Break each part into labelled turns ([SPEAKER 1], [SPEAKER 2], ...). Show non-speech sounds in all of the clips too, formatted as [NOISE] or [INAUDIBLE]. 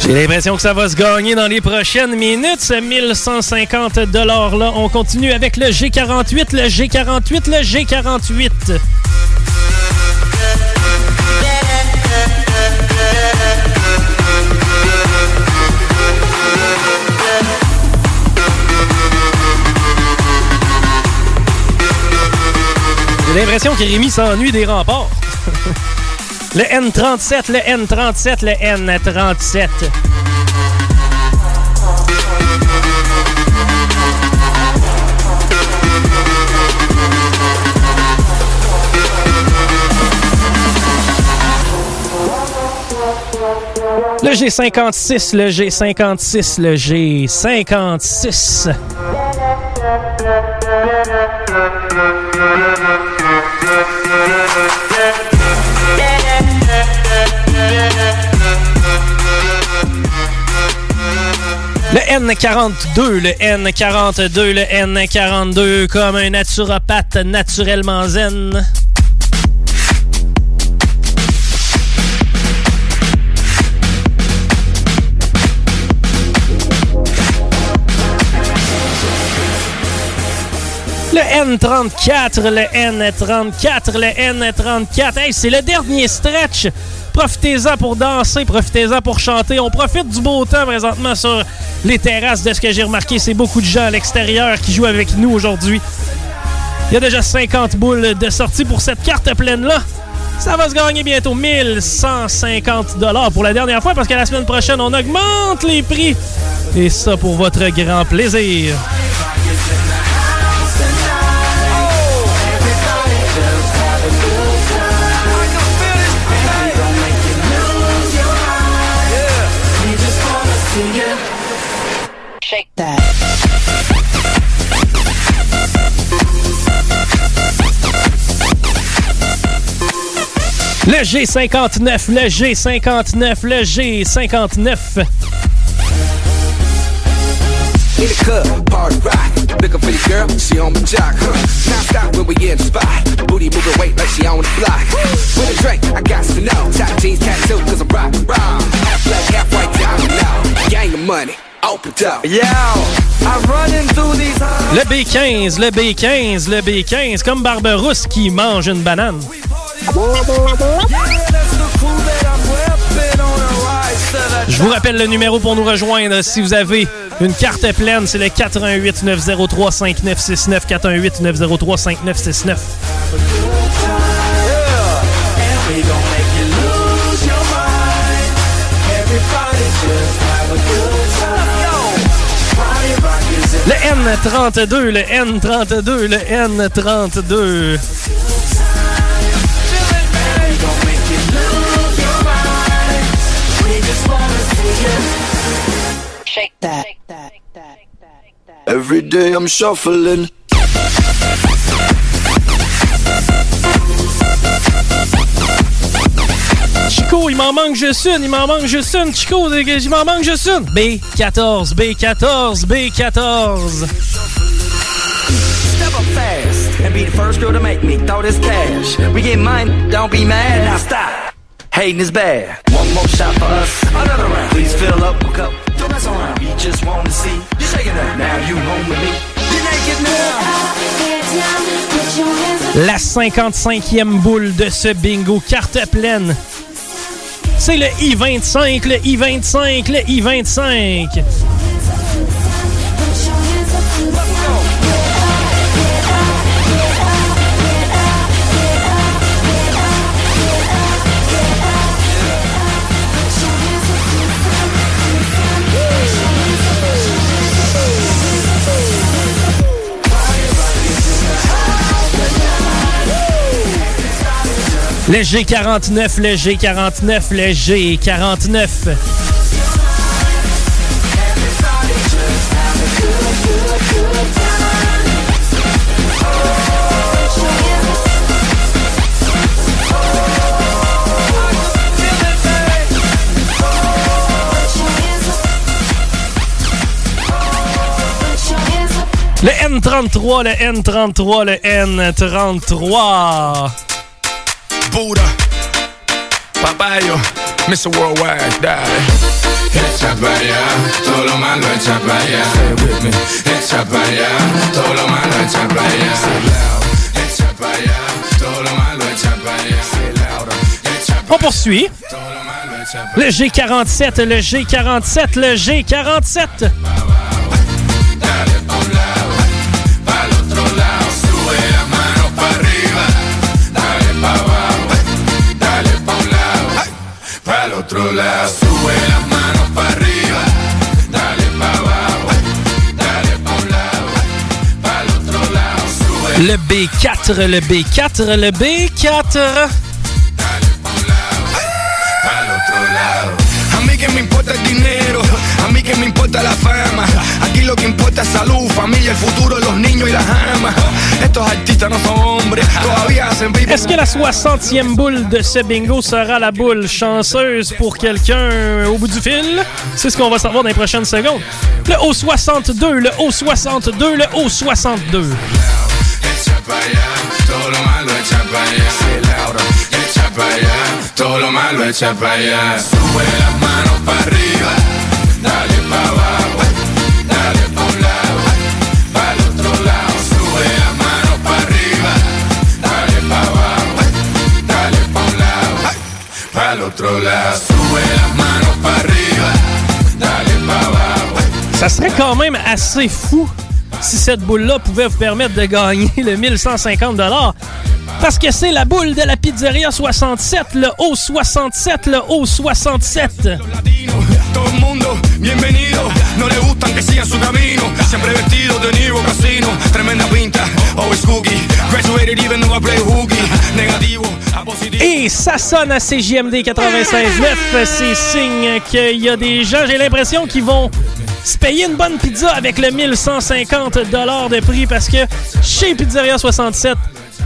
[SPEAKER 1] J'ai l'impression que ça va se gagner dans les prochaines minutes, ce 1150 $-là. On continue avec le G48, le G48, le G48. J'ai l'impression que Rémi s'ennuie des remparts. [LAUGHS] le N37, le N37, le N37. Le G56, le G56, le G56. Le N42, le N42, le N42, comme un naturopathe naturellement zen. Le N34, le N34, le N34. Hey, c'est le dernier stretch. Profitez-en pour danser, profitez-en pour chanter. On profite du beau temps présentement sur les terrasses. De ce que j'ai remarqué, c'est beaucoup de gens à l'extérieur qui jouent avec nous aujourd'hui. Il y a déjà 50 boules de sortie pour cette carte pleine-là. Ça va se gagner bientôt 1150 pour la dernière fois parce que la semaine prochaine, on augmente les prix. Et ça pour votre grand plaisir.
[SPEAKER 2] Shake that.
[SPEAKER 1] Le G59, le G59, le G59.
[SPEAKER 3] In the club, party rock. Look up for your girl, she on my jock. Huh? Now stop when we in the spot. Booty moving weight like she on the block. With a drink, I got to know. Top jeans tattoo, cause I'm rock, rock. Half black, half white, diamond now. Gang of money, open up. Yeah, I'm running through these halls.
[SPEAKER 1] Le B15, le B15, le B15, comme Barberousse qui mange une banane.
[SPEAKER 3] Yeah, that's the crew that I'm repping on the rise to the
[SPEAKER 1] Je vous rappelle le numéro pour nous rejoindre si vous avez une carte pleine, c'est le 418 903 5969 418 903 5969.
[SPEAKER 3] We gon' make you lose your mind. Everybody just have a good time. Party rock is
[SPEAKER 1] Le
[SPEAKER 3] in
[SPEAKER 1] N32, le N32, le N32.
[SPEAKER 3] We gon' make you lose your mind. We just wanna see you.
[SPEAKER 2] Shake that. Shake that. Shake that.
[SPEAKER 4] Every day I'm shuffling.
[SPEAKER 1] Chico, il m'en manque juste une, il m'en manque juste une. Chico, il m'en manque juste une. B14, B14, B14.
[SPEAKER 3] Step up fast and be the first girl to make me throw this cash. We get mine, don't be mad. Now stop. Hating is bad. One more shot for us. Another round. Please fill up a cup. Don't mess around. We just want to see you shaking up. Now you home with me. You're naked now.
[SPEAKER 1] La 55e boule de ce bingo, carte pleine. C'est le I-25, le I-25, le I-25. Le G49, le G49, le G49. Le N33, le N33, le N33.
[SPEAKER 3] Buddha. Papayo. Mr. Worldwide. Dale. Echa para allá. Todo lo malo echa para allá. Say it with me. Echa para allá. Todo lo malo echa para allá. Say it loud. Echa para allá. Todo lo malo echa para allá. Say it louder. Echa para
[SPEAKER 1] On poursuit.
[SPEAKER 3] Todo lo malo echa para
[SPEAKER 1] Le G47, le G47, le G47.
[SPEAKER 3] Dale pa' un lado. Pa'l otro lado. Sube la mano pa' arriba. Dale pa' abajo. Dale pa' un lado. Pa'l otro lado. Sube la mano pa' arriba. Dale pa' abajo. Dale pa' un lado. Pa'l otro lado. Sube
[SPEAKER 1] Le B4, le B4, le B4.
[SPEAKER 3] pa'l otro lado. A mí que me importa el dinero, a mí que me importa la fama. Aquí lo que importa es salud, familia, el futuro, los niños y las amas. Estos artistas no son hombres, todavía hacen vivir.
[SPEAKER 1] Est-ce que la 60e boule de ce bingo sera la boule chanceuse pour quelqu'un au bout du fil? C'est ce qu'on va savoir dans les prochaines secondes. Le O62, le O62, le O62.
[SPEAKER 3] Echa para allá, todo lo malo echa para allá. Say louder. Echa para allá, todo lo malo echa para allá. Sube las manos para arriba, dale para abajo, dale para un lado, para el otro lado. Sube las manos para arriba, dale para abajo, dale para un lado, para el otro lado. Sube las manos para arriba, dale para abajo.
[SPEAKER 1] Ça serait quand même assez fou si cette boule-là pouvait vous permettre de gagner le 1150 Parce que c'est la boule de la pizzeria 67, le O67, le O67.
[SPEAKER 3] latino. Todo el mundo, bienvenido. No le gustan que sigan su camino. Siempre vestido de Niro Casino. Tremenda pinta, always cookie. Graduated even though I play hooky. Negativo, a positivo.
[SPEAKER 1] Et ça sonne à CJMD 96.9. C'est signe qu'il y a des gens, j'ai l'impression, qui vont se payer une bonne pizza avec le 1150 de prix parce que chez Pizzeria 67,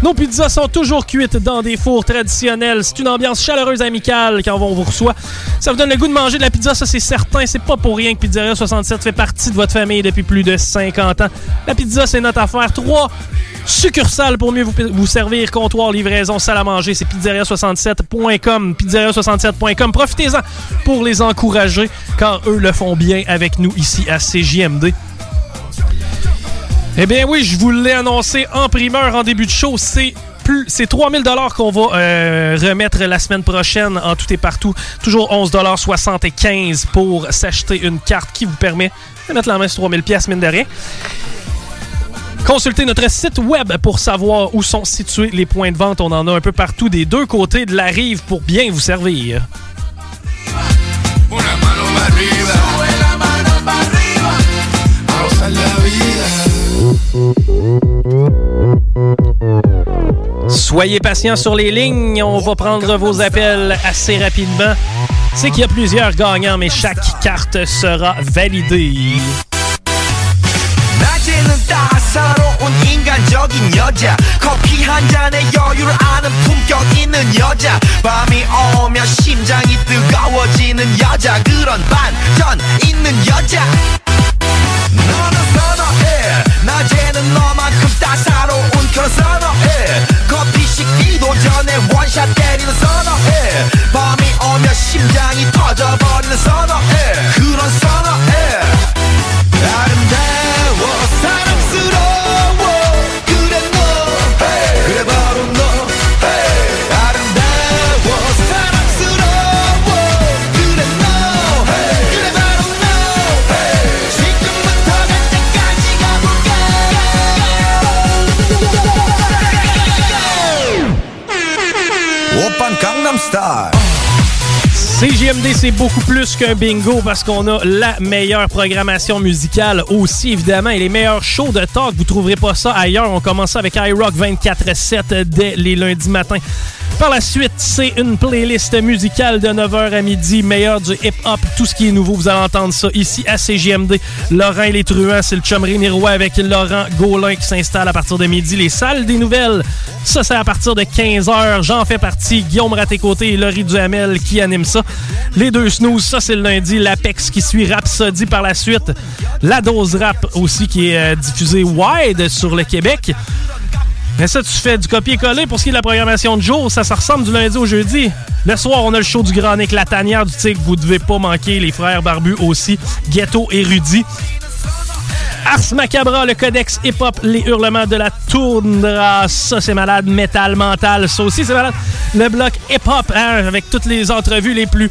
[SPEAKER 1] nos pizzas sont toujours cuites dans des fours traditionnels. C'est une ambiance chaleureuse, amicale quand on vous reçoit. Ça vous donne le goût de manger de la pizza, ça c'est certain. C'est pas pour rien que Pizzeria 67 fait partie de votre famille depuis plus de 50 ans. La pizza, c'est notre affaire. Trois succursales pour mieux vous, vous servir, comptoir, livraison, salle à manger, c'est pizzeria67.com, pizzeria67.com. Profitez-en pour les encourager car eux le font bien avec nous ici à CJMD. Eh bien oui, je vous l'ai annoncé en primeur en début de show, c'est plus c'est 3000 dollars qu'on va euh, remettre la semaine prochaine en tout et partout, toujours 11,75 pour s'acheter une carte qui vous permet de mettre la main sur 3000 pièces mine de rien. Consultez notre site web pour savoir où sont situés les points de vente. On en a un peu partout des deux côtés de la rive pour bien vous servir.
[SPEAKER 3] Una mano para arriba. Sube la mano para arriba. A gozar la vida.
[SPEAKER 1] Soyez patients sur les lignes, on va prendre vos appels assez rapidement. C'est qu'il y a plusieurs gagnants, mais chaque carte sera validée.
[SPEAKER 3] 낮에는 따사로운 인간적인 여자 커피 한 잔에 여유를 아는 품격 있는 여자 밤이 오면 심장이 뜨거워지는 여자 그런 반전 있는 여자 너는 선어해 낮에는 너만큼 따사로운 그런 선어해 커피 식기도 전에 원샷 때리는 선어해 밤이
[SPEAKER 5] star.
[SPEAKER 1] CGMD, c'est beaucoup plus qu'un bingo parce qu'on a la meilleure programmation musicale aussi, évidemment, et les meilleurs shows de talk. Vous trouverez pas ça ailleurs. On commence avec iRock 24-7 dès les lundis matins. Par la suite, c'est une playlist musicale de 9h à midi, meilleur du hip-hop, tout ce qui est nouveau. Vous allez entendre ça ici à CGMD. Laurent et les truands, c'est le Chumry Miroir avec Laurent Gaulin qui s'installe à partir de midi. Les salles des nouvelles, ça, c'est à partir de 15h. J'en fais partie. Guillaume Raté-Côté et Laurie Duhamel qui animent ça. Les deux snooze, ça, c'est le lundi. L'Apex qui suit Rhapsody par la suite. La dose rap aussi qui est euh, diffusée wide sur le Québec. Mais ça, tu fais du copier-coller pour ce qui est de la programmation de jour. Ça, ça ressemble du lundi au jeudi. Le soir, on a le show du Grand Nick, la tanière du Tigre. Vous devez pas manquer les frères barbus aussi. Ghetto et Rudy. Ars Macabra, le Codex Hip-Hop, les hurlements de la toundra. Ça, c'est malade. Métal mental, ça aussi, c'est malade. Le bloc Hip-Hop, hein, avec toutes les entrevues les plus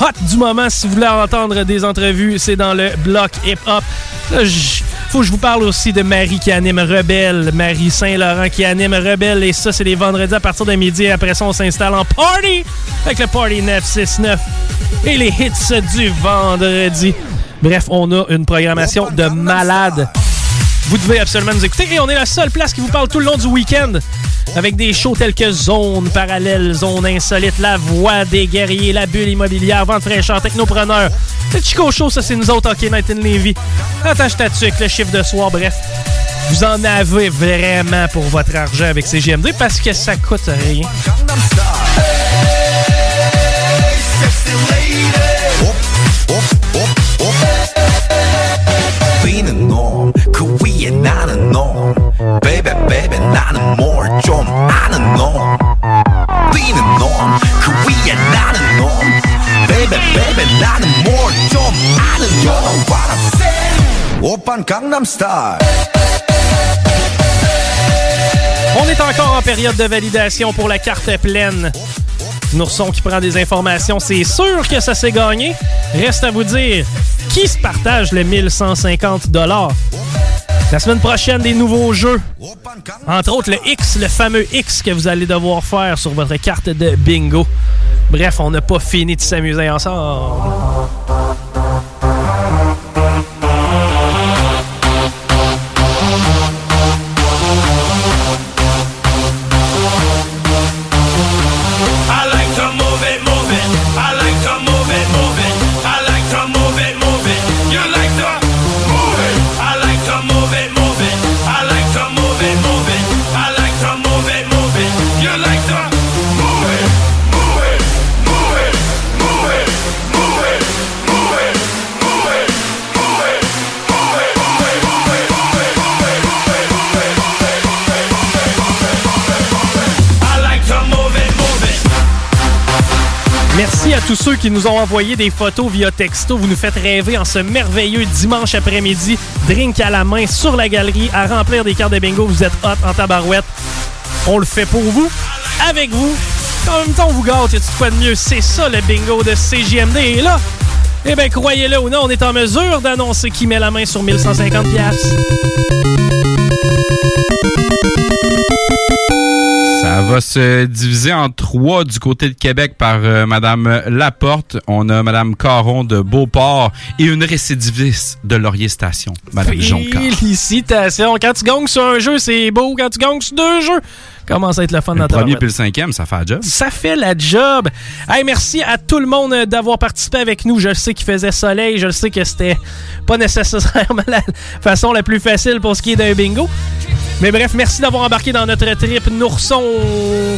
[SPEAKER 1] hot du moment. Si vous voulez entendre des entrevues, c'est dans le bloc Hip-Hop. Là, j- Faut que je vous parle aussi de Marie qui anime Rebelle. Marie Saint-Laurent qui anime Rebelle. Et ça, c'est les vendredis à partir de midi. Après ça, on s'installe en party avec le Party 969 et les hits du vendredi. Bref, on a une programmation de malade. Vous devez absolument nous écouter. Et on est la seule place qui vous parle tout le long du week-end. Avec des shows tels que Zone Parallèle, Zone Insolite, La Voix des Guerriers, La Bulle Immobilière, Vente Fraîcheur, Technopreneur. Le Chico Show, ça c'est nous autres, Hockey Night in Levy. Attache ta tuque, le chiffre de soir, bref. Vous en avez vraiment pour votre argent avec ces GMD parce que ça coûte rien.
[SPEAKER 5] Being a norm, could we and not a norm? Baby, baby, not a more drum, not a norm. Being a norm, could we and not a norm? Baby, baby, not a more drum, not a norm. What I said, 오빤 강남 스타일.
[SPEAKER 1] On est encore en période de validation pour la carte pleine. Nourson qui prend des informations, c'est sûr que ça s'est gagné. Reste à vous dire qui se partage les 1150 La semaine prochaine, des nouveaux jeux. Entre autres, le X, le fameux X que vous allez devoir faire sur votre carte de bingo. Bref, on n'a pas fini de s'amuser ensemble.
[SPEAKER 3] I like to move it, move it. I like to move it, move it. I like to move it, move it. You like to move it. I like to move it, move it. I like to move it, move it. I like to move it, move it. You like to move it, move it, move it, move it, move it, move it, move it, move it, move it, move it, move it, move it, move it, move it, move it. I like to move it, move it.
[SPEAKER 1] Merci à tous ceux qui nous ont envoyé des photos via texto. Vous nous faites rêver en ce merveilleux dimanche après-midi. Drink à la main sur la galerie à remplir des cartes de bingo. Vous êtes hot en tabarouette. On le fait pour vous, avec vous. En même temps, on vous gâte. Y a de quoi de mieux? C'est ça le bingo de CJMD. Et là, eh bien, croyez-le ou non, on est en mesure d'annoncer qui met la main sur 1150 piastres.
[SPEAKER 6] Ça va se diviser en trois du côté de Québec par euh, Madame Laporte. On a Madame Caron de Beauport et une récidiviste de Laurier Station, Madame Jonca.
[SPEAKER 1] Félicitations. Quand tu gagnes sur un jeu, c'est beau. Quand tu gagnes sur deux jeux, commence à être le fun
[SPEAKER 6] Le
[SPEAKER 1] à
[SPEAKER 6] premier
[SPEAKER 1] tabarouette.
[SPEAKER 6] puis le cinquième, ça fait la job.
[SPEAKER 1] Ça fait la job. Hey, merci à tout le monde euh, d'avoir participé avec nous. Je le sais qu'il faisait soleil. Je le sais que c'était pas nécessairement [LAUGHS] la façon la plus facile pour ce qui est d'un bingo. Mais bref, merci d'avoir embarqué dans notre trip Nourson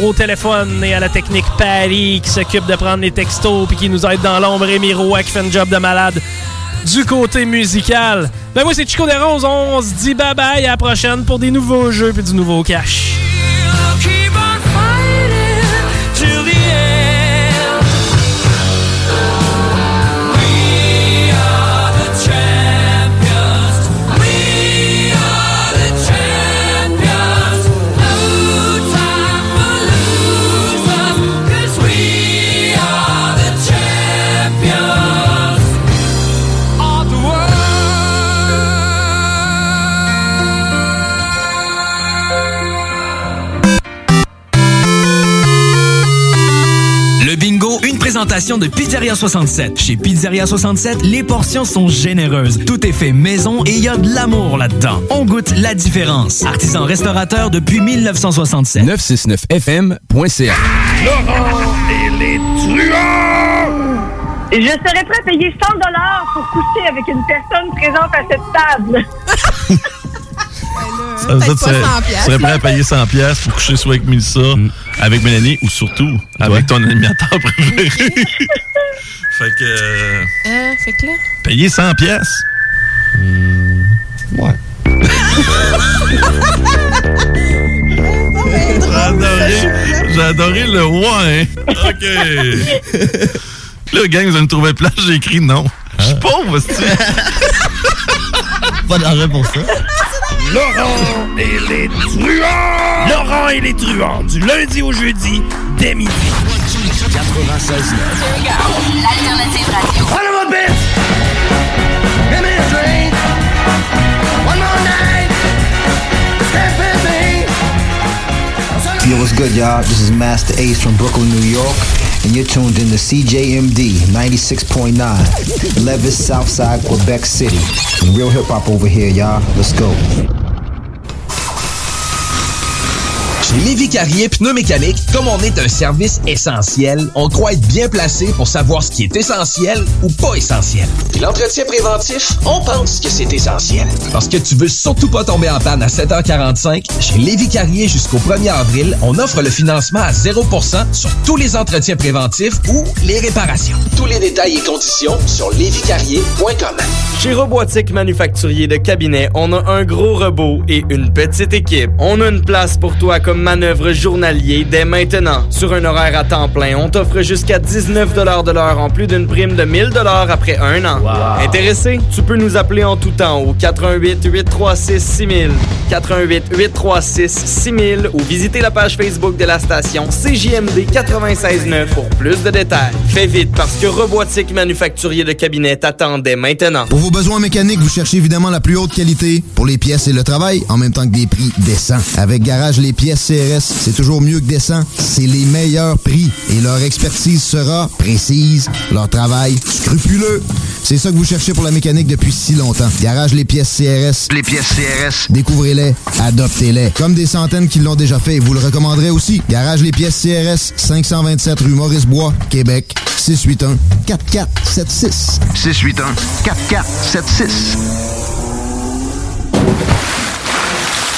[SPEAKER 1] au téléphone et à la technique Paris qui s'occupe de prendre les textos puis qui nous aide dans l'ombre et Miroa qui fait un job de malade du côté musical. Ben moi c'est Chico des Roses, on se dit bye bye à la prochaine pour des nouveaux jeux puis du nouveau cash.
[SPEAKER 3] Keep on fighting till the end. We are the champions. We are the champions. No time for losers, 'cause we are the champions of the world.
[SPEAKER 7] Show, une présentation de Pizzeria 67. Chez Pizzeria 67, les portions sont généreuses. Tout est fait maison et il y a de l'amour là-dedans. On goûte la différence. Artisan restaurateur depuis 1967. 969fm.ca
[SPEAKER 8] Laurent et les truands!
[SPEAKER 9] Je serais prêt à payer 100 dollars pour coucher avec une personne présente à cette table.
[SPEAKER 1] Ça veut dire que tu serais- tu serais prêt à payer 100$ piastres pour coucher soit avec Melissa, avec Mélanie ou surtout avec ton animateur préféré. fait que. euh,
[SPEAKER 10] Euh, fait que là.
[SPEAKER 1] payer 100$. piastres. Ouais. J'ai adoré, j'ai adoré le ouais. OK. [LAUGHS] Là, gang, vous allez me trouver plat, j'ai écrit non. Je suis pauvre, c'est Pas d'argent pour
[SPEAKER 8] [LAUGHS]
[SPEAKER 1] ça.
[SPEAKER 8] Laurent et les truands! Laurent et les truands, du lundi au jeudi, dès midi. 96.9
[SPEAKER 11] L'alternative radio.
[SPEAKER 3] Yo, what's good, y'all? This is Master Ace from Brooklyn, New York, and you're tuned in to CJMD 96.9, Levis, Southside, Quebec City. Real hip hop over here, y'all. Let's go.
[SPEAKER 12] Chez Lévi Carrier Pneumécanique, comme on est un service essentiel, on croit être bien placé pour savoir ce qui est essentiel ou pas essentiel. Puis l'entretien préventif, on
[SPEAKER 13] Oh,
[SPEAKER 12] pense que c'est essentiel. Parce que tu veux surtout pas tomber en panne à 7h45, chez Lévi Carrier jusqu'au 1er avril, on offre le financement à 0% sur tous les entretiens préventifs ou les réparations. Tous les détails et conditions sur lévicarrier.com.
[SPEAKER 14] Chez Robotique Manufacturier de Cabinet, on a un gros robot et une petite équipe. On a une place pour toi comme manœuvre journalier dès maintenant. Sur un horaire à temps plein, on t'offre jusqu'à 19 de l'heure en plus d'une prime de 1000 après un an. Intéressé? Tu peux nous appeler en tout temps au 88 836 6000, 88 836 6000 ou visiter la page Facebook de la station CJMD 969 pour plus de détails. Fais vite parce que Robotique Manufacturier de Cabinet t'attendait maintenant.
[SPEAKER 15] Pour vos besoins mécaniques, vous cherchez évidemment la plus haute qualité pour les pièces et le travail, en même temps que des prix décents. Avec Garage Les Pièces CRS, c'est toujours mieux que décent. C'est les meilleurs prix et leur expertise sera précise, leur travail scrupuleux. C'est ça que vous cherchez pour la mécanique depuis si longtemps. Garage Les Pièces CRS. Les pièces CRS. Découvrez-les, adoptez-les. Comme des centaines qui l'ont déjà fait, vous le recommanderez aussi. Garage Les Pièces CRS, 527 rue Maurice-Bois, Québec, 681 4476.
[SPEAKER 16] 681 4476.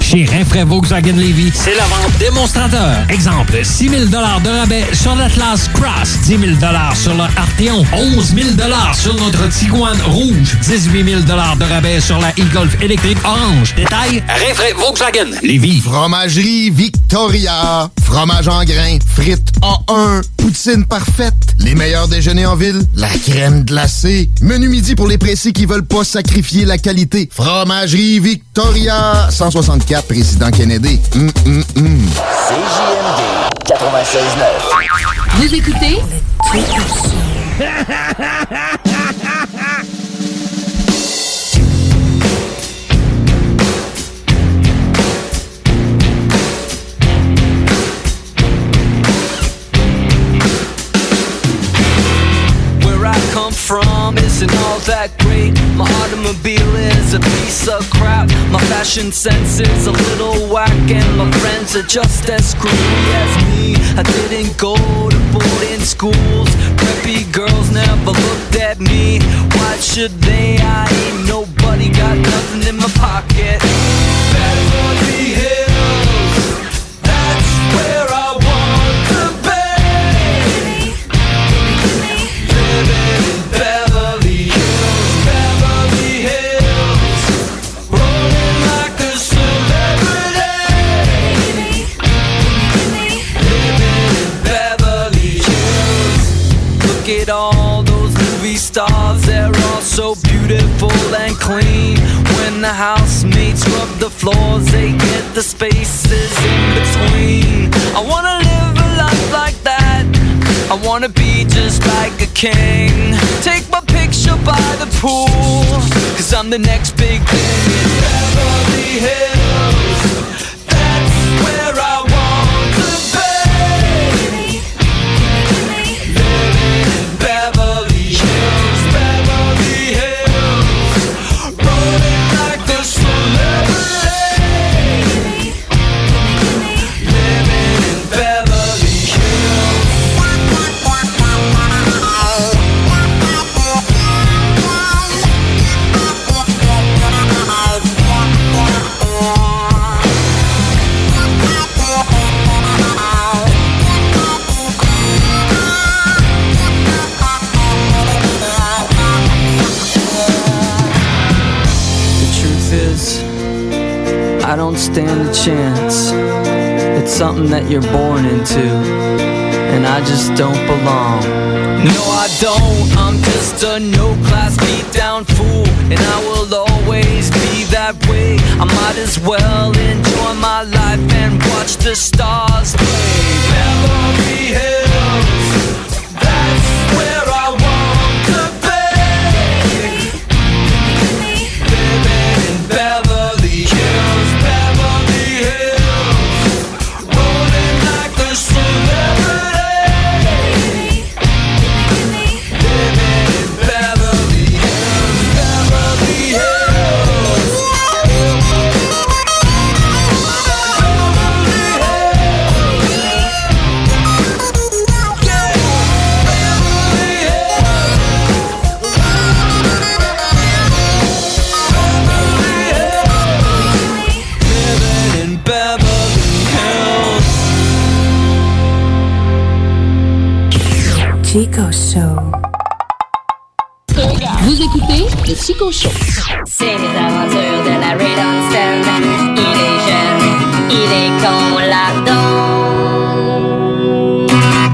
[SPEAKER 17] Chez Rinfraie Volkswagen Levy, c'est la vente démonstrateur. Exemple, 6 000 de rabais sur l'Atlas Cross, 10 000 sur le Arteon, 11 000 sur notre Tiguan Rouge, 18 000 de rabais sur la e-Golf électrique orange. Détail, Rinfraie Volkswagen Levy.
[SPEAKER 15] Fromagerie Victoria. Fromage en grains, frites A1, poutine parfaite, les meilleurs déjeuners en ville, la crème glacée, menu midi pour les pressés qui veulent pas sacrifier la qualité. Fromagerie Victoria. 164 Président Kennedy. Hum, hum, hum.
[SPEAKER 11] CJMD 96.9. Vous écoutez?
[SPEAKER 18] Where I come from isn't all that great. My automobile is a piece of crap. My fashion sense is a little whack, and my friends are just as screwy as me. I didn't go to boarding schools. Preppy girls never looked at me. Why should they? I ain't nobody got nothing in my pocket. That's what he is. That's where I want to be. Beverly Hills. at all those movie stars. They're all so beautiful and clean. When the housemates rub the floors, they get the spaces in between. I wanna live a life like that. I wanna be just like a king. Take my picture by the pool, cause I'm the next big thing in Beverly Hills. That's where I want to be. Living in Beverly Hills, Beverly Hills. Rolling like the celebrity. Living in Beverly Hills. The truth is, I don't stand a chance. It's something that you're born into, and I just don't belong. No, I don't. I'm just a no class beat down fool, and I will always be that way. I might as well enjoy my life and watch the stars play. Beverly Hills, that's where I want to be. Living in Beverly Hills, Beverly Hills. Rolling like a celebrity. Living in Beverly Hills, Beverly Hills. Living in Beverly Hills.
[SPEAKER 19] Chico Show. Vous écoutez le Chico Show.
[SPEAKER 20] C'est les aventures de la Red Stone. Il est jeune, il est con là-dedans.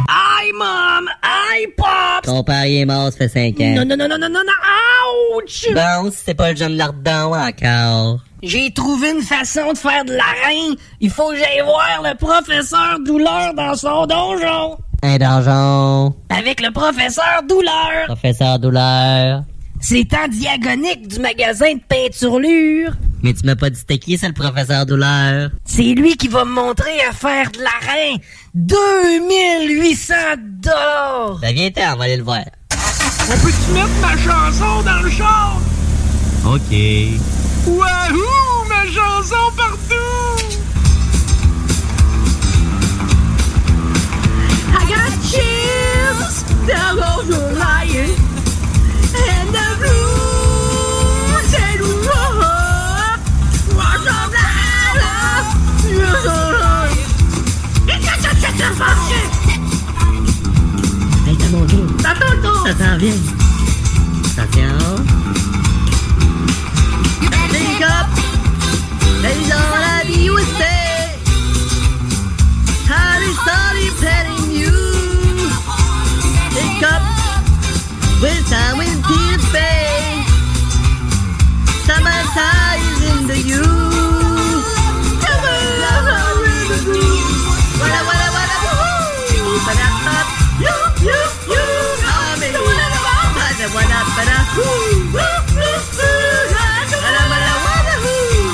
[SPEAKER 2] Aïe, mom! Aïe, pop!
[SPEAKER 3] Ton père il est mort, ça fait 5 ans.
[SPEAKER 2] Non, non, non, non, non, non, non, ouch!
[SPEAKER 3] Bon, si c'est pas le jeune lardon encore.
[SPEAKER 2] J'ai trouvé une façon de faire de l'arin. Il faut que j'aille voir le professeur Douleur dans son donjon.
[SPEAKER 3] Un donjon.
[SPEAKER 2] Avec le professeur Douleur.
[SPEAKER 3] Professeur Douleur.
[SPEAKER 2] C'est en diagonique du magasin de peinturlure.
[SPEAKER 3] Mais tu m'as pas dit c'était qui, c'est le professeur Douleur?
[SPEAKER 2] C'est lui qui va me montrer à faire de l'arin. 2800 dollars.
[SPEAKER 3] Ben viens-t'en, on va aller le voir.
[SPEAKER 2] On peut-tu mettre ma chanson dans le char?
[SPEAKER 3] OK.
[SPEAKER 2] Wahoo! Ma chanson partout! I got chills down over my head. And the blues and war was on the
[SPEAKER 3] Hey, t'as mon tour.
[SPEAKER 2] Attends, attends.
[SPEAKER 3] Ça s'en vient. Attention.
[SPEAKER 2] Big up. Hey, dans la vie, où c'est? Harry, sorry, petting you. Big up. With time, with deep bay. Samantha is in the you. Come on, love, I'm in the groove. Wada, wada, wada, woohoo. Bada, bada, you, you, you, I'm in the groove. Bada, wada, bada, woo, woo, woo, woo. Bada, bada, wada, woo.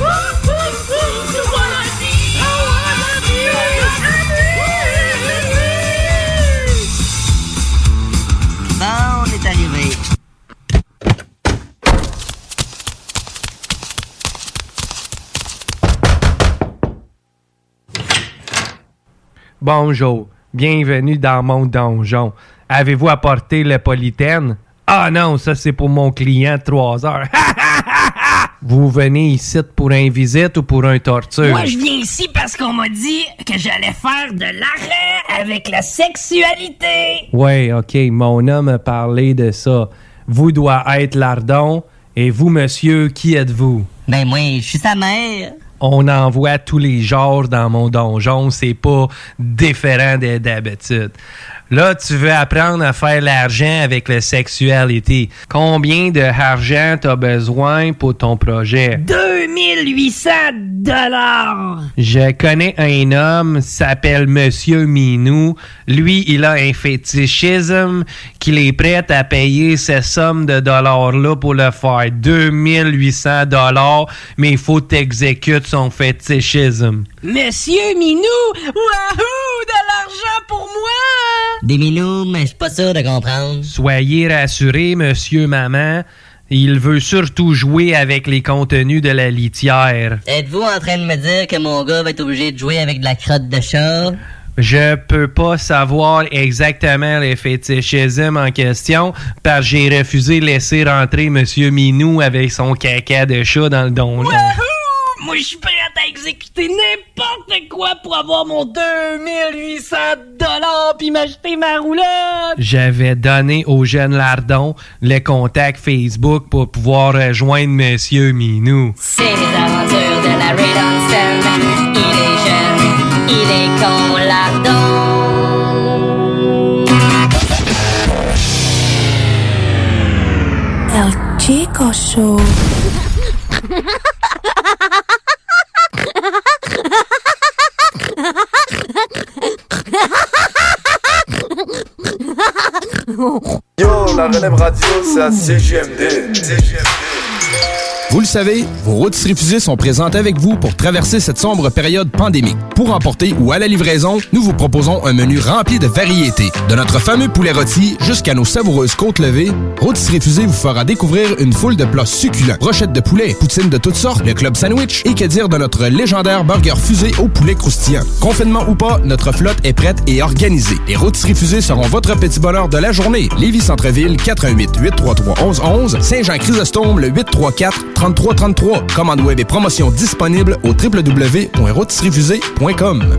[SPEAKER 2] Woo, woo, woo, you wanna be. I wanna be. I'm in.
[SPEAKER 3] Bon, on est arrivé.
[SPEAKER 21] Bonjour, bienvenue dans mon donjon. Avez-vous apporté le politaine? Ah non, ça c'est pour mon client de 3 heures. [LAUGHS] Vous venez ici pour un visite ou pour un torture?
[SPEAKER 2] Moi, je viens ici parce qu'on m'a dit que j'allais faire de l'arrêt avec la sexualité.
[SPEAKER 21] Ouais, ok, mon homme a parlé de ça. Vous doit être lardon. Et vous, monsieur, qui êtes-vous?
[SPEAKER 3] Ben moi, je suis sa mère.
[SPEAKER 21] on envoie tous les genres dans mon donjon. C'est pas différent de- d'habitude. Là, tu veux apprendre à faire l'argent avec la sexualité. Combien d'argent t'as besoin pour ton projet?
[SPEAKER 22] 2800 dollars.
[SPEAKER 21] Je connais un homme, s'appelle Monsieur Minou. Lui, il a un fétichisme qu'il est prêt à payer cette somme de dollars-là pour le faire. 2800 dollars, mais il faut t'exécutes son fétichisme.
[SPEAKER 22] Monsieur Minou, wahoo, de l'argent pour moi.
[SPEAKER 21] Des minous, mais je suis pas sûr de comprendre. Soyez rassurés, monsieur maman. Il veut surtout jouer avec les contenus de la litière.
[SPEAKER 22] Êtes-vous en train de me dire que mon gars va être obligé de jouer avec de la crotte de chat?
[SPEAKER 21] Je peux pas savoir exactement les fétichismes en question parce que j'ai refusé de laisser rentrer Monsieur Minou avec son caca de chat dans le donjon.
[SPEAKER 22] Wahoo! Moi, je suis prêt à exécuter n'importe quoi pour avoir mon 2800 dollars puis m'acheter ma roulotte.
[SPEAKER 21] J'avais donné au jeune Lardon le contact Facebook pour pouvoir rejoindre Monsieur Minou.
[SPEAKER 23] C'est les aventures de Larry Dunstan. Il est jeune, il est con, lardon.
[SPEAKER 2] El Chico Show.
[SPEAKER 3] Yo, la relève radio, c'est à CGMD.
[SPEAKER 24] Vous le savez, vos routes fusées sont présentes avec vous pour traverser cette sombre période pandémique. Pour emporter ou à la livraison, nous vous proposons un menu rempli de variétés. De notre fameux poulet rôti jusqu'à nos savoureuses côtes levées, Rôtisserie Fusée vous fera découvrir une foule de plats succulents. Rochettes de poulet, poutines de toutes sortes, le club sandwich et que dire de notre légendaire burger fusée au poulet croustillant. Confinement ou pas, notre flotte est prête et organisée. Les Rôtisseries Fusées seront votre petit bonheur de la journée. Lévis Centreville, 418 833 1111, Saint-Jean-Chrysostome, le 834 3333. Commande web et promotion disponible au www.rôtisseriefusée.com.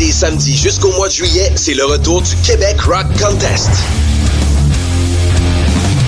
[SPEAKER 12] et samedis jusqu'au mois de juillet, c'est le retour du Québec Rock Contest.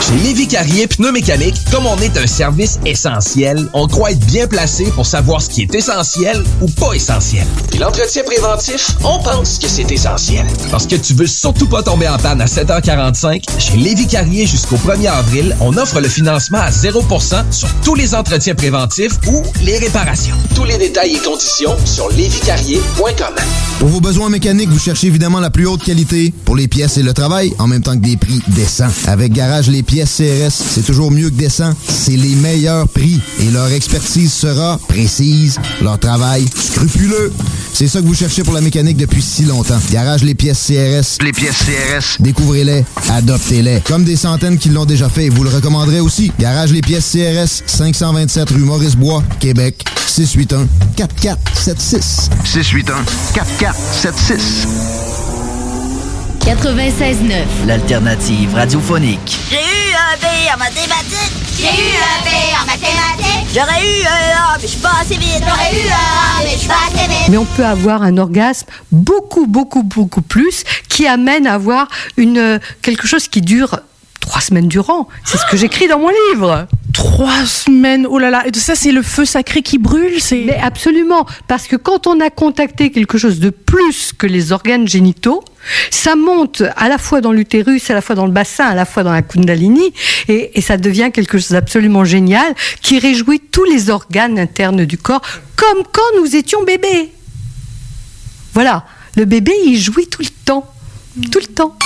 [SPEAKER 12] Chez Lévi Carrier Pneumécanique, comme on est un service essentiel, on croit être bien placé pour savoir ce qui est essentiel ou pas essentiel. Puis l'entretien préventif, on pense que c'est essentiel. Parce que tu veux surtout pas tomber en panne à 7h45, chez Lévi Carrier jusqu'au 1er avril, on offre le financement à 0% sur tous les entretiens préventifs ou les réparations. Tous les détails et conditions sur lévicarrier.com.
[SPEAKER 15] Pour vos besoins mécaniques, vous cherchez évidemment la plus haute qualité pour les pièces et le travail, en même temps que des prix décents. Avec Garage, les pièces CRS, c'est toujours mieux que décent. C'est les meilleurs prix et leur expertise sera précise, leur travail scrupuleux. C'est ça que vous cherchez pour la mécanique depuis si longtemps. Garage, les pièces CRS. Les pièces CRS. Découvrez-les, adoptez-les. Comme des centaines qui l'ont déjà fait, vous le recommanderez aussi. Garage, les pièces CRS, 527 rue Maurice-Bois, Québec, 681 4476.
[SPEAKER 19] 681 4476.
[SPEAKER 25] 96.9. L'alternative radiophonique.
[SPEAKER 26] J'ai eu un B en mathématiques. J'ai eu un B en mathématiques. J'aurais eu un A, mais je suis pas assez vite. J'aurais eu un A, mais je suis pas assez vite.
[SPEAKER 27] Mais on peut avoir un orgasme beaucoup, beaucoup, beaucoup plus qui amène à avoir une, quelque chose qui dure trois semaines durant. C'est ce que j'écris dans mon livre.
[SPEAKER 28] trois semaines. Oh là là. Et ça, c'est le feu sacré qui brûle. C'est.
[SPEAKER 25] Mais absolument, parce que quand on a contacté quelque chose de plus que les organes génitaux, ça monte à la fois dans l'utérus, à la fois dans le bassin, à la fois dans la kundalini, et, et ça devient quelque chose d'absolument génial qui réjouit tous les organes internes du corps, comme quand nous étions bébés. Voilà, le bébé, il jouit tout le temps, tout le temps.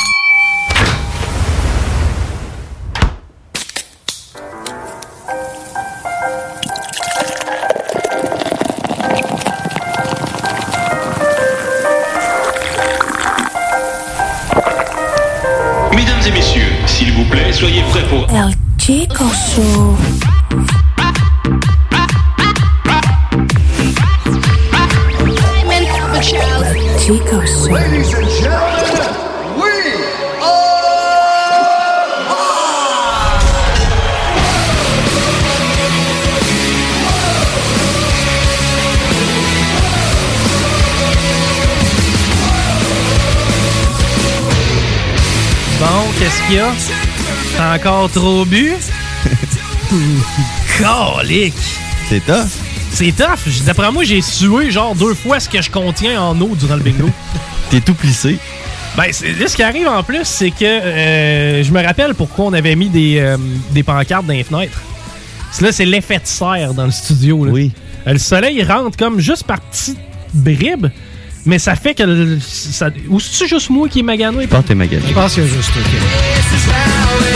[SPEAKER 2] Mesdames et messieurs, s'il vous plaît, soyez prêts pour...
[SPEAKER 3] El Chico Show. Chico Show.
[SPEAKER 1] Bon, qu'est-ce qu'il y a? T'as encore
[SPEAKER 29] [LAUGHS]
[SPEAKER 1] trop bu? Colique!
[SPEAKER 29] C'est tough.
[SPEAKER 1] C'est tough. J- D'après moi, j'ai sué genre deux fois ce que je contiens en eau durant
[SPEAKER 29] [LAUGHS]
[SPEAKER 1] le bingo.
[SPEAKER 29] T'es tout plissé.
[SPEAKER 1] Ben, c'est- là, ce qui arrive en plus, c'est que euh, je me rappelle pourquoi on avait mis des, euh, des pancartes dans les fenêtres. Parce que Là, c'est l'effet de serre dans le studio. Oui. le soleil rentre comme juste par petites bribes, mais ça fait que... le- ça, ou c'est-tu juste moi qui est magané?
[SPEAKER 29] Quand t'es magané.
[SPEAKER 1] Je pense qu'il y a juste toi qui est magané.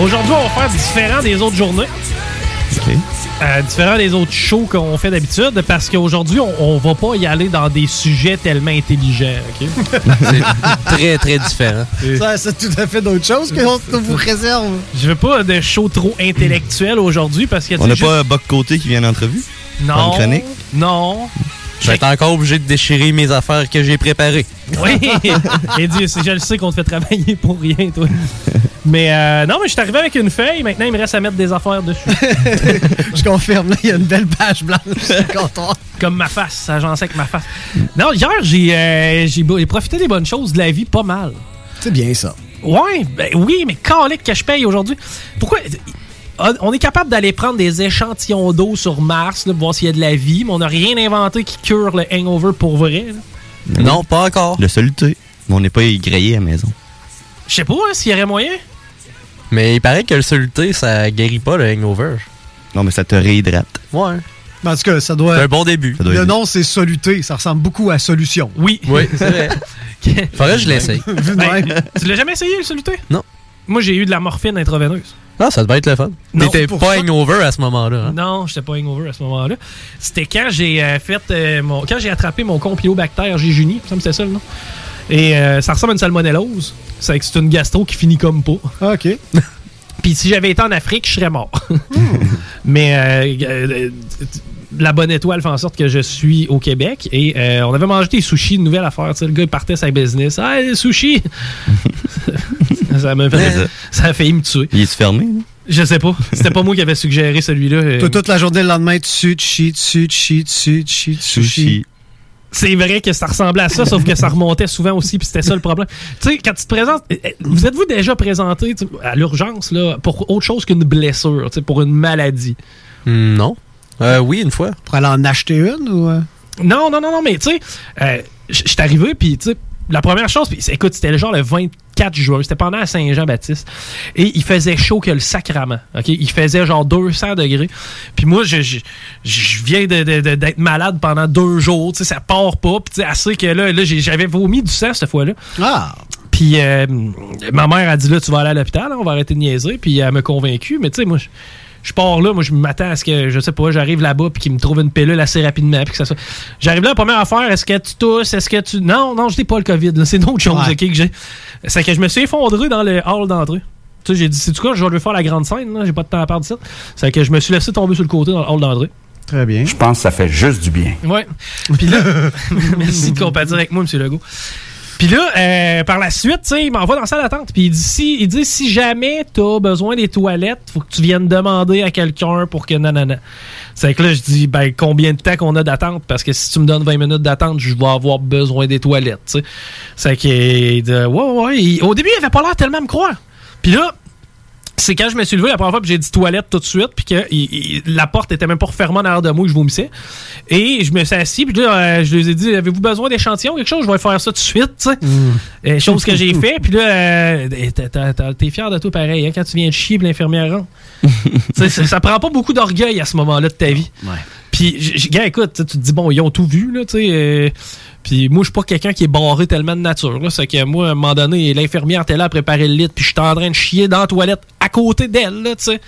[SPEAKER 1] Aujourd'hui, on va faire différent des autres journées. Euh, différent des autres shows qu'on fait d'habitude, parce qu'aujourd'hui, on, on va pas y aller dans des sujets tellement intelligents. ok?
[SPEAKER 29] [LAUGHS]
[SPEAKER 30] Très, très différent.
[SPEAKER 1] Ça, c'est tout à fait d'autres choses qu'on vous réserve. Je veux pas de show trop intellectuel aujourd'hui parce que tu
[SPEAKER 29] On n'a
[SPEAKER 1] sais,
[SPEAKER 29] pas Boc Côté qui vient en entrevue?
[SPEAKER 1] juste-
[SPEAKER 29] Pour
[SPEAKER 1] non,
[SPEAKER 29] une chronique? Ben,
[SPEAKER 1] non.
[SPEAKER 30] Je vais être encore obligé de déchirer mes affaires que j'ai préparées. [LAUGHS]
[SPEAKER 1] Oui. Et Dieu, c'est- je le sais qu'on te fait travailler pour rien, [LAUGHS] toi. Mais euh, non, mais je suis arrivé avec une feuille. Maintenant, il me reste à mettre des affaires dessus. [LAUGHS] je confirme. Là, il y a une belle page blanche. Je suis content. Comme ma face. Ça agençait avec ma face. Non, hier, j'ai euh, j'ai bo- j'ai profité des bonnes choses de la vie pas mal.
[SPEAKER 30] C'est bien ça.
[SPEAKER 1] Ouais, ben oui, mais calique que je paye aujourd'hui. Pourquoi on- on est capable d'aller prendre des échantillons d'eau sur Mars, là, pour voir s'il y a de la vie, mais on n'a rien inventé qui cure le hangover pour vrai. là.
[SPEAKER 29] Non, pas encore. Le soluté. Mais on n'est pas grillé à la maison.
[SPEAKER 1] Je sais pas hein, s'il y aurait moyen.
[SPEAKER 30] Mais il paraît que le soluté, ça guérit pas le hangover.
[SPEAKER 29] Non, mais ça te réhydrate.
[SPEAKER 30] Ouais.
[SPEAKER 13] Ben, en tout cas, ça doit.
[SPEAKER 30] C'est un bon début. Ça doit
[SPEAKER 13] Le
[SPEAKER 30] aider.
[SPEAKER 13] nom, c'est Soluté. Ça ressemble beaucoup à Solution.
[SPEAKER 1] Oui. [LAUGHS]
[SPEAKER 30] Oui, c'est vrai. Faudrait que je l'essaye.
[SPEAKER 13] Vu de
[SPEAKER 1] Hey,
[SPEAKER 13] même.
[SPEAKER 1] tu l'as jamais essayé, le soluté?
[SPEAKER 30] Non.
[SPEAKER 1] Moi, j'ai eu de la morphine intraveineuse.
[SPEAKER 30] Non, ça devait être le fun.
[SPEAKER 1] Non,
[SPEAKER 30] T'étais
[SPEAKER 1] pour
[SPEAKER 30] pas
[SPEAKER 1] ça-
[SPEAKER 30] hangover à ce moment-là. hein?
[SPEAKER 1] Non, j'étais pas hangover à ce moment-là. C'était quand j'ai euh, fait euh, mon, quand j'ai attrapé mon compiobactère Géjuni, ça me c'était ça le nom. Et euh, ça ressemble à une salmonellose. C'est que c'est une gastro qui finit comme pas. OK. [LAUGHS] Puis si j'avais été en Afrique, je serais mort. [LAUGHS] Mais euh, euh, la bonne étoile fait en sorte que je suis au Québec et euh, on avait mangé des sushis, une nouvelle affaire. tu sais, le gars il partait sa business. Ah, les sushis! [LAUGHS] ça, m'a fait-
[SPEAKER 29] C'est ça.
[SPEAKER 1] ça a failli me tuer.
[SPEAKER 29] Il est fermé? là?
[SPEAKER 1] Je sais pas. C'était pas moi qui avait suggéré celui-là. euh,
[SPEAKER 13] Toi, toute la journée, le lendemain, tu chi, tu chi, tu chi, sushi.
[SPEAKER 1] C'est vrai que ça ressemblait à ça, sauf que ça remontait souvent aussi, puis c'était ça le problème. Tu sais, quand tu te présentes, euh, euh, vous êtes-vous déjà présenté tu sais, à l'urgence là pour autre chose qu'une blessure, tu sais, pour une maladie
[SPEAKER 30] Non. Euh, oui, une fois.
[SPEAKER 13] Pour aller en acheter une ou. euh?
[SPEAKER 1] Non, non, non, non, mais tu sais, euh, je suis arrivé, puis tu sais, la première chose, puis c'est- écoute, c'était le genre le 24 juin, c'était pendant à Saint-Jean-Baptiste, et il faisait chaud que le sacrament, ok? Il faisait genre 200 degrés, puis moi, je, je, je viens de- de- de- d'être malade pendant deux jours, tu sais, ça part pas, puis tu sais, assez que là, là j'ai- j'avais vomi du sang cette fois-là. Ah! Puis euh, ma mère a dit, là, tu vas aller à l'hôpital, hein, on va arrêter de niaiser, puis elle m'a convaincu, mais tu sais, moi, je- je pars là, moi je m'attends à ce que je sais pas, j'arrive là-bas puis qu'ils me trouvent une pilule assez rapidement puis que ça soit. J'arrive là, première affaire, est-ce que tu tousses, est-ce que tu Non, non, je n'ai pas le Covid, là, c'est d'autres choses,
[SPEAKER 13] Ouais.
[SPEAKER 1] OK que j'ai. C'est que je me suis effondré dans le hall d'entrée. Tu sais, j'ai dit c'est du quoi, je vais faire la grande scène, là, j'ai pas de temps à perdre ça. C'est que je me suis laissé tomber sur le côté dans le hall d'entrée.
[SPEAKER 13] Très bien.
[SPEAKER 6] Je pense que ça fait juste du bien.
[SPEAKER 1] [LAUGHS] Ouais. Puis là, merci de compatir avec moi, M. Legault. Puis là, euh, par la suite, tu sais, il m'envoie dans la salle d'attente. Puis il dit si, il dit, si jamais t'as besoin des toilettes, faut que tu viennes demander à quelqu'un pour que nanana. C'est que là, je dis ben combien de temps qu'on a d'attente parce que si tu me donnes 20 minutes d'attente, je vais avoir besoin des toilettes. tu sais. C'est que il dit, ouais ouais. ouais. Il- au début, il avait pas l'air tellement à me croire. Puis là, c'est quand je me suis levé la première fois, puis j'ai dit toilette tout de suite, puis que il- il- la porte était même pas refermée en arrière de moi, je vomissais. Et je me suis assis, puis là, euh, je les ai dit Avez-vous besoin d'échantillons, quelque chose Je vais faire ça tout de suite, tu sais. Euh, chose que j'ai fait, puis là, euh, t'as- t'as- t'as- t'es fier de toi pareil, hein, quand tu viens de chier, puis l'infirmière rentre. Tu [LAUGHS] sais, ça, ça prend pas beaucoup d'orgueil à ce moment-là de ta vie. Puis, j- j- gars, écoute, tu te dis, bon, ils ont tout vu, là, tu sais. euh, puis moi, je suis pas quelqu'un qui est barré tellement de nature. Là. C'est que moi, à un moment donné, l'infirmière était là à préparer le lit, puis j'étais en train de chier dans la toilette à côté d'elle, là, tu sais.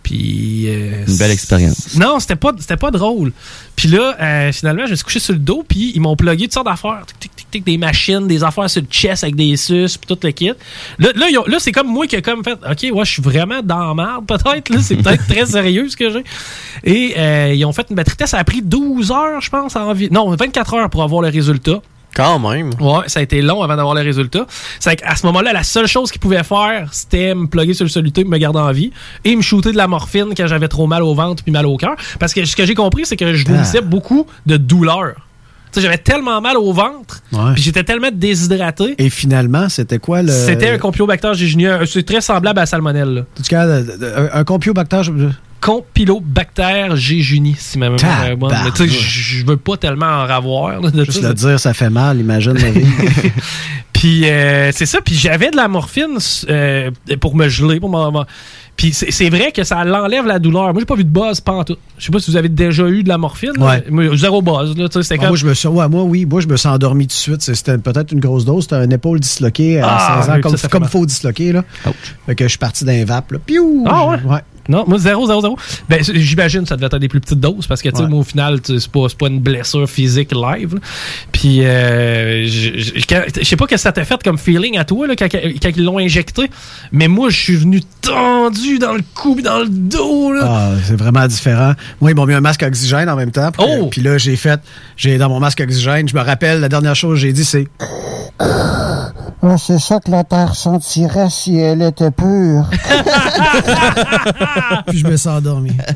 [SPEAKER 1] Puis... euh,
[SPEAKER 29] Une belle expérience.
[SPEAKER 1] non, c'était pas, c'était pas drôle. Puis là, euh, finalement, je me suis couché sur le dos, puis ils m'ont plugué toutes sortes d'affaires. Tic, tic, tic, tic, des machines, des affaires sur le chest avec des suces, puis tout le kit. Là, là, ils ont- là, c'est comme moi qui ai comme fait, OK, ouais, je suis vraiment dans la merde, peut-être. Là, c'est peut-être très sérieux ce que j'ai. Et euh, ils ont fait une batterie test. Ça a pris 12 heures, je pense, en vie. Non, 24 heures pour avoir le résultat. Quand même. Ouais, ça a été long avant d'avoir le résultat. C'est qu'à ce moment-là, la seule chose qu'ils pouvaient faire, c'était me plugger sur le soluté pour me garder en vie et me shooter de la morphine quand j'avais trop mal au ventre puis mal au cœur. Parce que ce que j'ai compris, c'est que je
[SPEAKER 13] Ah.
[SPEAKER 1] vomissais beaucoup de douleur. Tu sais, j'avais tellement mal au ventre,
[SPEAKER 13] Ouais.
[SPEAKER 1] puis j'étais tellement déshydraté.
[SPEAKER 13] Et finalement, c'était quoi le.
[SPEAKER 1] C'était un complobacter génial. C'est très semblable à salmonelle. là.
[SPEAKER 13] T'es-tu capable de- de- euh, Un, un compiobacter. je-
[SPEAKER 1] Compilobacter jejuni, si ma mémoire est bonne. Mais tu sais,
[SPEAKER 13] Tabarnouche.
[SPEAKER 1] je je veux pas tellement en ravoir. là, de
[SPEAKER 13] Juste
[SPEAKER 1] ça.
[SPEAKER 13] le dire, ça fait mal, imagine la
[SPEAKER 1] [LAUGHS]
[SPEAKER 13] vie.
[SPEAKER 1] Puis euh, c'est ça. Puis j'avais de la morphine euh, pour me geler. Pour m'en- m'en- Puis c'est c'est vrai que ça l'enlève la douleur. Moi, j'ai pas vu de buzz pantoute. Je sais pas si vous avez déjà eu de la morphine. là.
[SPEAKER 13] Ouais.
[SPEAKER 1] Moi, Zéro buzz. Là, tu sais, c'était
[SPEAKER 13] Ah,
[SPEAKER 1] comme-
[SPEAKER 13] moi, je me suis, ouais, moi, oui, moi, je me suis endormi tout de suite. C'est- C'était peut-être une grosse dose. C'était un épaule disloquée à
[SPEAKER 1] Ah,
[SPEAKER 13] 16 ans,
[SPEAKER 1] oui,
[SPEAKER 13] comme,
[SPEAKER 1] ça, ça fait
[SPEAKER 13] comme
[SPEAKER 1] mal.
[SPEAKER 13] faux disloqué. Là. Fait que je suis parti d'un vape. Là. Piou!
[SPEAKER 1] Ah ouais? Non, moi, 0, 0, 0. Ben, c- j'imagine que ça devait être des plus petites doses parce que, tu sais,
[SPEAKER 13] Ouais.
[SPEAKER 1] moi, au final, tu sais, c'est pas, c'est pas une blessure physique live. là. Puis, euh, je- je quand- je sais pas que ça t'a fait comme feeling à toi là, quand, quand ils l'ont injecté, mais moi, je suis venu tendu dans le cou puis dans le dos. Là.
[SPEAKER 13] Ah, c'est vraiment différent. Moi, ils m'ont mis un masque oxygène en même temps. pour
[SPEAKER 1] Oh!
[SPEAKER 13] que- Puis là, j'ai fait, j'ai dans mon masque oxygène, je me rappelle, la dernière chose que j'ai dit, c'est
[SPEAKER 31] Ah, c'est ça que la terre sentirait si elle était pure.
[SPEAKER 13] [LAUGHS] Puis je me suis endormi.
[SPEAKER 1] Ah,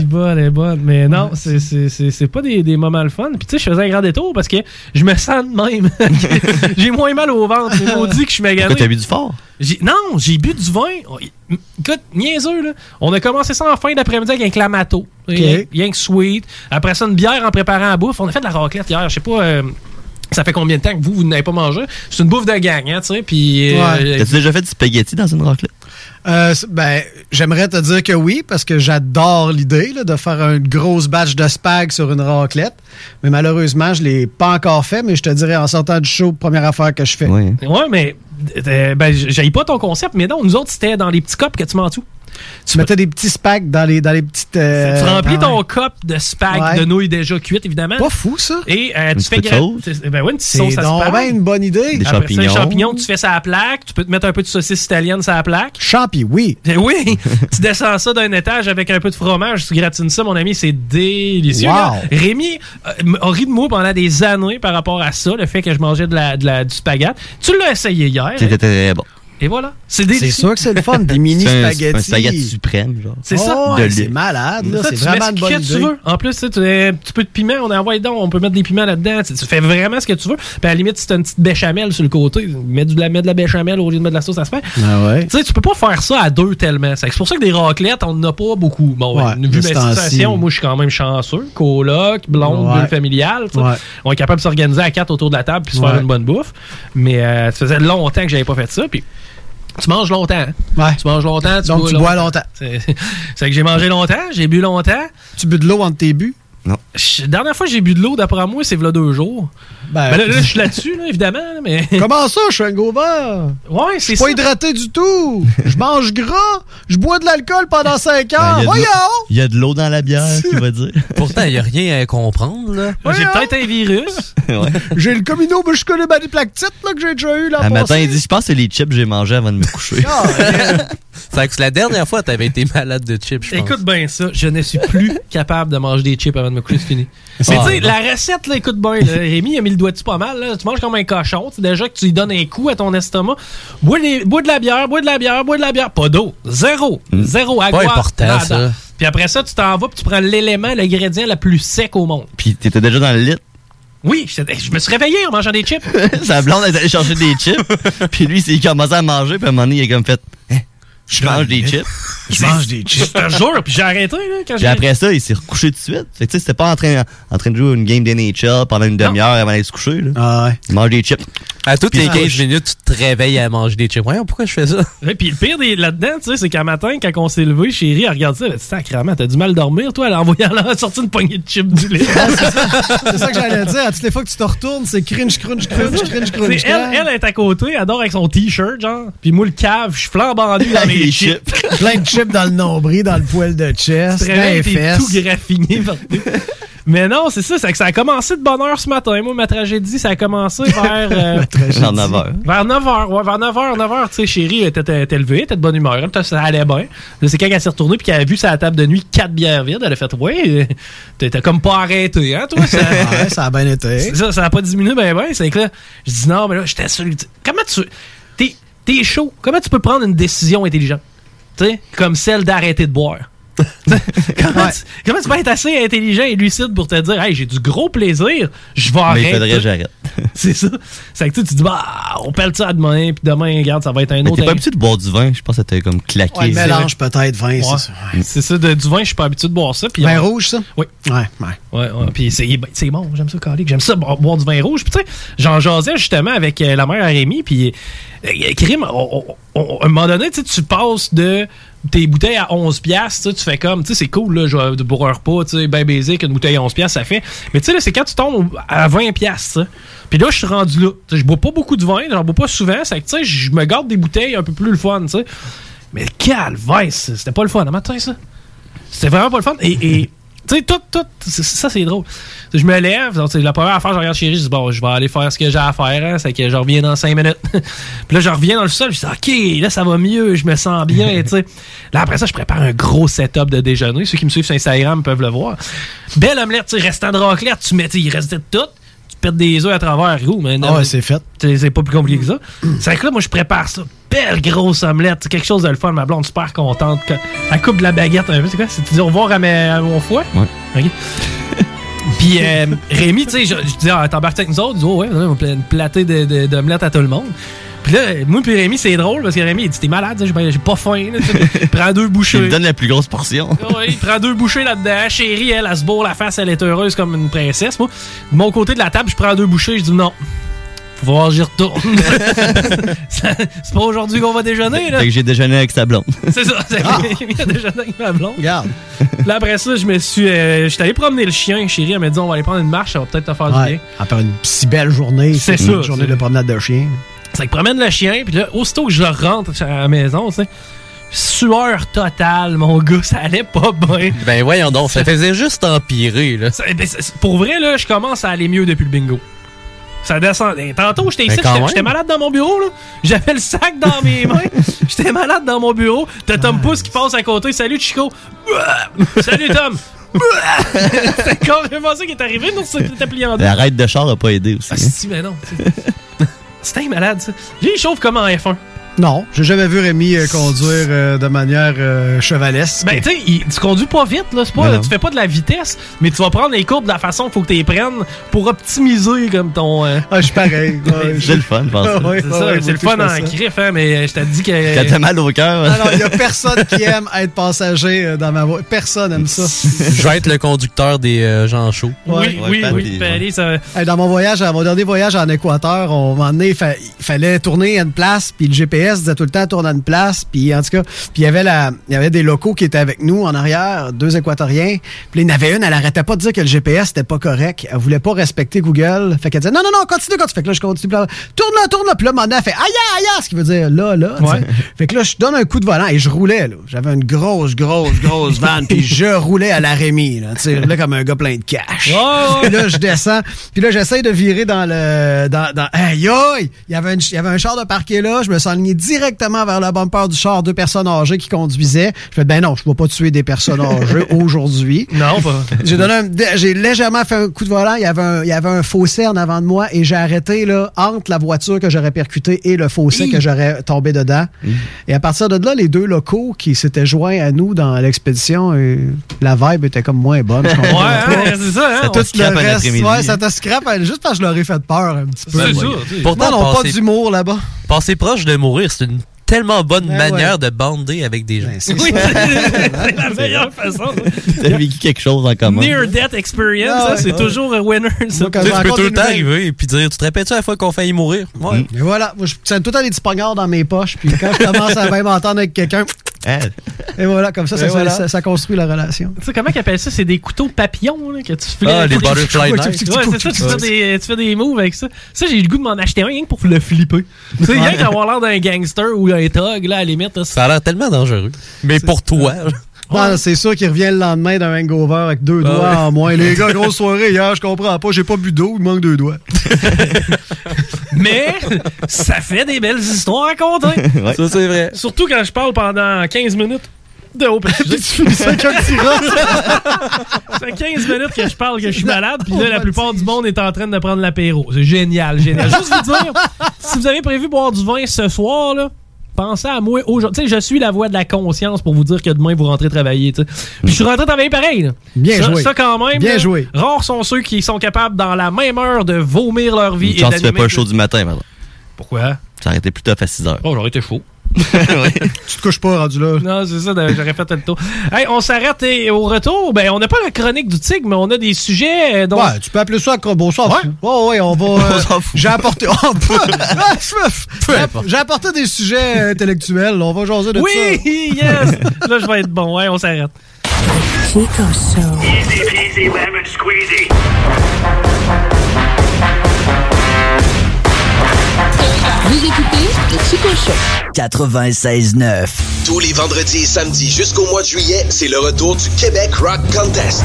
[SPEAKER 1] Si bonne, elle est bonne. Mais non, c'est- c'est- c'est c'est pas des, des moments le fun. Puis tu sais, je faisais un grand détour parce que je me sens de même. [LAUGHS] j'ai moins mal au ventre. C'est maudit que je suis magané.
[SPEAKER 29] Pourquoi t'as bu du fort?
[SPEAKER 1] J'ai- Non, j'ai bu du vin. Oh, y- m- Écoute, niaiseux, là. On a commencé ça en fin d'après-midi avec un clamato. Rien- Rien que sweet. Après ça, une bière en préparant la bouffe. On a fait de la raclette hier. Je sais pas... euh, ça fait combien de temps que vous, vous n'avez pas mangé? C'est une bouffe de gang, hein, tu sais, puis... euh,
[SPEAKER 29] T'as-tu déjà fait du spaghetti dans une raclette?
[SPEAKER 13] [LAUGHS] Euh, c- ben, j'aimerais te dire que oui, parce que j'adore l'idée là, de faire une grosse batch de spag sur une raclette. Mais malheureusement, je l'ai pas encore fait, mais je te dirais en sortant du show, première affaire que je fais.
[SPEAKER 1] Ouais, mais euh, ben, j'aille pas ton concept, mais non, nous autres, c'était dans les petits copes que tu m'en tout.
[SPEAKER 13] Tu mettais des petits spags dans les, dans les petites. euh,
[SPEAKER 1] tu remplis
[SPEAKER 13] ah
[SPEAKER 1] ton
[SPEAKER 13] ouais.
[SPEAKER 1] cop de spag,
[SPEAKER 13] Ouais.
[SPEAKER 1] de nouilles déjà cuites, évidemment.
[SPEAKER 13] Pas fou, ça.
[SPEAKER 1] Et euh, tu fais
[SPEAKER 13] petite
[SPEAKER 1] gra-
[SPEAKER 13] sauce.
[SPEAKER 1] t'es- Ben oui, une petite
[SPEAKER 13] C'est
[SPEAKER 1] sauce à
[SPEAKER 13] donc
[SPEAKER 1] spag.
[SPEAKER 13] ben une bonne idée.
[SPEAKER 1] Après ça, les champignons, tu fais ça à la plaque. Tu peux te mettre un peu de saucisse italienne sur la plaque.
[SPEAKER 13] Champi, oui.
[SPEAKER 1] Eh oui, [LAUGHS] tu descends ça d'un étage avec un peu de fromage, tu gratines ça, mon ami, c'est délicieux.
[SPEAKER 13] Wow.
[SPEAKER 1] Regarde, Rémi euh, m- a ri de moi pendant des années par rapport à ça, le fait que je mangeais de la, de la- du spaghetti. Tu l'as essayé hier.
[SPEAKER 29] C'était très bon.
[SPEAKER 1] Et voilà. C'est
[SPEAKER 13] C'est
[SPEAKER 1] délicieux.
[SPEAKER 13] sûr que c'est le fun, des mini
[SPEAKER 29] [LAUGHS] C'est un-
[SPEAKER 13] spaghettis.
[SPEAKER 29] Un spaghetti suprême, genre.
[SPEAKER 1] C'est ça.
[SPEAKER 29] De
[SPEAKER 13] Ah c'est
[SPEAKER 29] lait.
[SPEAKER 13] malade, là.
[SPEAKER 1] Ça,
[SPEAKER 13] C'est
[SPEAKER 1] tu mets
[SPEAKER 13] vraiment
[SPEAKER 1] ce
[SPEAKER 13] une bonne
[SPEAKER 1] que
[SPEAKER 13] idée.
[SPEAKER 1] tu veux. En plus, tu sais, tu mets un petit peu de piment, on envoie dedans, on peut mettre des piments là-dedans. Tu tu fais vraiment ce que tu veux. Puis à la limite, si tu une petite béchamel sur le côté, mets, du, de la- mets de la béchamel au lieu de mettre de la sauce à se faire.
[SPEAKER 13] Ah ouais.
[SPEAKER 1] Tu sais, tu peux pas faire ça à deux tellement. C'est pour ça que des raclettes, on n'en a pas beaucoup. Bon,
[SPEAKER 13] Ouais,
[SPEAKER 1] vu
[SPEAKER 13] de ce
[SPEAKER 1] ma situation,
[SPEAKER 13] temps-ci.
[SPEAKER 1] moi, je suis quand même chanceux. Coloc, blonde,
[SPEAKER 13] Ouais.
[SPEAKER 1] bulle familiale. tu sais.
[SPEAKER 13] Ouais.
[SPEAKER 1] On est capable de s'organiser à quatre autour de la table puis se faire
[SPEAKER 13] Ouais.
[SPEAKER 1] une bonne bouffe. Mais euh, ça faisait longtemps que j'avais pas fait ça. Puis tu manges longtemps. hein. Tu manges longtemps. Tu
[SPEAKER 13] Donc,
[SPEAKER 1] bois
[SPEAKER 13] tu bois longtemps.
[SPEAKER 1] C'est c'est que j'ai mangé longtemps, j'ai bu longtemps.
[SPEAKER 13] Tu bu de l'eau entre tes buts?
[SPEAKER 29] Non.
[SPEAKER 1] La dernière fois que j'ai bu de l'eau, d'après moi, c'est v'là deux jours.
[SPEAKER 13] Ben,
[SPEAKER 1] Ben là,
[SPEAKER 13] [LAUGHS]
[SPEAKER 1] là, je suis là-dessus, là, évidemment. là, Mais...
[SPEAKER 13] [LAUGHS] Comment ça, je suis un gober?
[SPEAKER 1] Ouais, c'est
[SPEAKER 13] pas
[SPEAKER 1] ça.
[SPEAKER 13] hydraté du tout. Je mange gras. Je bois de l'alcool pendant 5
[SPEAKER 29] Ben, il y a de
[SPEAKER 13] heures. Ah, Voyons!
[SPEAKER 29] l'eau- Il y a de l'eau dans la bière, tu vas dire.
[SPEAKER 30] Pourtant, il n'y a rien à comprendre, là.
[SPEAKER 1] [LAUGHS] J'ai peut-être un
[SPEAKER 29] [LAUGHS]
[SPEAKER 1] virus.
[SPEAKER 29] Ouais.
[SPEAKER 13] [LAUGHS] J'ai le comino, mais je connais bien les plaquettes là, que j'ai déjà eu là Ah,
[SPEAKER 29] Un matin, il dit Je pense que c'est les chips que j'ai mangé avant de me
[SPEAKER 13] [LAUGHS]
[SPEAKER 29] coucher.
[SPEAKER 30] C'est que la dernière fois, t'avais été malade de chips, je pense.
[SPEAKER 1] Écoute bien ça, je ne suis plus capable de manger des chips avant de me coucher, c'est fini.
[SPEAKER 30] C'est
[SPEAKER 1] Mais tu
[SPEAKER 30] pas
[SPEAKER 1] sais,
[SPEAKER 30] vrai.
[SPEAKER 1] la recette, là, écoute bien, là, Rémi a mis le dois-tu pas mal, là? Tu manges comme un cochon. Tu sais, déjà que tu lui donnes un coup à ton estomac. Bois, des- bois de la bière, bois de la bière, bois de la bière. Pas d'eau. Zéro. Zéro.
[SPEAKER 30] Hmm. Pas
[SPEAKER 1] Agua,
[SPEAKER 30] important,
[SPEAKER 1] nada.
[SPEAKER 30] ça.
[SPEAKER 1] Puis après ça, tu t'en vas puis tu prends l'élément, l'ingrédient la plus sec au monde.
[SPEAKER 29] Puis t'étais déjà dans le lit. [LAUGHS]
[SPEAKER 1] Oui, j'étais- je me suis réveillé en mangeant
[SPEAKER 13] [LAUGHS]
[SPEAKER 1] des chips.
[SPEAKER 29] Sa blonde est allée chercher des
[SPEAKER 1] [LAUGHS]
[SPEAKER 29] chips. puis lui, il commençait à manger. Puis à un moment donné, il a comme fait Hein, Je mange des chips.
[SPEAKER 1] Je mange des chips. Je te jure, puis j'ai arrêté, là, quand
[SPEAKER 29] Puis
[SPEAKER 1] j'ai.
[SPEAKER 29] après ça, il s'est recouché tout de suite. Fait que tu sais, c'était pas en train, en train de jouer une game d'NHL pendant une demi-heure avant d'aller se coucher. Là.
[SPEAKER 1] Ah,
[SPEAKER 29] Il mange des chips.
[SPEAKER 30] À toutes
[SPEAKER 29] Puis
[SPEAKER 30] les
[SPEAKER 29] il se
[SPEAKER 30] 15
[SPEAKER 29] couche.
[SPEAKER 30] minutes, tu te réveilles à manger des chips. Voyons, pourquoi je fais
[SPEAKER 1] [LAUGHS]
[SPEAKER 30] ça?
[SPEAKER 1] Et puis le pire des- là-dedans, tu sais, c'est qu'à matin, quand on s'est levé, chérie, elle regarde ça, elle a dit Sacrement, t'as du mal à dormir, toi, elle a envoyé [LAUGHS] elle a sorti une poignée de chips du
[SPEAKER 13] [LAUGHS]
[SPEAKER 1] lait.
[SPEAKER 13] Ah,
[SPEAKER 1] [LAUGHS]
[SPEAKER 13] C'est ça que j'allais dire. À toutes les fois que tu te retournes, c'est cringe, crunch, crunch, cringe, crunch.
[SPEAKER 1] C'est elle, elle est à côté, elle dort avec son t-shirt, genre. Puis moi, le cave, je suis flambant nu dans mes
[SPEAKER 13] Les
[SPEAKER 1] chips.
[SPEAKER 13] Plein de chips [LAUGHS] dans le nombril, dans le poil de chest,
[SPEAKER 1] Tu te
[SPEAKER 13] dans les
[SPEAKER 1] réveilles, t'es tout
[SPEAKER 13] fesses.
[SPEAKER 1] graffiné. [LAUGHS] partout. Mais non, c'est ça, c'est que ça a commencé de bonne heure ce matin. Moi, ma tragédie, ça a commencé vers.
[SPEAKER 13] [LAUGHS]
[SPEAKER 1] euh,
[SPEAKER 29] [LAUGHS] Vers 9 heures.
[SPEAKER 1] Vers 9h, ouais, vers 9h, 9h, tu sais, chérie, euh, elle était- elle était élevée, elle était de bonne humeur, elle, était- ça allait bien. Là, C'est quand elle s'est retournée puis qu'elle a vu sa table de nuit quatre bières vides, elle a fait Ouais, euh, t'es- t'as comme pas arrêté, hein, toi? Ça,
[SPEAKER 13] [LAUGHS] Ouais, ça a bien été.
[SPEAKER 1] C'est ça, ça a pas diminué, ben ben. C'est que là, je dis non, mais là, j'étais sûr. Comment tu. T'es, t'es chaud. Comment tu peux prendre une décision intelligente? Tu sais, comme celle d'arrêter de boire. [LAUGHS] comment, tu, comment tu peux être assez intelligent et lucide pour te dire, hey, j'ai du gros plaisir, je vais
[SPEAKER 29] Mais
[SPEAKER 1] arrêter.
[SPEAKER 29] il faudrait que j'arrête.
[SPEAKER 1] [LAUGHS] C'est ça. C'est que tu tu dis, bah, on pèle ça à demain, puis demain, regarde, ça va être un
[SPEAKER 29] Mais
[SPEAKER 1] autre.
[SPEAKER 29] t'es pas habitué de boire du vin. Je pense que t'as comme claqué.
[SPEAKER 1] Ouais, mélange
[SPEAKER 13] peut-être vin,
[SPEAKER 1] Ouais. C'est ça, de- du vin, je suis pas habitué de boire ça. puis
[SPEAKER 13] Vin
[SPEAKER 1] on-
[SPEAKER 13] rouge, ça?
[SPEAKER 1] Oui.
[SPEAKER 13] Ouais, ouais.
[SPEAKER 1] Ouais, ouais. Puis c'est ben, c'est bon, j'aime ça, calique. J'aime ça, bo- boire du vin rouge. Puis tu sais, j'en jasais justement avec euh, la mère à Rémi. Puis, euh, euh, Crime, on- on- on- à un moment donné, tu sais, tu passes de tes bouteilles à 11 piastres, tu sais, tu fais comme, tu sais, c'est cool, là, je vais de boire un repas, tu sais, ben basic, une bouteille à 11 piastres, ça fait. Mais tu sais, là, c'est quand tu tombes au- à 20 piastres, ça. Puis là, je suis rendu là. Tu sais, je bois pas beaucoup de vin, j'en bois pas souvent, c'est que, tu sais, je me garde des bouteilles un peu plus le fun, tu sais. Mais calvaise, c'était pas le fun, un matin, ça. C'était vraiment pas le fun. Et, et [LAUGHS] tu sais, tout, tout, c'est- ça, c'est drôle. Je me lève, donc, c'est la première affaire, je regarde chérie, je dis, bon, je vais aller faire ce que j'ai à faire, hein, c'est que je reviens dans cinq minutes. [LAUGHS] puis là, je reviens dans le sol, je dis, OK, là, ça va mieux, je me sens bien, tu sais. Là, après ça, je prépare un gros setup de déjeuner. Ceux qui me suivent sur Instagram peuvent le voir. Belle omelette, tu sais, restant de raclette, tu mets, tu sais, il restait de tout. Tu pètes des œufs à travers, gros, mais non,
[SPEAKER 13] Ah ouais,
[SPEAKER 1] mais-
[SPEAKER 13] c'est fait.
[SPEAKER 1] T'sais, C'est pas plus compliqué que ça. C'est que là, moi, je prépare ça. Belle grosse omelette. C'est quelque chose de le fun. Ma blonde, super contente. Quand- Elle coupe de la baguette un peu. C'est quoi? C'est-tu dire au revoir à, mes- à mon foie? OK. Puis euh, Rémi, tu sais, je, je dis, ah, t'embarques avec nous autres? Il dit, oh, ouais, on va une platée de- de- d'omelette à tout le monde. Puis là, moi, puis Rémi, c'est drôle parce que Rémi, il dit, t'es malade, ça, j'ai pas- j'ai pas faim. là.
[SPEAKER 29] [LAUGHS]
[SPEAKER 1] Il prend deux
[SPEAKER 29] Je me
[SPEAKER 1] bouchées.
[SPEAKER 29] donne la plus grosse
[SPEAKER 1] [LAUGHS]
[SPEAKER 29] portion.
[SPEAKER 1] Ah Ouais, il prend deux bouchées là-dedans. Chérie, elle, elle se bourre la face, elle est heureuse comme une princesse. Moi, de mon côté de la table, je prends deux bouchées, je dis non. Faut voir, j'y retourne. Ça- c'est pas aujourd'hui qu'on va déjeuner, là.
[SPEAKER 29] Fait que j'ai déjeuné avec sa blonde.
[SPEAKER 1] C'est ça, c'est [LAUGHS] il a déjeuné avec ma blonde. Regarde. Là, après ça, je me suis. euh, j'étais allé promener le chien, chérie. Elle m'a dit on va aller prendre une marche, ça va peut-être te faire du bien.
[SPEAKER 13] Ouais. Après une si belle journée,
[SPEAKER 1] C'est
[SPEAKER 13] une
[SPEAKER 1] ça,
[SPEAKER 13] journée
[SPEAKER 1] c'est-
[SPEAKER 13] de promenade de chien.
[SPEAKER 1] C'est que promène le chien, puis là, aussitôt que je le rentre à la maison, tu sais, sueur totale, mon gars, ça allait pas bien.
[SPEAKER 30] Ben voyons donc, ça faisait juste empirer, là.
[SPEAKER 1] Ça- ben, c'est- pour vrai, là, je commence à aller mieux depuis le bingo. Ça descend. Eh, Tantôt, j'étais
[SPEAKER 30] Ben,
[SPEAKER 1] ici,
[SPEAKER 30] quand
[SPEAKER 1] j'étais- j'étais
[SPEAKER 30] même.
[SPEAKER 1] malade dans mon bureau. là. J'avais le sac
[SPEAKER 30] [LAUGHS]
[SPEAKER 1] dans mes mains. J'étais malade dans mon bureau. T'as Tom Pouce qui passe à côté. Salut, Chico. Bouah! Salut, Tom.
[SPEAKER 30] [LAUGHS]
[SPEAKER 1] Bouah! C'est carrément ça qui est arrivé. Ah, Non, c'était plié en deux.
[SPEAKER 29] La raide de char a pas aidé aussi. hein.
[SPEAKER 1] Ah, si, mais non. c'est- C'était malade, ça. J'ai chauffe comme en F1.
[SPEAKER 13] Non, j'ai jamais vu Rémi euh, conduire euh, de manière euh, chevalesque.
[SPEAKER 1] Ben, tu sais, il- tu conduis pas vite, là. C'est pas,
[SPEAKER 13] Ben Non, non.
[SPEAKER 1] tu fais pas de la vitesse, mais tu vas prendre les courbes de la façon qu'il faut que tu les prennes pour optimiser comme ton. euh,
[SPEAKER 13] Ah, je suis pareil.
[SPEAKER 1] [LAUGHS]
[SPEAKER 13] Ouais,
[SPEAKER 29] J'ai le fun, je pense.
[SPEAKER 13] Ah, ouais,
[SPEAKER 1] c'est
[SPEAKER 13] ouais,
[SPEAKER 1] ça,
[SPEAKER 13] ouais,
[SPEAKER 1] c'est le
[SPEAKER 13] beaucoup,
[SPEAKER 1] fun
[SPEAKER 13] je fais
[SPEAKER 1] en
[SPEAKER 13] ça.
[SPEAKER 1] griffe, hein, mais euh, je t'ai dit que.
[SPEAKER 13] [LAUGHS]
[SPEAKER 29] Quand t'as mal au cœur.
[SPEAKER 13] Ah non, il y a personne
[SPEAKER 1] [LAUGHS]
[SPEAKER 13] qui aime être passager euh, dans ma voie. Personne aime ça.
[SPEAKER 30] [LAUGHS] Je vais être le conducteur des euh, gens chauds.
[SPEAKER 1] Oui, oui, [LAUGHS] oui, ben, allez, ça.
[SPEAKER 13] Hey, dans mon voyage, à mon dernier voyage en Équateur, on m'a emmené, il fa- il fallait tourner à une place, puis le GPS disait tout le temps tourne à une place, puis en tout cas, puis il y avait la, il y avait des locaux qui étaient avec nous en arrière, deux Équatoriens, puis il y en avait une, elle arrêtait pas de dire que le GPS était pas correct, elle voulait pas respecter Google, fait qu'elle disait non non non continue continue, fait que là je continue, puis là, tourne là tourne là, puis là mon elle fait aïe aïe aïe, ce qui veut dire là là, tu sais. [LAUGHS] fait que là je donne un coup de volant et je roulais là, j'avais une grosse grosse grosse vanne, puis je roulais à la Rémi là, tu sais, je roulais comme un gars plein de cash.
[SPEAKER 1] Ouais, ouais.
[SPEAKER 13] Puis là, je descends. Puis là, j'essaie de virer dans le. Dans, dans- Aïe, aïe! Il y, avait une- il y avait un char de parquet là. Je me suis aligné allé directement vers le bumper du char, deux personnes âgées qui conduisaient. Je fais, ben non, je ne vais pas tuer des personnes
[SPEAKER 1] [LAUGHS]
[SPEAKER 13] âgées aujourd'hui.
[SPEAKER 1] Non, pas.
[SPEAKER 13] J'ai donné un- j'ai légèrement fait un coup de volant. Il y avait un, il y avait un fossé en avant de moi et j'ai arrêté là, entre la voiture que j'aurais percutée et le fossé que j'aurais tombé dedans. Et à partir de là, les deux locaux qui s'étaient joints à nous dans l'expédition, euh, la vibe était comme moins bonne. je comprends
[SPEAKER 1] Ouais,
[SPEAKER 13] pas.
[SPEAKER 1] hein, c'est ça, hein, on
[SPEAKER 13] tout
[SPEAKER 1] se
[SPEAKER 13] le
[SPEAKER 1] crappe un
[SPEAKER 13] reste,
[SPEAKER 1] après-midi.
[SPEAKER 13] ouais, ça te scrape hein, juste parce que je leur ai fait peur un petit peu. Ouais.
[SPEAKER 30] C'est sûr, tu sais.
[SPEAKER 13] Pourtant,
[SPEAKER 30] Pourtant,
[SPEAKER 13] ils n'ont pas
[SPEAKER 30] passer-
[SPEAKER 13] d'humour là-bas.
[SPEAKER 30] Passer proche de mourir, c'est une tellement bonne
[SPEAKER 13] Ben
[SPEAKER 30] manière
[SPEAKER 13] ouais.
[SPEAKER 30] de bander avec des gens.
[SPEAKER 13] [LAUGHS]
[SPEAKER 1] Oui, c'est la meilleure façon.
[SPEAKER 30] [LAUGHS]
[SPEAKER 29] T'as vécu quelque chose en commun.
[SPEAKER 1] Near Death Experience,
[SPEAKER 29] Ah
[SPEAKER 1] hein,
[SPEAKER 29] ouais.
[SPEAKER 1] c'est toujours un winner. ça.
[SPEAKER 30] Tu sais, tu peux tout le temps arriver et puis dire Tu te rappelles-tu la fois qu'on faillit mourir Ouais.
[SPEAKER 1] Mm.
[SPEAKER 13] Et voilà, moi, je tiens tout le temps des petits pognards dans mes poches, puis quand je commence à bien m'entendre avec quelqu'un, et voilà, comme ça,
[SPEAKER 1] Hein? Et
[SPEAKER 13] ça, ça-
[SPEAKER 1] voilà.
[SPEAKER 13] ça- ça construit la relation.
[SPEAKER 1] Tu sais, comment ils appellent ça? C'est des couteaux papillons là, que tu flippes.
[SPEAKER 13] Ah,
[SPEAKER 1] [LAUGHS]
[SPEAKER 13] les butterfly
[SPEAKER 1] Ouais,
[SPEAKER 13] knives.
[SPEAKER 1] c'est ça, tu fais, des, tu fais des moves avec ça. Ça, j'ai eu le goût de m'en acheter un rien que pour le flipper. Tu sais, rien
[SPEAKER 30] Ouais.
[SPEAKER 1] qu'avoir l'air d'un gangster ou d'un thug, là, à la limite. là, c'est-
[SPEAKER 30] Ça a l'air tellement dangereux. Mais pour toi.
[SPEAKER 1] [LAUGHS]
[SPEAKER 13] Non, c'est sûr qu'il revient le lendemain d'un hangover avec deux
[SPEAKER 30] Ah
[SPEAKER 13] doigts
[SPEAKER 30] ouais.
[SPEAKER 13] en moins. Ben [LAUGHS] Les gars, grosse soirée hier, je comprends pas, j'ai pas bu d'eau, il manque deux doigts.
[SPEAKER 1] Mais ça fait des belles histoires à compter.
[SPEAKER 29] [LAUGHS] Ouais. Ça, c'est vrai.
[SPEAKER 1] Surtout quand je parle pendant 15 minutes de
[SPEAKER 13] [LAUGHS]
[SPEAKER 1] haut Puis tu
[SPEAKER 13] finis ça avec un petit
[SPEAKER 1] [LAUGHS] Ça fait 15 minutes que je parle que je suis malade, puis là, la plupart du monde est en train de prendre l'apéro. C'est génial, génial. Juste vous dire, si vous avez prévu boire du vin ce soir, là, pensez à moi aujourd'hui. Tu sais, je suis la voix de la conscience pour vous dire que demain, vous rentrez travailler. tu sais. Puis je suis rentré travailler pareil. là.
[SPEAKER 13] Bien
[SPEAKER 1] ça,
[SPEAKER 13] joué.
[SPEAKER 1] Ça, quand même.
[SPEAKER 13] Bien
[SPEAKER 1] là,
[SPEAKER 13] joué.
[SPEAKER 1] Rares sont ceux qui sont capables, dans la même heure, de vomir leur vie.
[SPEAKER 29] Une chance,
[SPEAKER 1] et
[SPEAKER 29] tu fais pas
[SPEAKER 1] d'allumer-
[SPEAKER 29] le show du matin, maintenant.
[SPEAKER 1] Pourquoi?
[SPEAKER 29] Ça aurait été plus tough à 6 heures.
[SPEAKER 1] Oh, j'aurais été chaud.
[SPEAKER 13] Tu te couches pas rendu là.
[SPEAKER 1] Non, c'est ça, j'aurais fait le tour. Hey, on s'arrête et au retour, ben, on n'a pas la chronique du tigre, mais on a des sujets euh, dont.
[SPEAKER 13] Ouais, tu peux appeler ça un bonsoir.
[SPEAKER 1] Ouais.
[SPEAKER 13] Ouais. ouais, ouais, [LAUGHS] on va. euh, J'ai apporté. Oh, [LAUGHS] peu- Ah, chef.
[SPEAKER 1] Peu importe.
[SPEAKER 13] J'ai apporté des sujets intellectuels. là, On va jaser de
[SPEAKER 1] oui,
[SPEAKER 13] ça.
[SPEAKER 1] [LAUGHS] yes! Là, je vais être bon. Ouais, on s'arrête.
[SPEAKER 3] Easy peasy lemon squeezy.
[SPEAKER 25] Vous écoutez le Chico
[SPEAKER 17] 96.9.
[SPEAKER 14] Tous les vendredis et samedis jusqu'au mois de juillet, c'est le retour du Québec Rock Contest.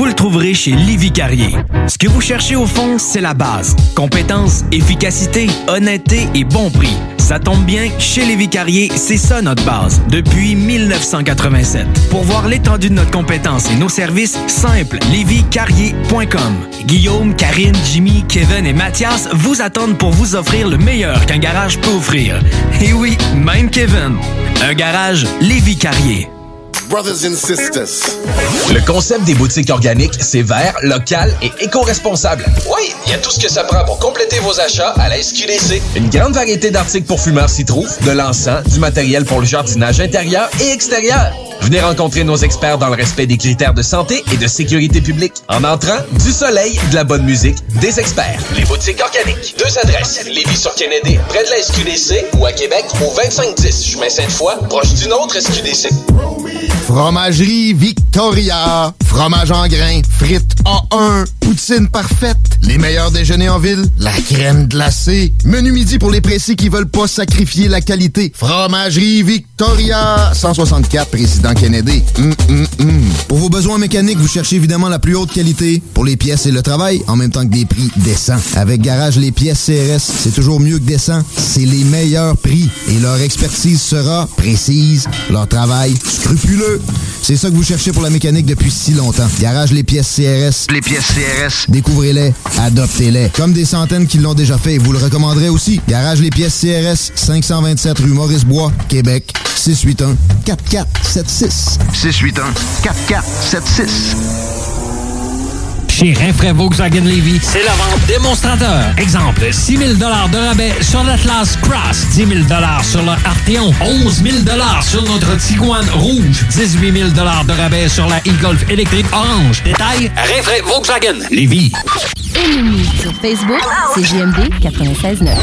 [SPEAKER 7] le trouverez chez Livy Carrier. Ce que vous cherchez au fond, c'est la base. Compétence, efficacité, honnêteté et bon prix. Ça tombe bien, chez Lévi Carrier, c'est ça notre base, depuis 1987. Pour voir l'étendue de notre compétence et nos services, simple, lévycarrier.com. Guillaume, Karine, Jimmy, Kevin et Mathias vous attendent pour vous offrir le meilleur qu'un garage peut offrir. Et oui, même Kevin. Un garage Lévi Carrier.
[SPEAKER 19] Brothers and sisters.
[SPEAKER 12] Le concept des boutiques organiques, c'est vert, local et éco-responsable.
[SPEAKER 14] Oui, il y a tout ce que ça prend pour compléter vos achats à la SQDC.
[SPEAKER 12] Une grande variété d'articles pour fumeurs s'y trouve, de l'encens, du matériel pour le jardinage intérieur et extérieur. Venez rencontrer nos experts dans le respect des critères de santé et de sécurité publique. En entrant, du soleil, de la bonne musique, des experts.
[SPEAKER 14] Les boutiques organiques. Deux adresses. Lévis sur Kennedy, près de la SQDC ou à Québec au 2510 chemin Sainte-Foy, proche d'une autre SQDC.
[SPEAKER 15] Fromagerie Victoria. Fromage en grains. Frites A1. Poutine parfaite. Les meilleurs déjeuners en ville. La crème glacée. Menu midi pour les pressés qui veulent pas sacrifier la qualité. Fromagerie Victoria. 164, Président Kennedy. Hum, hum, hum. Pour vos besoins mécaniques, vous cherchez évidemment la plus haute qualité. Pour les pièces et le travail, en même temps que des prix décents. Avec Garage, les pièces CRS, c'est toujours mieux que décent. C'est les meilleurs prix et leur expertise sera précise, leur travail scrupuleux. C'est ça que vous cherchez pour la mécanique depuis si longtemps. Garage, les pièces CRS. Les pièces CRS. CRS. Découvrez-les, adoptez-les. Comme des centaines qui l'ont déjà fait, vous le recommanderez aussi. Garage les pièces CRS, 527 rue Maurice-Bois, Québec, 681-4476. 681-4476.
[SPEAKER 17] Chez Renfrais Volkswagen Levy, c'est la vente démonstrateur. Exemple, 6 000 de rabais sur l'Atlas Cross, 10 000 sur le Arteon, 11 000 sur notre Tiguan Rouge, 18 000 de rabais sur la e-Golf électrique orange. Détail, Renfrais Volkswagen Levy.
[SPEAKER 22] Et Mimi sur Facebook, c'est JMD 96.9.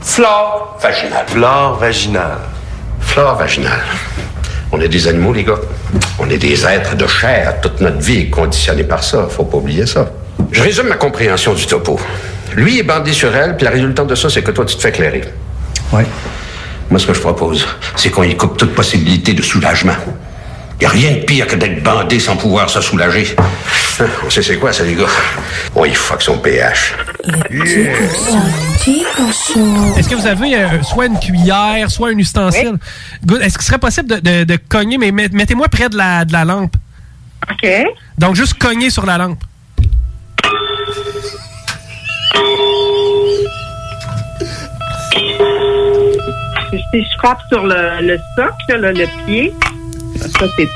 [SPEAKER 32] Flore vaginale. Flore vaginale. Flore vaginale. On est des animaux, les gars. On est des êtres de chair. Toute notre vie est conditionnée par ça. Faut pas oublier ça. Je résume ma compréhension du topo. Lui est bandé sur elle, puis la résultante de ça, c'est que toi, tu te fais éclairer. Oui. Moi, ce que je propose, c'est qu'on y coupe toute possibilité de soulagement. Y a rien de pire que d'être bandé sans pouvoir se soulager. [LAUGHS] Hein, On sait c'est quoi, ça, les gars. Bon, il fuck son pH.
[SPEAKER 1] Est-ce que vous avez euh, soit une cuillère, soit un ustensile? Good. Est-ce qu'il serait possible de, de- de cogner, mais met- mettez-moi près de la, de la lampe.
[SPEAKER 3] OK.
[SPEAKER 1] Donc, juste cogner sur la lampe.
[SPEAKER 3] Si je frappe sur le, le socle, là, le pied, ça, c'est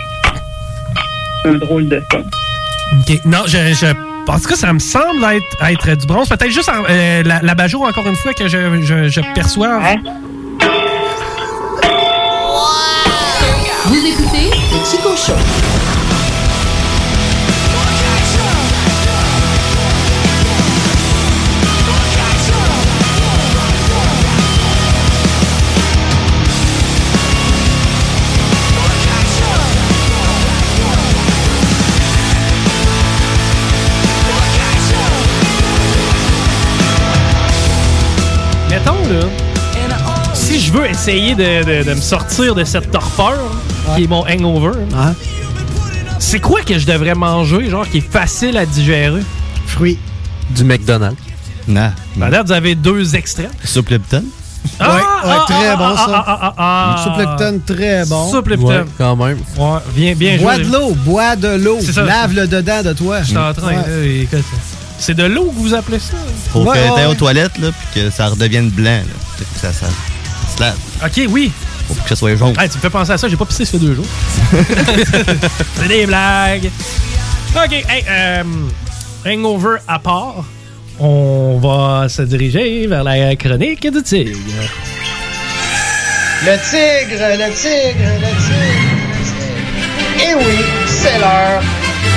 [SPEAKER 3] un drôle de son.
[SPEAKER 1] OK. Non, je... je... En tout cas, ça me semble être, être du bronze. Peut-être juste en- euh, la, la Bajo, encore une fois, que je, je- je perçois.
[SPEAKER 22] Vous écoutez le Chico Show.
[SPEAKER 1] Mettons, là, si je veux essayer de, de- de me sortir de cette torpeur, hein, qui est mon hangover, hein, c'est quoi que je devrais manger, genre, qui est facile à digérer? Fruits.
[SPEAKER 30] Du McDonald's.
[SPEAKER 29] Non.
[SPEAKER 1] Madame, vous avez deux extraits.
[SPEAKER 29] Soupe Lipton?
[SPEAKER 1] Ah,
[SPEAKER 13] ouais,
[SPEAKER 1] ah,
[SPEAKER 13] très
[SPEAKER 1] ah,
[SPEAKER 13] bon,
[SPEAKER 1] ah,
[SPEAKER 13] ça.
[SPEAKER 1] ah, ah, ah, ah.
[SPEAKER 13] Soupe Lipton, très bon.
[SPEAKER 1] Soupe Lipton. Ouais,
[SPEAKER 30] quand même.
[SPEAKER 1] Ouais, bien, bien
[SPEAKER 13] bois
[SPEAKER 1] joué.
[SPEAKER 13] de l'eau, bois de l'eau.
[SPEAKER 1] C'est ça.
[SPEAKER 13] Lave le dedans de toi.
[SPEAKER 1] Je suis en train,
[SPEAKER 13] Ouais.
[SPEAKER 1] là, Euh, écoute, C'est de l'eau que vous appelez ça?
[SPEAKER 29] Faut
[SPEAKER 1] Ouais,
[SPEAKER 29] que
[SPEAKER 1] ouais,
[SPEAKER 29] t'ailles aux
[SPEAKER 1] ouais.
[SPEAKER 29] toilettes, là, puis que ça redevienne blanc, là. Faut que ça, ça, se lave.
[SPEAKER 1] Ok, oui.
[SPEAKER 29] Faut que ça soit jaune.
[SPEAKER 1] Hey, tu me fais penser à ça, j'ai pas pissé ça fait deux jours. c'est [LAUGHS] des blagues. OK, hey, euh, hangover à part, on va se diriger vers la chronique du tigre.
[SPEAKER 13] Le tigre, le tigre, le tigre. Et oui, c'est l'heure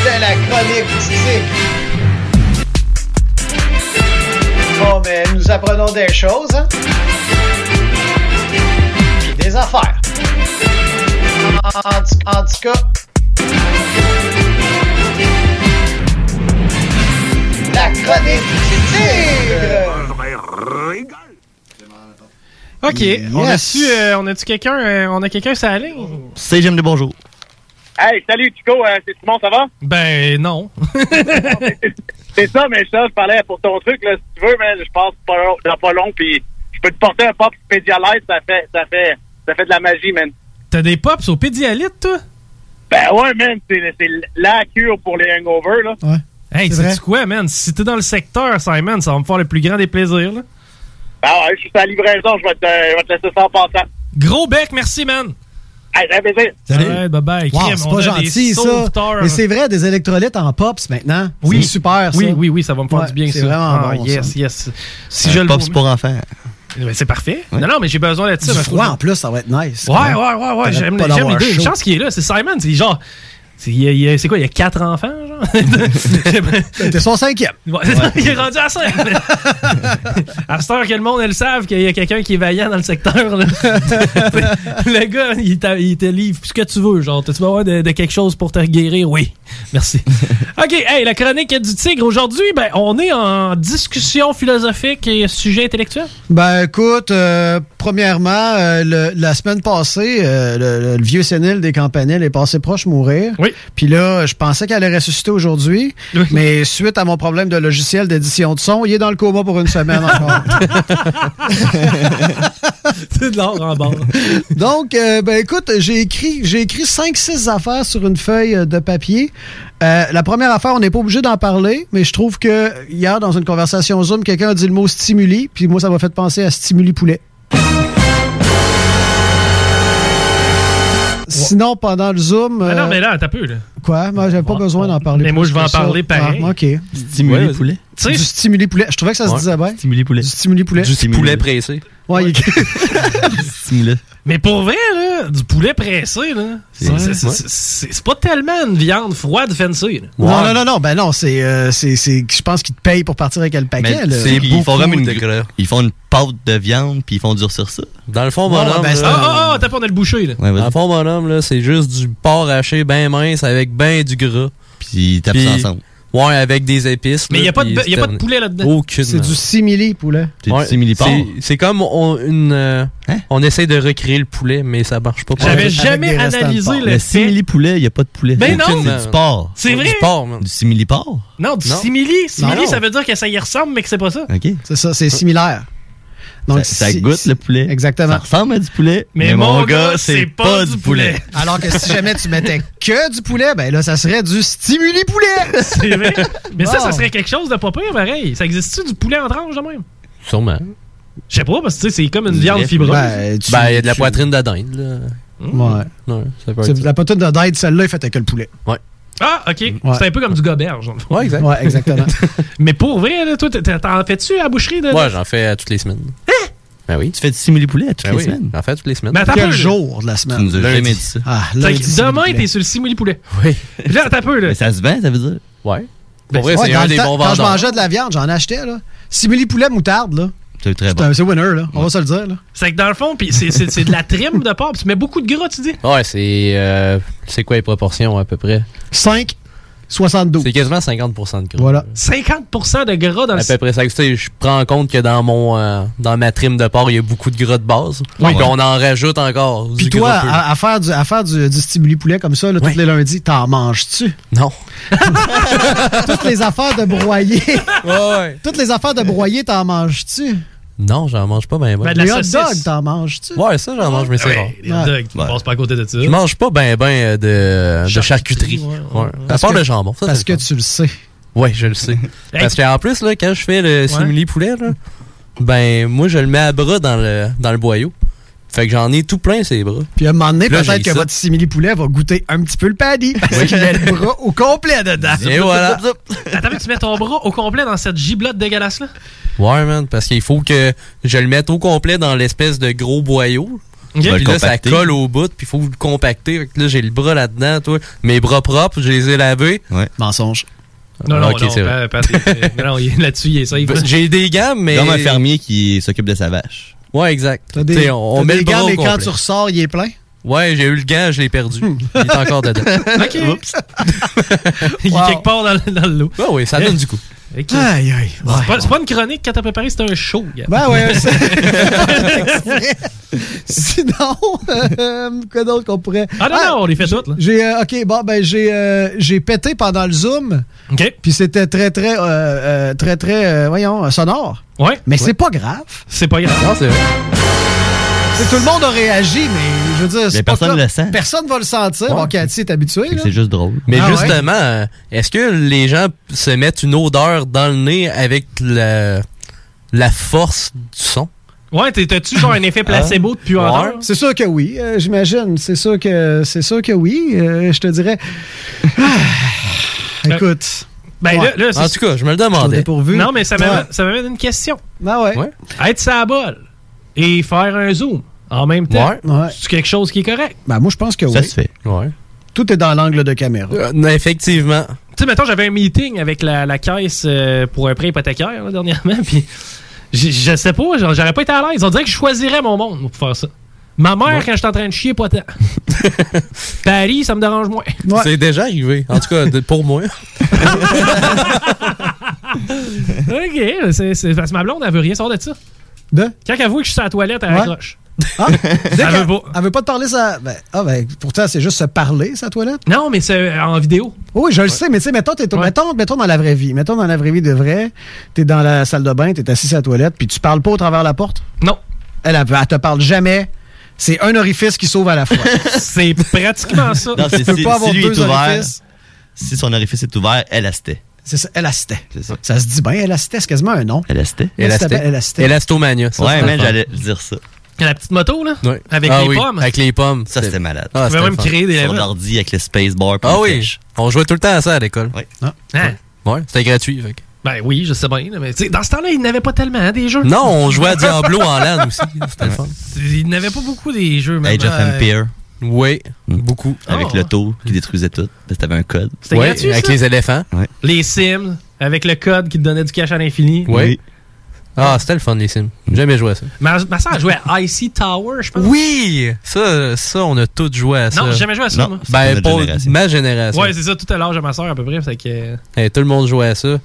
[SPEAKER 13] de la chronique du tigre. Bon, mais nous apprenons des choses, hein? Des affaires. En, en tout- en tout cas, la chronique du tigre.
[SPEAKER 1] OK, on
[SPEAKER 29] Yes.
[SPEAKER 1] a-tu euh, on a-tu quelqu'un euh, on a quelqu'un sur la ligne?
[SPEAKER 29] C'est J'aime des bonjours.
[SPEAKER 33] Hey, salut Chico, euh, c'est Simon, ça va?
[SPEAKER 1] Ben
[SPEAKER 33] [LAUGHS]
[SPEAKER 1] non.
[SPEAKER 33] C'est ça, mais ça, je parlais pour ton truc, là, si tu veux, mais je passe pas, long- dans pas long, puis je peux te porter un pop Pedialyte, ça fait, ça fait, ça fait de la magie, man.
[SPEAKER 1] T'as des pops au pédialyte, toi?
[SPEAKER 33] Ben ouais, man, c'est c'est la cure pour les hangovers, là.
[SPEAKER 1] Hey,
[SPEAKER 33] C'est vrai.
[SPEAKER 1] sais-tu quoi, man? Si t'es dans le secteur, Simon, ça va me faire le plus grand des plaisirs, là.
[SPEAKER 33] Ah ouais, je suis à la livraison, je vais te, je vais te laisser ça en passant.
[SPEAKER 1] Gros bec, merci, man!
[SPEAKER 33] Hey, ça fait plaisir.
[SPEAKER 1] Alright, bye-bye.
[SPEAKER 13] Wow,
[SPEAKER 1] Crime,
[SPEAKER 13] c'est
[SPEAKER 1] on
[SPEAKER 13] pas
[SPEAKER 1] a
[SPEAKER 13] gentil,
[SPEAKER 1] des
[SPEAKER 13] ça.
[SPEAKER 1] sauveteurs.
[SPEAKER 13] Mais c'est vrai, des électrolytes en pops maintenant.
[SPEAKER 1] Oui.
[SPEAKER 13] C'est super, ça.
[SPEAKER 1] Oui, oui, oui, ça va me faire
[SPEAKER 13] Ouais,
[SPEAKER 1] du bien,
[SPEAKER 13] c'est
[SPEAKER 1] ça.
[SPEAKER 13] vraiment
[SPEAKER 1] Ah,
[SPEAKER 13] bon,
[SPEAKER 1] yes,
[SPEAKER 13] ça.
[SPEAKER 1] yes. Si
[SPEAKER 29] Un
[SPEAKER 1] je le
[SPEAKER 29] pops
[SPEAKER 1] vomis-
[SPEAKER 29] pour enfants.
[SPEAKER 1] Ben, c'est parfait. Non, non, mais j'ai besoin de ça.
[SPEAKER 13] Du
[SPEAKER 1] ma
[SPEAKER 13] froid,
[SPEAKER 1] foi.
[SPEAKER 13] en plus, ça va être nice. hein.
[SPEAKER 1] Ouais, ouais, ouais, ouais. J'aime
[SPEAKER 13] pas
[SPEAKER 1] j'aime
[SPEAKER 13] d'avoir
[SPEAKER 1] l'idée.
[SPEAKER 13] chaud.
[SPEAKER 1] Une chance qu'il est là, c'est Simon. C'est genre. C'est il y a- il y a- c'est quoi, il y a quatre enfants,
[SPEAKER 13] [LAUGHS]
[SPEAKER 1] genre?
[SPEAKER 13] T'es son cinquième.
[SPEAKER 1] Ouais, il est rendu à cinq. [LAUGHS] à cette heure que le monde, elles savent qu'il y a quelqu'un qui est vaillant dans le secteur. là. [LAUGHS] le gars, il, t'a- il te livre ce que tu veux. Genre, tu vas avoir de, de quelque chose pour te guérir? Oui.
[SPEAKER 13] [LAUGHS]
[SPEAKER 1] Merci. OK, hey, la chronique du tigre. Aujourd'hui, ben, on est en discussion philosophique et sujet intellectuel.
[SPEAKER 13] Ben écoute, euh, premièrement, euh, le- la semaine passée, euh, le, le- le vieux sénile des Campaniles est passé proche de mourir.
[SPEAKER 1] Oui.
[SPEAKER 13] Puis là, je pensais qu'elle allait ressusciter aujourd'hui, mais suite à mon problème de logiciel d'édition de son, il est dans le coma pour une
[SPEAKER 1] [LAUGHS]
[SPEAKER 13] semaine encore.
[SPEAKER 1] [LAUGHS] C'est de l'or en bord.
[SPEAKER 13] Donc, euh, ben écoute, j'ai écrit, j'ai écrit 5-6 affaires sur une feuille euh, de papier. Euh, la première affaire, on n'est pas obligé d'en parler, mais je trouve que hier, dans une conversation Zoom, quelqu'un a dit le mot stimuli, puis moi, ça m'a fait penser à stimuli poulet. Sinon, pendant le Zoom.
[SPEAKER 1] Ah non,
[SPEAKER 13] euh,
[SPEAKER 1] mais là, t'as peu, là.
[SPEAKER 13] Quoi? Moi, j'avais pas besoin d'en parler.
[SPEAKER 1] Mais moi,
[SPEAKER 13] plus
[SPEAKER 1] je vais
[SPEAKER 13] que
[SPEAKER 1] en
[SPEAKER 13] ça.
[SPEAKER 1] parler pareil.
[SPEAKER 13] Ah, OK.
[SPEAKER 1] Stimuli Ouais, vas-y. poulet. Tu sais-
[SPEAKER 13] Du stimuli poulet. Je trouvais que ça se
[SPEAKER 1] Ouais.
[SPEAKER 13] disait bien.
[SPEAKER 1] Stimuli poulet.
[SPEAKER 13] Du stimuli poulet.
[SPEAKER 1] Du stimuli poulet pressé.
[SPEAKER 13] Ouais, il est-
[SPEAKER 1] Mais pour vrai, là, du poulet pressé, là, c'est- c'est
[SPEAKER 13] Ouais.
[SPEAKER 1] c'est- c'est- c'est pas tellement une viande froide fancy. là.
[SPEAKER 13] Non, non, non, non, ben non, c'est, euh, c'est, c'est, je pense qu'ils te payent pour partir avec le paquet.
[SPEAKER 30] euh,
[SPEAKER 13] là.
[SPEAKER 29] Ils font comme une- Ils font une pâte de viande puis ils font durcir ça.
[SPEAKER 30] Dans le fond,
[SPEAKER 29] Ouais,
[SPEAKER 30] mon
[SPEAKER 29] ouais,
[SPEAKER 30] homme.
[SPEAKER 29] ben, c'est
[SPEAKER 1] Ah, ah, ah, t'as pas, on a le boucher, là.
[SPEAKER 29] Ouais, vas-y.
[SPEAKER 30] Dans le fond, mon homme, là, c'est juste du porc haché ben mince avec ben du gras.
[SPEAKER 29] Puis ils tapent ça ensemble.
[SPEAKER 30] Ouais, avec des épices.
[SPEAKER 13] Mais
[SPEAKER 30] là,
[SPEAKER 13] y a pas de
[SPEAKER 30] puis
[SPEAKER 13] be- y a
[SPEAKER 30] c'est
[SPEAKER 13] pas de
[SPEAKER 30] terminé.
[SPEAKER 13] poulet là-dedans.
[SPEAKER 30] Aucune. euh,
[SPEAKER 13] C'est du simili poulet.
[SPEAKER 30] Ouais, c'est- C'est comme on, une, euh, on essaie de recréer le poulet, mais ça marche pas.
[SPEAKER 1] J'avais Avec jamais des restants de analysé porc. le fait-
[SPEAKER 29] simili poulet, il n'y a pas de poulet.
[SPEAKER 1] Ben
[SPEAKER 29] Aucune,
[SPEAKER 1] non!
[SPEAKER 29] C'est du porc.
[SPEAKER 1] C'est vrai?
[SPEAKER 29] Du porc, Du simili porc.
[SPEAKER 1] Non, du
[SPEAKER 29] Non.
[SPEAKER 1] simili.
[SPEAKER 29] Non,
[SPEAKER 1] Simili,
[SPEAKER 29] non.
[SPEAKER 1] ça veut dire que ça y ressemble, mais que c'est pas ça.
[SPEAKER 29] OK.
[SPEAKER 13] C'est ça, c'est similaire.
[SPEAKER 29] ça, ça
[SPEAKER 13] si-
[SPEAKER 29] goûte le poulet.
[SPEAKER 13] Exactement.
[SPEAKER 29] Ça ressemble à du poulet.
[SPEAKER 13] Mais mon gars,
[SPEAKER 1] c'est pas du poulet.
[SPEAKER 13] Alors que si jamais tu mettais que du poulet, ben là, ça serait du stimuli poulet.
[SPEAKER 1] [LAUGHS] C'est vrai. Mais ça,
[SPEAKER 13] Bon.
[SPEAKER 1] ça serait quelque chose de pas pire, pareil. Ça existe-tu du poulet en tranche de même?
[SPEAKER 30] Sûrement.
[SPEAKER 1] Je sais pas, parce que tu sais, c'est comme une viande fibreuse.
[SPEAKER 30] Ben, il y a de la poitrine de dinde, là.
[SPEAKER 13] Ouais.
[SPEAKER 30] Non, ça peut être
[SPEAKER 13] C'est
[SPEAKER 30] ça.
[SPEAKER 13] la poutine de dinde, celle-là, il fait que le poulet.
[SPEAKER 30] Ouais.
[SPEAKER 1] Ah, ok. C'est un peu comme du goberge.
[SPEAKER 30] Ouais, exact.
[SPEAKER 13] Ouais, exactement.
[SPEAKER 1] Mais pour vrai, là, toi, t'es- t'es- t'en fais-tu à la boucherie de.
[SPEAKER 30] Ouais, j'en fais euh, toutes les semaines. Ben oui. Ben
[SPEAKER 29] Tu fais du simili poulet toutes
[SPEAKER 1] les
[SPEAKER 30] oui.
[SPEAKER 1] semaines?
[SPEAKER 30] J'en fais toutes les semaines.
[SPEAKER 1] Mais attends un peu, là.
[SPEAKER 13] de la semaine?
[SPEAKER 29] Tu nous as
[SPEAKER 30] Lundi.
[SPEAKER 29] jamais dit ça.
[SPEAKER 13] Ah,
[SPEAKER 1] Fait que demain, t'es sur le simili poulet. Oui. Là, attends un peu, là.
[SPEAKER 29] Ça se vend, ça veut dire?
[SPEAKER 30] Ouais.
[SPEAKER 1] Ben,
[SPEAKER 30] Pour vrai,
[SPEAKER 13] Ouais,
[SPEAKER 30] c'est
[SPEAKER 13] dans
[SPEAKER 30] un
[SPEAKER 13] le
[SPEAKER 30] des
[SPEAKER 13] temps,
[SPEAKER 30] bons
[SPEAKER 13] Quand je
[SPEAKER 30] vendeurs.
[SPEAKER 13] mangeais de la viande, j'en achetais, là. Simili poulet moutarde, là.
[SPEAKER 29] C'est très
[SPEAKER 13] C'est un- C'est winner, là. On va se le dire, là.
[SPEAKER 1] C'est que dans le fond, pis
[SPEAKER 30] [LAUGHS]
[SPEAKER 1] c'est- c'est c'est de la trime de porc. pis Tu mets beaucoup de gras, tu dis.
[SPEAKER 30] Ouais, c'est. euh, c'est quoi les proportions à peu près?
[SPEAKER 13] 5, 72.
[SPEAKER 30] C'est quasiment 50 de gras.
[SPEAKER 13] Voilà.
[SPEAKER 1] 50 de gras dans le
[SPEAKER 30] À peu près ça. Tu sais, je prends en compte que dans mon euh, dans ma trime de porc, il y a beaucoup de gras de base.
[SPEAKER 13] Oui.
[SPEAKER 30] Puis on en rajoute encore.
[SPEAKER 13] Puis
[SPEAKER 30] du
[SPEAKER 13] toi,
[SPEAKER 30] gras peu.
[SPEAKER 13] à, à faire, du, à faire du, du stimuli poulet comme ça, là, tous les lundis, t'en manges-tu?
[SPEAKER 30] Non.
[SPEAKER 13] [LAUGHS] Toutes les affaires de
[SPEAKER 30] [LAUGHS]
[SPEAKER 13] broyer.
[SPEAKER 30] ouais.
[SPEAKER 13] Toutes les affaires de broyer, t'en manges-tu?
[SPEAKER 30] Non, j'en mange pas ben ben.
[SPEAKER 13] les hot dogs, t'en manges-tu?
[SPEAKER 30] Ouais, ça j'en mange, mais c'est rare.
[SPEAKER 1] Les hot dogs, tu passes pas à côté de ça.
[SPEAKER 30] Je mange pas ben ben euh, de, de charcuterie. Ouais. À
[SPEAKER 13] Parce
[SPEAKER 30] part
[SPEAKER 13] que-
[SPEAKER 30] le jambon. Ça,
[SPEAKER 13] parce
[SPEAKER 30] c'est
[SPEAKER 13] que tu le sais.
[SPEAKER 30] Ouais, je le sais. Parce qu'en plus, là, quand je fais le simili poulet, là, ben moi je le mets à bras dans le dans le boyau. Fait que j'en ai tout plein ces bras.
[SPEAKER 13] Puis à un moment donné,
[SPEAKER 30] Puis là,
[SPEAKER 13] peut-être
[SPEAKER 30] j'ai
[SPEAKER 13] que
[SPEAKER 30] ça.
[SPEAKER 13] votre simili poulet va goûter un petit peu le
[SPEAKER 30] [LAUGHS]
[SPEAKER 13] paddy. Parce qu'il met le bras au complet dedans.
[SPEAKER 30] Et voilà.
[SPEAKER 1] Attends, mais tu mets ton bras au complet dans cette giblotte dégueulasse-là.
[SPEAKER 30] Ouais, man, parce qu'il faut que je le mette au complet dans l'espèce de gros boyau.
[SPEAKER 1] Ok.
[SPEAKER 30] Puis
[SPEAKER 1] Va le
[SPEAKER 30] là, ça
[SPEAKER 1] compacter.
[SPEAKER 30] colle au bout, puis il faut le compacter. Fait que là, j'ai le bras là-dedans, toi. Mes bras propres, je les ai lavés.
[SPEAKER 29] Ouais.
[SPEAKER 13] Mensonge.
[SPEAKER 1] Non, non,
[SPEAKER 30] Ok,
[SPEAKER 1] non, euh,
[SPEAKER 30] c'est vrai. [LAUGHS]
[SPEAKER 1] Pat- Pat- euh, non, il- là-dessus, il est safe.
[SPEAKER 30] J'ai des gammes, mais.
[SPEAKER 29] Comme un fermier qui s'occupe de sa vache.
[SPEAKER 30] Ouais, exact.
[SPEAKER 13] T'as des,
[SPEAKER 30] T'sais, on
[SPEAKER 13] t'as
[SPEAKER 30] on met
[SPEAKER 13] des
[SPEAKER 30] le
[SPEAKER 13] gants,
[SPEAKER 30] bras au
[SPEAKER 13] mais quand
[SPEAKER 30] complet.
[SPEAKER 13] tu ressors, il est plein. Hmm.
[SPEAKER 30] Ouais, j'ai eu le gant, je l'ai perdu. il est
[SPEAKER 13] [LAUGHS]
[SPEAKER 30] encore dedans. [LAUGHS]
[SPEAKER 1] Ok. il est quelque part dans, le- dans le lot.
[SPEAKER 30] Ouais, ouais, Ah ça
[SPEAKER 1] Eh.
[SPEAKER 30] donne du coup.
[SPEAKER 13] Ah
[SPEAKER 1] Ok.
[SPEAKER 13] Aïe, aïe.
[SPEAKER 1] C'est pas- C'est pas, une chronique quand t'as préparé, c'est un show, gars.
[SPEAKER 13] Ben ouais, c'est- [LAUGHS] Sinon, euh, quoi d'autre qu'on pourrait.
[SPEAKER 1] Ah non, non, on les fait toutes, là.
[SPEAKER 13] J'ai, euh, ok, bon, ben j'ai, euh, j'ai pété pendant le Zoom.
[SPEAKER 1] Ok.
[SPEAKER 13] Puis c'était très, très, euh, euh, très, très, euh, voyons, euh, sonore.
[SPEAKER 1] [LAUGHS] Ouais.
[SPEAKER 13] Mais c'est pas grave.
[SPEAKER 1] C'est pas grave. Non,
[SPEAKER 30] c'est vrai.
[SPEAKER 13] C'est- tout le monde a réagi, mais je veux dire, c'est
[SPEAKER 30] Mais
[SPEAKER 13] pas
[SPEAKER 30] personne
[SPEAKER 13] comme-
[SPEAKER 30] le sent.
[SPEAKER 13] Personne va le sentir.
[SPEAKER 30] Ouais.
[SPEAKER 13] Bon, Cathy est habituée. là.
[SPEAKER 29] C'est juste drôle.
[SPEAKER 30] Mais
[SPEAKER 13] Ah ouais?
[SPEAKER 30] justement, euh, est-ce que les gens se mettent une odeur dans le nez avec la, la force du son? Hein?
[SPEAKER 1] Ouais, t'es- t'as-tu genre un effet placebo de puanteur?
[SPEAKER 13] C'est sûr que oui, euh, j'imagine. C'est sûr que c'est sûr que oui. euh, je te dirais. Ah,
[SPEAKER 1] Euh,
[SPEAKER 13] écoute.
[SPEAKER 1] Ben
[SPEAKER 13] Ouais.
[SPEAKER 1] là, là, c'est-
[SPEAKER 30] En tout cas, je me le demandais.
[SPEAKER 1] Non, mais ça m'amène
[SPEAKER 30] Ouais.
[SPEAKER 1] ça m'amène une question.
[SPEAKER 13] Ah ouais.
[SPEAKER 1] Être sa bol et faire un zoom en même temps,
[SPEAKER 30] Ouais.
[SPEAKER 1] c'est quelque chose qui est correct.
[SPEAKER 13] Ben, moi, je pense que
[SPEAKER 29] Ça
[SPEAKER 13] oui.
[SPEAKER 29] se fait.
[SPEAKER 30] Ouais.
[SPEAKER 13] Tout est dans l'angle de caméra.
[SPEAKER 30] Euh, effectivement.
[SPEAKER 1] Tu sais, mettons, j'avais un meeting avec la, la caisse euh, pour un prêt hypothécaire là, dernièrement, [LAUGHS] puis je- je sais pas, genre, j'aurais pas été à l'aise. On dirait que je choisirais mon monde moi, pour faire ça. Ma mère, quand je suis en train de
[SPEAKER 30] [LAUGHS]
[SPEAKER 1] chier, pas tant. Paris, ça me dérange moins.
[SPEAKER 30] C'est déjà arrivé. En tout cas, de- pour moi.
[SPEAKER 1] [LAUGHS] OK, c'est, c'est- parce que ma blonde, elle veut rien sortir de ça.
[SPEAKER 13] De?
[SPEAKER 1] Quand elle voit que je suis sur la toilette, elle
[SPEAKER 13] Ouais.
[SPEAKER 1] accroche.
[SPEAKER 13] Ah, [LAUGHS] dès
[SPEAKER 1] Elle
[SPEAKER 13] qu'elle-
[SPEAKER 1] veut pas.
[SPEAKER 13] elle veut pas te parler ça. Ben, ah ben, pourtant, c'est juste se parler, sa toilette.
[SPEAKER 1] Non, mais c'est euh, en vidéo.
[SPEAKER 13] Oui, je le sais, mais tu sais, mettons, t'es- mettons, mettons dans la vraie vie. Mettons dans la vraie vie de vrai, t'es dans la salle de bain, t'es assis à la toilette, puis tu parles pas au travers de la porte.
[SPEAKER 1] Non.
[SPEAKER 13] Elle, elle, elle te parle jamais. C'est
[SPEAKER 1] [LAUGHS]
[SPEAKER 13] un orifice qui sauve à la fois.
[SPEAKER 1] c'est pratiquement ça.
[SPEAKER 29] Non, c'est-
[SPEAKER 13] tu peux
[SPEAKER 29] si-
[SPEAKER 13] pas avoir
[SPEAKER 29] si lui est
[SPEAKER 13] deux
[SPEAKER 29] ouvert,
[SPEAKER 13] orifices.
[SPEAKER 29] Si son orifice est ouvert, elle astait.
[SPEAKER 13] C'est ça, Elasté. Ça. se dit bien, Elasté, c'est quasiment un nom.
[SPEAKER 29] Elasté.
[SPEAKER 13] Elasté. Elasté.
[SPEAKER 30] Elastomania. ça,
[SPEAKER 29] ouais,
[SPEAKER 30] c'était
[SPEAKER 29] mais
[SPEAKER 30] le fun.
[SPEAKER 29] j'allais dire ça.
[SPEAKER 1] [LAUGHS] La petite moto, là? Avec
[SPEAKER 30] Ah
[SPEAKER 1] les
[SPEAKER 30] oui,
[SPEAKER 1] pommes?
[SPEAKER 30] Avec les pommes.
[SPEAKER 29] Ça, c'était malade.
[SPEAKER 30] Ah,
[SPEAKER 29] Tu
[SPEAKER 30] c'était
[SPEAKER 29] peux même
[SPEAKER 30] le fun.
[SPEAKER 29] créer des- Sur l'ordi avec le spacebar. puis
[SPEAKER 30] Ah
[SPEAKER 29] le
[SPEAKER 30] oui.
[SPEAKER 29] flèche.
[SPEAKER 30] On jouait tout le temps à ça à l'école. Oui.
[SPEAKER 1] Hein?
[SPEAKER 30] Ouais, c'était gratuit. fait que-
[SPEAKER 1] Ben oui, je sais bien. là, Mais tu sais, dans ce temps-là, ils n'avaient pas tellement hein, des jeux.
[SPEAKER 30] Non, on jouait à Diablo en LAN aussi. C'était le fun.
[SPEAKER 1] Ils n'avaient pas beaucoup des jeux, même.
[SPEAKER 29] Age of
[SPEAKER 1] Euh, Oh.
[SPEAKER 29] Empire.
[SPEAKER 30] Oui, beaucoup.
[SPEAKER 29] Mm. Avec le taux qui détruisait tout. Parce que t'avais un code.
[SPEAKER 1] C'était Ouais, gratuit, avec ça? les
[SPEAKER 30] éléphants.
[SPEAKER 29] Ouais.
[SPEAKER 1] Les Sims, avec le code qui te donnait du cash à l'infini.
[SPEAKER 30] Oui. Ah, c'était le fun, les Sims.
[SPEAKER 29] Mm.
[SPEAKER 30] J'ai Jamais joué à ça.
[SPEAKER 1] Ma, ma soeur jouait à Icy Tower, je pense.
[SPEAKER 30] Oui! Ça, euh, ça, on a tous joué à ça.
[SPEAKER 1] Non, j'ai jamais joué à ça, moi. C'est
[SPEAKER 30] Ben,
[SPEAKER 1] notre
[SPEAKER 30] pour
[SPEAKER 1] génération.
[SPEAKER 30] ma génération.
[SPEAKER 1] Ouais, c'est ça, tout à l'âge de ma soeur, à peu près. Fait que... euh,
[SPEAKER 30] Eh, tout le monde jouait à ça.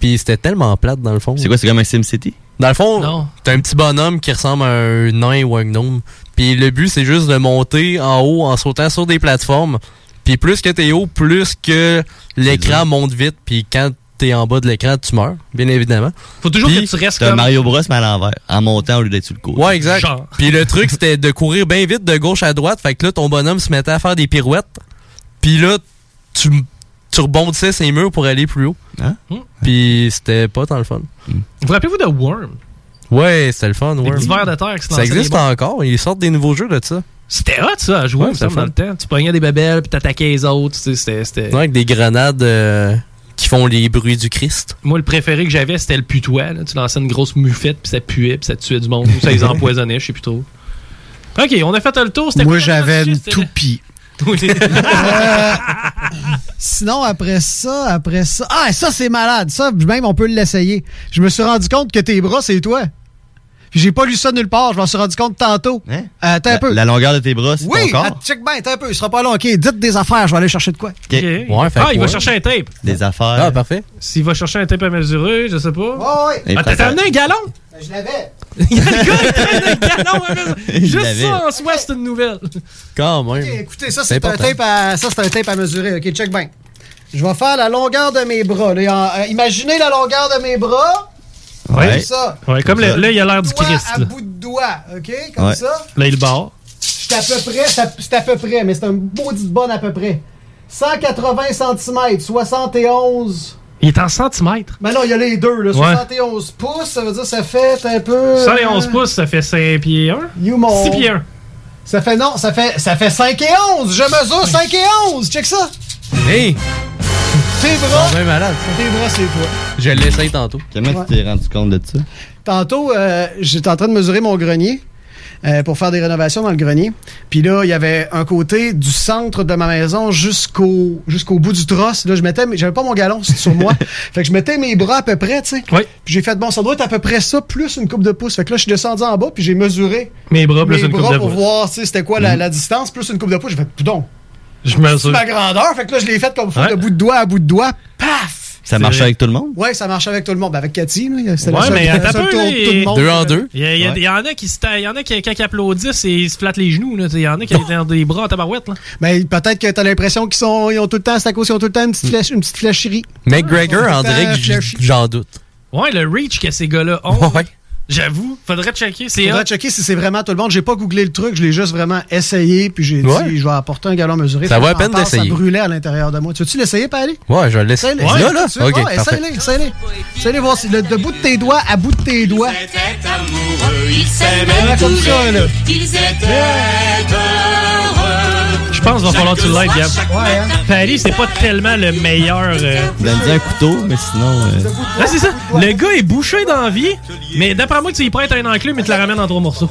[SPEAKER 30] Puis c'était tellement plate, dans le fond.
[SPEAKER 29] C'est quoi, c'est comme un SimCity?
[SPEAKER 30] Dans le fond,
[SPEAKER 1] Non.
[SPEAKER 30] t'as un petit bonhomme qui ressemble à un nain ou un gnome. Puis le but, c'est juste de monter en haut en sautant sur des plateformes. Puis plus que t'es haut, plus que l'écran monte vite. Puis quand t'es en bas de l'écran, tu meurs, bien évidemment.
[SPEAKER 1] Faut toujours
[SPEAKER 30] Puis
[SPEAKER 1] que tu restes
[SPEAKER 29] T'as un
[SPEAKER 1] comme.
[SPEAKER 29] Mario Bros, mais à l'envers. En montant au lieu d'être sur le côté.
[SPEAKER 30] Ouais, exact.
[SPEAKER 1] Genre.
[SPEAKER 30] Puis le truc, c'était de courir bien vite de gauche à droite. Fait que là, ton bonhomme se mettait à faire des pirouettes. Puis là, tu, tu rebondissais ses murs pour aller plus haut.
[SPEAKER 1] Hein?
[SPEAKER 30] Puis c'était pas tant le fun.
[SPEAKER 1] Vous vous rappelez-vous de Worm?
[SPEAKER 30] Ouais, c'était le fun.
[SPEAKER 1] Hmm. Les
[SPEAKER 30] ouais.
[SPEAKER 1] petits vers de terre qui se
[SPEAKER 30] Ça
[SPEAKER 1] lançaient
[SPEAKER 30] existe
[SPEAKER 1] des bombes.
[SPEAKER 30] encore. Ils sortent des nouveaux jeux de ça.
[SPEAKER 1] C'était hot, ça, à jouer,
[SPEAKER 30] Ouais,
[SPEAKER 1] il me semble,
[SPEAKER 30] c'est
[SPEAKER 1] dans
[SPEAKER 30] le
[SPEAKER 1] le temps. Tu pognais des babelles, puis t'attaquais les autres. tu sais, C'était. c'était-
[SPEAKER 30] Ouais, avec des grenades euh, qui font les bruits du
[SPEAKER 1] [LAUGHS]
[SPEAKER 30] Christ.
[SPEAKER 1] Moi, le préféré que j'avais, c'était le putois. là. Tu lançais une grosse muffette, puis ça puait, puis ça tuait du monde. ou ça les empoisonnait, je sais plus trop. Ok, on a fait le tour. C'était
[SPEAKER 13] Moi,
[SPEAKER 1] quoi le
[SPEAKER 13] j'avais
[SPEAKER 1] sujet?
[SPEAKER 13] une
[SPEAKER 1] C'était le-
[SPEAKER 13] toupie.
[SPEAKER 1] Oui.
[SPEAKER 13] Euh, Sinon, après ça, après ça. Ah, ça, c'est malade. Ça, même, on peut l'essayer. Je me suis rendu compte que tes bras, c'est toi. Puis j'ai pas lu ça nulle part. Je m'en suis rendu compte tantôt. Euh, Attends un peu.
[SPEAKER 29] Hein? La longueur de tes bras, c'est
[SPEAKER 13] oui,
[SPEAKER 29] ton corps.
[SPEAKER 13] att- check bien, attends un peu. Il sera pas long. OK, dites des affaires. Je vais aller chercher de quoi.
[SPEAKER 29] Ok. Ouais, fait
[SPEAKER 1] ah,
[SPEAKER 29] que
[SPEAKER 1] il va
[SPEAKER 29] ouais.
[SPEAKER 1] chercher un tape.
[SPEAKER 29] Des affaires. Ah,
[SPEAKER 30] parfait.
[SPEAKER 1] S'il va chercher un tape à mesurer, je sais pas.
[SPEAKER 13] ouais.
[SPEAKER 29] Il
[SPEAKER 1] Ah,
[SPEAKER 29] préfère-
[SPEAKER 1] t'as amené un galon?
[SPEAKER 13] Ben, Je l'avais.
[SPEAKER 30] Il
[SPEAKER 1] Juste
[SPEAKER 30] l'avait.
[SPEAKER 1] ça, en soi, c'est une nouvelle.
[SPEAKER 30] Quand même.
[SPEAKER 13] Écoutez, ça, c'est un, tape à- ça, c'est un tape à mesurer. OK, check bien. Je vais faire la longueur de mes bras. là. Et en- euh, imaginez la longueur de mes bras. Comme ça.
[SPEAKER 1] Ouais, comme le- là, il a l'air Ah, du
[SPEAKER 13] Doigt
[SPEAKER 1] Christ.
[SPEAKER 13] à
[SPEAKER 1] là.
[SPEAKER 13] bout de doigt. OK, comme
[SPEAKER 1] Ouais.
[SPEAKER 13] ça.
[SPEAKER 1] Là, il barre.
[SPEAKER 13] C'est à peu près, c'est à- c'est à peu près, mais c'est un maudit bonne à peu près. 180 cm, 71.
[SPEAKER 1] Il est en centimètres.
[SPEAKER 13] Mais non, il y a les deux, là.
[SPEAKER 1] Ouais.
[SPEAKER 13] 71 pouces, ça veut dire ça fait un peu. hein,
[SPEAKER 1] 111 pouces, ça fait 5 pieds 1.
[SPEAKER 13] You mon-
[SPEAKER 1] 6 pieds 1.
[SPEAKER 13] Ça fait non, ça fait ça fait 5 et 11. Je mesure 5 et 11. Check ça.
[SPEAKER 30] Hey!
[SPEAKER 13] Tes bras.
[SPEAKER 30] même malade,
[SPEAKER 1] ben.
[SPEAKER 13] Tes bras, c'est toi.
[SPEAKER 30] Je l'essaye tantôt.
[SPEAKER 29] Comment tu t'es rendu compte de ça?
[SPEAKER 13] Tantôt, euh, j'étais en train de mesurer mon grenier. euh, pour faire des rénovations dans le grenier. Puis là, il y avait un côté du centre de ma maison jusqu'au jusqu'au bout du tross. Là, je mettais, mes- j'avais pas mon galon [LAUGHS] sur moi. fait que je mettais mes bras à peu près, tu sais.
[SPEAKER 1] Oui.
[SPEAKER 13] Puis j'ai fait bon, ça doit être à peu près ça plus une coupe de pouce. Fait que là, je suis descendu en bas puis j'ai mesuré
[SPEAKER 1] Mes bras, plus
[SPEAKER 13] mes
[SPEAKER 1] une coupe
[SPEAKER 13] bras
[SPEAKER 1] de
[SPEAKER 13] pour
[SPEAKER 1] pouce.
[SPEAKER 13] voir, tu sais, c'était quoi la, la distance plus une coupe de pouce. J'ai fait poudon.
[SPEAKER 1] Je mesure.
[SPEAKER 13] C'est ma grandeur. Fait que là, je l'ai faite comme faut
[SPEAKER 1] Ouais.
[SPEAKER 13] de bout de doigt à bout de doigt. Paf.
[SPEAKER 29] Ça marchait avec tout le monde?
[SPEAKER 13] Ouais, ça marchait avec tout le monde. Ben, avec Cathy, là, c'était la
[SPEAKER 1] Ouais,
[SPEAKER 13] seule-
[SPEAKER 1] mais
[SPEAKER 13] la
[SPEAKER 1] attends
[SPEAKER 13] seule
[SPEAKER 1] un peu,
[SPEAKER 13] tour-
[SPEAKER 1] là,
[SPEAKER 13] tout le
[SPEAKER 1] il-
[SPEAKER 13] monde.
[SPEAKER 1] Il y, a- il y a- il y en a qui se ta- il y en a qui, quand ils applaudissent, ils se flattent les genoux. là. Il y en a qui ont des bras en tabarouette. Là.
[SPEAKER 13] Ben, peut-être que t'as l'impression qu'ils sont, ils ont tout le temps, à cause, ils ont tout le temps une petite, flèche, une petite flécherie.
[SPEAKER 30] McGregor,
[SPEAKER 13] Ah,
[SPEAKER 30] en direct, j-
[SPEAKER 13] flashy.
[SPEAKER 30] j'en doute.
[SPEAKER 1] Ouais, le reach que ces gars-là ont. J'avoue, faudrait checker. C'est
[SPEAKER 13] Faudrait
[SPEAKER 1] hot.
[SPEAKER 13] checker si c'est vraiment tout le monde. J'ai pas googlé le truc, je l'ai juste vraiment essayé, puis j'ai
[SPEAKER 30] Ouais.
[SPEAKER 13] dit, je vais apporter un galon mesuré.
[SPEAKER 30] Ça
[SPEAKER 13] Faut
[SPEAKER 30] vaut la
[SPEAKER 13] que
[SPEAKER 30] peine
[SPEAKER 13] j'en parle,
[SPEAKER 30] d'essayer.
[SPEAKER 13] Ça brûlait à l'intérieur de moi. Tu veux-tu l'essayer, Pally?
[SPEAKER 30] Ouais, je l'essaye.
[SPEAKER 13] Essaye-le.
[SPEAKER 30] Là, là?
[SPEAKER 13] Tu veux?
[SPEAKER 30] Ok,
[SPEAKER 13] Ouais,
[SPEAKER 30] parfait.
[SPEAKER 13] essaye-le, essaye-le. Essaye-le, voir si le de bout de tes doigts à bout de tes doigts.
[SPEAKER 3] Ils
[SPEAKER 13] Vraiment comme ça, là.
[SPEAKER 3] Ils étaient heureux.
[SPEAKER 1] Je pense qu'il va falloir que tu l'aides, Gab.
[SPEAKER 13] Ouais, hein.
[SPEAKER 1] Paris, c'est pas tellement le meilleur. euh,
[SPEAKER 29] Il me dit un couteau, mais sinon. euh,
[SPEAKER 1] Ah, c'est ça. Le gars est bouché d'envie, mais d'après moi, tu y prêtes un enclume et te la ramène en
[SPEAKER 13] [LAUGHS]
[SPEAKER 1] trois morceaux.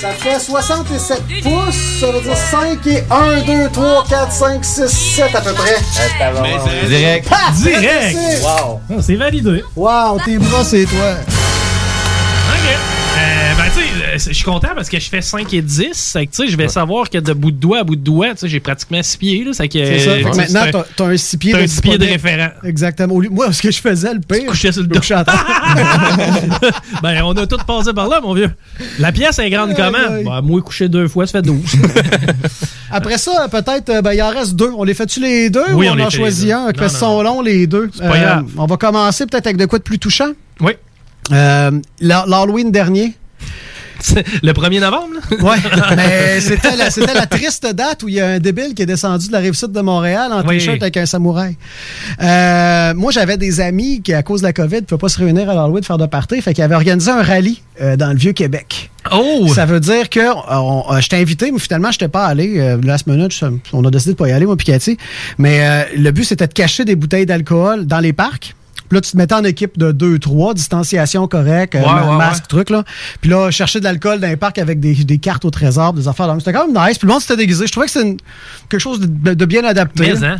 [SPEAKER 13] Ça fait 67 pouces, ça veut dire 5 et 1, 2, 3, 4, 5, 6, 7 à peu près.
[SPEAKER 29] Direct.
[SPEAKER 13] Paf!
[SPEAKER 1] Direct. Ah, C'est validé. Euh,
[SPEAKER 13] Wow, tes bras, c'est toi.
[SPEAKER 1] OK. Euh, ben, tu sais, euh, je suis content parce que je fais 5 et 10. Fait que, tu sais, je vais savoir que de bout de doigt à bout de doigt, tu sais, j'ai pratiquement 6 pieds, là. Fait que,
[SPEAKER 13] C'est ça.
[SPEAKER 1] euh,
[SPEAKER 13] Fait que
[SPEAKER 1] tu sais,
[SPEAKER 13] maintenant,
[SPEAKER 1] c'est un-
[SPEAKER 13] t'as- t'as un six pieds
[SPEAKER 1] t'as
[SPEAKER 13] de
[SPEAKER 1] un six pieds de
[SPEAKER 13] disponible.
[SPEAKER 1] référent.
[SPEAKER 13] Exactement. Au lieu- Moi, ce que je faisais, le pire.
[SPEAKER 1] couchais sur le
[SPEAKER 13] dos.
[SPEAKER 1] Ben, on a tous passé par là, mon vieux. La pièce est grande comment? Ben, moi, couché deux fois, ça
[SPEAKER 13] [LAUGHS]
[SPEAKER 1] fait 12.
[SPEAKER 13] Après ça, peut-être, euh, ben, il en reste deux. On les fait-tu les deux
[SPEAKER 1] Oui,
[SPEAKER 13] ou on,
[SPEAKER 1] on les
[SPEAKER 13] en
[SPEAKER 1] fait
[SPEAKER 13] choisit
[SPEAKER 1] les deux.
[SPEAKER 13] un?
[SPEAKER 1] Non,
[SPEAKER 13] Parce qu'ils sont longs, les deux. Euh,
[SPEAKER 1] pas grave.
[SPEAKER 13] On va commencer peut-être avec de quoi de plus touchant?
[SPEAKER 1] Oui.
[SPEAKER 13] Euh, l'Ha- L'Halloween dernier.
[SPEAKER 1] C'est Le 1er novembre, là? [LAUGHS]
[SPEAKER 13] Ouais, [LAUGHS] mais c'était la, c'était la triste date où il y a un débile qui est descendu de la rive sud de Montréal en
[SPEAKER 1] Oui.
[SPEAKER 13] t-shirt avec un samouraï. Euh, moi, j'avais des amis qui, à cause de la COVID, ne pouvaient pas se réunir à l'Halloween de faire de party, fait qu'ils avaient organisé un rallye euh, dans le Vieux-Québec.
[SPEAKER 1] Oh!
[SPEAKER 13] Ça veut dire que on- euh, je t'ai invité, mais finalement, je n'étais pas allé. Euh, last minute, je- on a décidé de pas y aller, moi, puis Cathy. Mais euh, le but, c'était de cacher des bouteilles d'alcool dans les parcs. Puis là, tu te mettais en équipe de 2-3, distanciation correcte, euh,
[SPEAKER 33] Ouais,
[SPEAKER 13] ma-
[SPEAKER 33] ouais,
[SPEAKER 13] masque, truc. Là. Puis là, chercher de l'alcool dans les parcs avec des, des cartes au trésor, des affaires. de même. C'était quand même nice. Puis le monde s'était déguisé. Je trouvais que c'était une- quelque chose de, de bien adapté.
[SPEAKER 1] Mais, hein?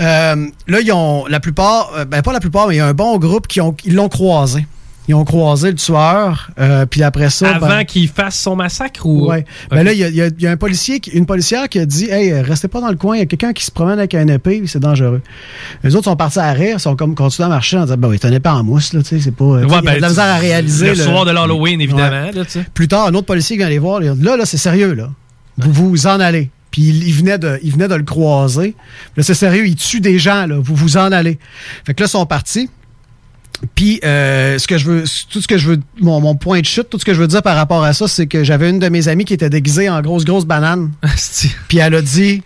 [SPEAKER 13] Euh, là, ils ont la plupart, euh, ben pas la plupart, mais il y a un bon groupe qui ont, ils l'ont croisé. Ils ont croisé le tueur, euh, puis après ça...
[SPEAKER 1] Avant
[SPEAKER 13] ben-
[SPEAKER 1] qu'il fasse son massacre ou.
[SPEAKER 13] Ouais. Ben là, il y a- il y, a- il y a un policier, qui- une policière qui a dit Hey, euh, restez pas dans le coin, il y a quelqu'un qui se promène avec un épée, puis c'est dangereux. Les autres sont partis à rire, sont comme continués à marcher en disant Ben oui, t'as un épée en mousse, là, tu sais, c'est pas. tu sais, il y a
[SPEAKER 1] ben,
[SPEAKER 13] de la misère à
[SPEAKER 1] tu-
[SPEAKER 13] réaliser.
[SPEAKER 1] Le
[SPEAKER 13] là.
[SPEAKER 1] soir de l'Halloween, évidemment, là, tu sais.
[SPEAKER 13] Plus tard, un autre policier vient les voir, il a dit, Là, là, c'est sérieux, là. Vous vous en allez. Puis il, il venait de, il venait de le croiser. Là, c'est sérieux, il tue des gens, là. Vous vous en allez. Fait que là, ils sont partis. Puis euh, ce que je veux, tout ce que je veux, mon, mon point de chute, tout ce que je veux dire par rapport à ça, c'est que j'avais une de mes amies qui était déguisée en grosse grosse
[SPEAKER 1] [LAUGHS]
[SPEAKER 13] banane. Puis elle a dit,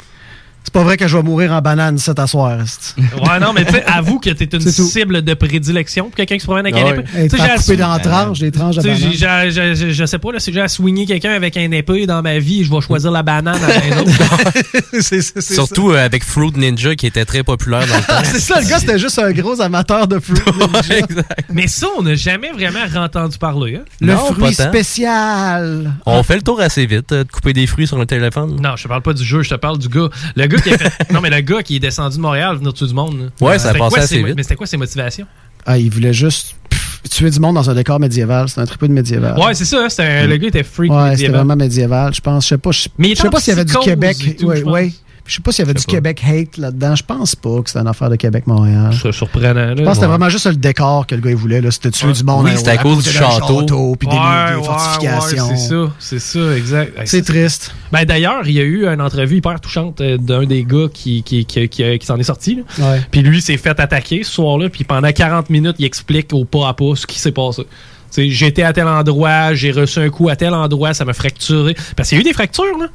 [SPEAKER 13] c'est pas vrai que je vais mourir en banane cet soir. esti.
[SPEAKER 1] Ouais, non,
[SPEAKER 13] [LAUGHS]
[SPEAKER 1] mais tu sais, avoue que t'es une
[SPEAKER 13] C'est tout.
[SPEAKER 1] cible de prédilection pour quelqu'un qui se promène avec un
[SPEAKER 13] Ouais.
[SPEAKER 1] épée.
[SPEAKER 13] Hey,
[SPEAKER 1] Tu sais,
[SPEAKER 13] t'as
[SPEAKER 1] j'ai
[SPEAKER 13] coupé
[SPEAKER 1] à-
[SPEAKER 13] dans la tranche, des tranches de
[SPEAKER 1] Tu sais,
[SPEAKER 13] banane.
[SPEAKER 1] j'ai- j'ai- j'ai- j'ai- je sais pas, là, si j'ai à soigner quelqu'un avec un épée dans ma vie, je vais choisir la banane avant
[SPEAKER 13] [LAUGHS]
[SPEAKER 1] les
[SPEAKER 30] [LAUGHS]
[SPEAKER 1] autres.
[SPEAKER 30] Surtout euh, avec Fruit Ninja qui était très
[SPEAKER 13] [LAUGHS]
[SPEAKER 30] populaire dans le temps.
[SPEAKER 13] c'est ça, le gars, c'était juste un gros amateur de fruits.
[SPEAKER 1] Mais ça, on n'a jamais vraiment entendu parler. hein.
[SPEAKER 13] Le
[SPEAKER 30] Non,
[SPEAKER 13] fruit
[SPEAKER 30] pas tant.
[SPEAKER 13] spécial. Ah.
[SPEAKER 30] On fait le tour assez vite euh, de couper des fruits sur le téléphone.
[SPEAKER 1] Non, je te parle pas du jeu, je te parle du gars. Le gars qui
[SPEAKER 30] [LAUGHS]
[SPEAKER 1] a fait- Non, mais le gars qui est descendu de Montréal, venir tuer du monde. là.
[SPEAKER 30] Ouais, ça a
[SPEAKER 1] C'était
[SPEAKER 30] passé
[SPEAKER 1] quoi
[SPEAKER 30] assez
[SPEAKER 1] ses-
[SPEAKER 30] vite.
[SPEAKER 1] Mais c'était quoi ses motivations?
[SPEAKER 13] Ah, il voulait juste pff, tuer du monde dans un décor médiéval. C'est un triple de médiéval.
[SPEAKER 1] Ouais, c'est ça, hein, c'était
[SPEAKER 30] Mm.
[SPEAKER 1] un- le gars était freak.
[SPEAKER 13] Ah. Ouais, c'était
[SPEAKER 1] médiéval.
[SPEAKER 13] vraiment médiéval, je pense. Je sais pas. Je
[SPEAKER 1] Mais il
[SPEAKER 13] je
[SPEAKER 1] était
[SPEAKER 13] sais
[SPEAKER 1] en
[SPEAKER 13] pas s'il y avait du
[SPEAKER 1] psychose et
[SPEAKER 13] Québec.
[SPEAKER 1] tout,
[SPEAKER 13] ouais,
[SPEAKER 1] je pense.
[SPEAKER 13] ouais. Je sais pas s'il y avait du Québec hate là-dedans. Je pense pas que c'était une affaire de Québec-Montréal.
[SPEAKER 1] C'est surprenant.
[SPEAKER 13] Je pense que c'était vraiment juste le décor que le gars il voulait. là. C'était tuer du monde.
[SPEAKER 30] Oui,
[SPEAKER 13] hein,
[SPEAKER 30] c'était à cause
[SPEAKER 13] côté
[SPEAKER 30] du
[SPEAKER 13] d'un
[SPEAKER 30] château.
[SPEAKER 13] puis des-
[SPEAKER 1] Ouais,
[SPEAKER 13] des
[SPEAKER 1] ouais,
[SPEAKER 13] fortifications.
[SPEAKER 1] ouais, c'est ça, c'est ça, exact. Hey,
[SPEAKER 13] C'est
[SPEAKER 1] ça,
[SPEAKER 13] triste.
[SPEAKER 1] Ben, D'ailleurs, il y a eu une entrevue hyper touchante euh, d'un des gars qui, qui, qui, euh, qui- qui s'en est sorti. là.
[SPEAKER 13] Ouais.
[SPEAKER 1] Puis lui s'est fait attaquer ce soir-là, puis pendant 40 minutes, il explique au pas à pas ce qui s'est passé. Tu sais, J'étais à tel endroit, j'ai reçu un coup à tel endroit, ça m'a fracturé. Parce qu'il y a eu des fractures, là.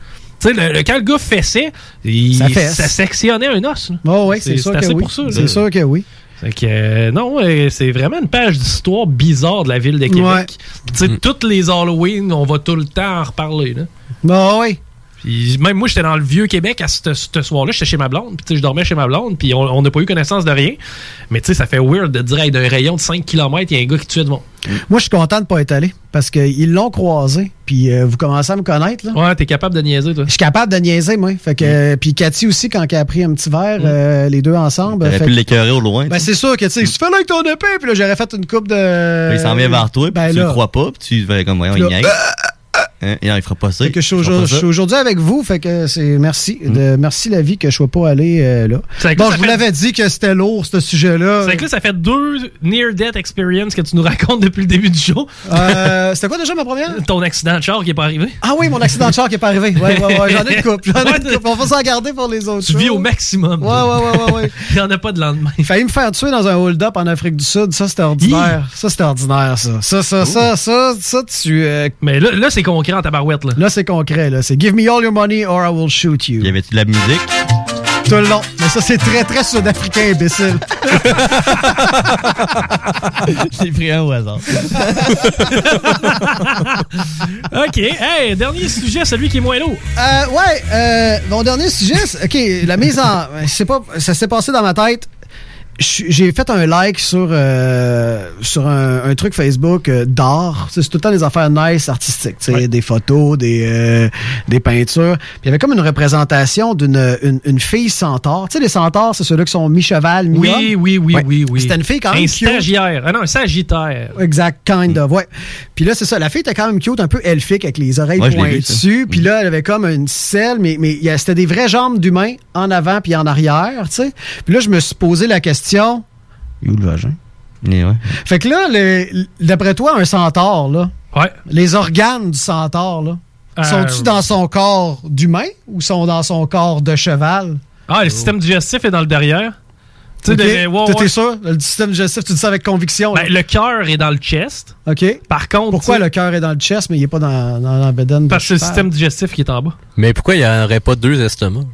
[SPEAKER 1] Tu sais, le, le- quand le gars fessait, il-
[SPEAKER 13] Ça fesse.
[SPEAKER 1] sectionnait un os. là.
[SPEAKER 13] Oh, ouais, c'est sûr
[SPEAKER 1] assez
[SPEAKER 13] que oui.
[SPEAKER 1] pour ça. là.
[SPEAKER 13] C'est sûr que oui.
[SPEAKER 1] Fait que, euh, non, euh, c'est vraiment une page d'histoire bizarre de la ville de Québec.
[SPEAKER 13] Ouais.
[SPEAKER 1] Puis, tu sais, toutes les Halloween, on va tout le temps en reparler. Là.
[SPEAKER 13] Bah oui.
[SPEAKER 1] Puis, même moi, j'étais dans le vieux Québec à ce ce soir-là. J'étais chez ma blonde. Puis, tu sais, je dormais chez ma blonde. Puis, on on n'a pas eu connaissance de rien. Mais, tu sais, ça fait weird de dire, hey, d'un rayon de 5 km, il y a un gars qui tue de monde.
[SPEAKER 13] Moi, je suis content de pas être allé parce qu'ils l'ont croisé. Puis euh, vous commencez à me connaître. là.
[SPEAKER 1] Ouais, t'es capable de niaiser, toi.
[SPEAKER 13] Je suis capable de niaiser, moi. Fait que, euh, puis Cathy aussi, quand elle a pris un petit verre, euh, les deux ensemble.
[SPEAKER 29] T'aurais
[SPEAKER 13] fait
[SPEAKER 29] pu
[SPEAKER 13] que-
[SPEAKER 29] l'écœurer au loin.
[SPEAKER 13] Ben, c'est sûr que, tu sais, si tu fais là avec ton épée, puis là, j'aurais fait une coupe de.
[SPEAKER 29] il s'en vient vers toi, puis
[SPEAKER 13] Ben
[SPEAKER 29] tu
[SPEAKER 13] là.
[SPEAKER 29] le crois pas, puis tu verrais comme, voyons,
[SPEAKER 13] Puis
[SPEAKER 29] il
[SPEAKER 13] là,
[SPEAKER 29] niaise. Hein, il- il fera pas ça.
[SPEAKER 13] Fait que je suis
[SPEAKER 29] il fera
[SPEAKER 13] aujourd'hui-
[SPEAKER 29] pas
[SPEAKER 13] je
[SPEAKER 29] ça. Mm.
[SPEAKER 13] suis aujourd'hui avec vous, fait que c'est merci, de, merci la vie que je sois pas allé euh, là.
[SPEAKER 1] C'est que
[SPEAKER 13] Bon,
[SPEAKER 1] ça
[SPEAKER 13] je vous
[SPEAKER 1] fait-
[SPEAKER 13] l'avais dit que c'était lourd ce sujet-là.
[SPEAKER 1] C'est que là, ça fait deux near-death experience que tu nous racontes depuis le début du show.
[SPEAKER 13] Euh, C'était quoi déjà ma première?
[SPEAKER 1] [LAUGHS] Ton accident de char qui est pas arrivé.
[SPEAKER 13] Ah oui, mon accident de char qui est pas arrivé. Ouais, ouais, ouais, j'en ai une coupe. J'en ai une coupe. On va s'en garder pour les autres.
[SPEAKER 1] Tu vis au maximum. toi.
[SPEAKER 13] Ouais, ouais, ouais, ouais, ouais.
[SPEAKER 1] [LAUGHS] Il n'y en a pas de lendemain.
[SPEAKER 13] Il failli me faire tuer dans un hold-up en Afrique du Sud. Ça, c'était ordinaire. Ça, c'était ordinaire, ça. Ça, ça, Ah, ça, ça, ça, tu. euh,
[SPEAKER 1] Mais là,
[SPEAKER 13] [LAUGHS]
[SPEAKER 1] là c'est Oh. concret en tabarouette. Là,
[SPEAKER 13] Là, c'est concret. Là, c'est Give me all your money or I will shoot you.
[SPEAKER 29] Il y avait-tu de la musique?
[SPEAKER 13] Tout le long. Mais ça, c'est très, très sud-africain,
[SPEAKER 1] [LAUGHS]
[SPEAKER 13] imbécile.
[SPEAKER 29] J'ai pris un au hasard. [LAUGHS]
[SPEAKER 1] OK. Hey, dernier sujet, celui qui est moins lourd.
[SPEAKER 13] Euh, ouais, euh, mon dernier sujet, c'est- ok, la mise en, je sais pas, ça s'est passé dans ma tête. Je suis- J'ai fait un like sur euh, sur un, un truc Facebook euh, d'art. Tu sais, C'est tout le temps des affaires nice, artistiques, tu sais, des photos, des euh, des peintures. Puis il y avait comme une représentation d'une une, une fille centaure. Tu sais, les centaures, c'est ceux-là qui sont mi-cheval, mi-homme.
[SPEAKER 1] Oui, oui, oui,
[SPEAKER 13] Ouais.
[SPEAKER 1] oui, oui.
[SPEAKER 13] C'était une fille quand même
[SPEAKER 1] Un
[SPEAKER 13] cute.
[SPEAKER 1] stagiaire. Ah non, un sagittaire.
[SPEAKER 13] Exact, kind
[SPEAKER 1] Hmm.
[SPEAKER 13] of, ouais. Puis là, c'est ça. La fille était quand même cute, un peu elfique, avec les oreilles
[SPEAKER 1] Ouais, je l'ai vu, Hmm.
[SPEAKER 13] pointues. Puis là, elle avait comme une selle, mais, mais il y a- c'était des vraies jambes d'humain en avant puis en arrière, tu sais. Puis là, je me suis posé la question. Il est où le vagin?
[SPEAKER 29] Mais ouais.
[SPEAKER 13] Fait que là, le- d'après toi, un centaure, là.
[SPEAKER 1] Ouais.
[SPEAKER 13] Les organes du centaure, là.
[SPEAKER 1] Euh,
[SPEAKER 13] Sont-ils dans son corps d'humain ou sont dans son corps de cheval?
[SPEAKER 1] Ah, le système digestif est dans le derrière. Tu sais,
[SPEAKER 13] Ok.
[SPEAKER 1] le- ouais,
[SPEAKER 13] Toi,
[SPEAKER 1] ouais.
[SPEAKER 13] T'es sûr? Le système digestif, tu dis ça avec conviction.
[SPEAKER 1] Ben,
[SPEAKER 13] là.
[SPEAKER 1] le cœur est dans le chest.
[SPEAKER 13] OK.
[SPEAKER 1] Par contre.
[SPEAKER 13] Pourquoi
[SPEAKER 1] tu sais,
[SPEAKER 13] le cœur est dans le chest, mais il n'est pas dans, dans la bedaine? de
[SPEAKER 1] Parce que c'est le
[SPEAKER 13] cheval?
[SPEAKER 1] système digestif qui est en bas.
[SPEAKER 30] Mais pourquoi il n'y aurait Ben, pas deux estomacs?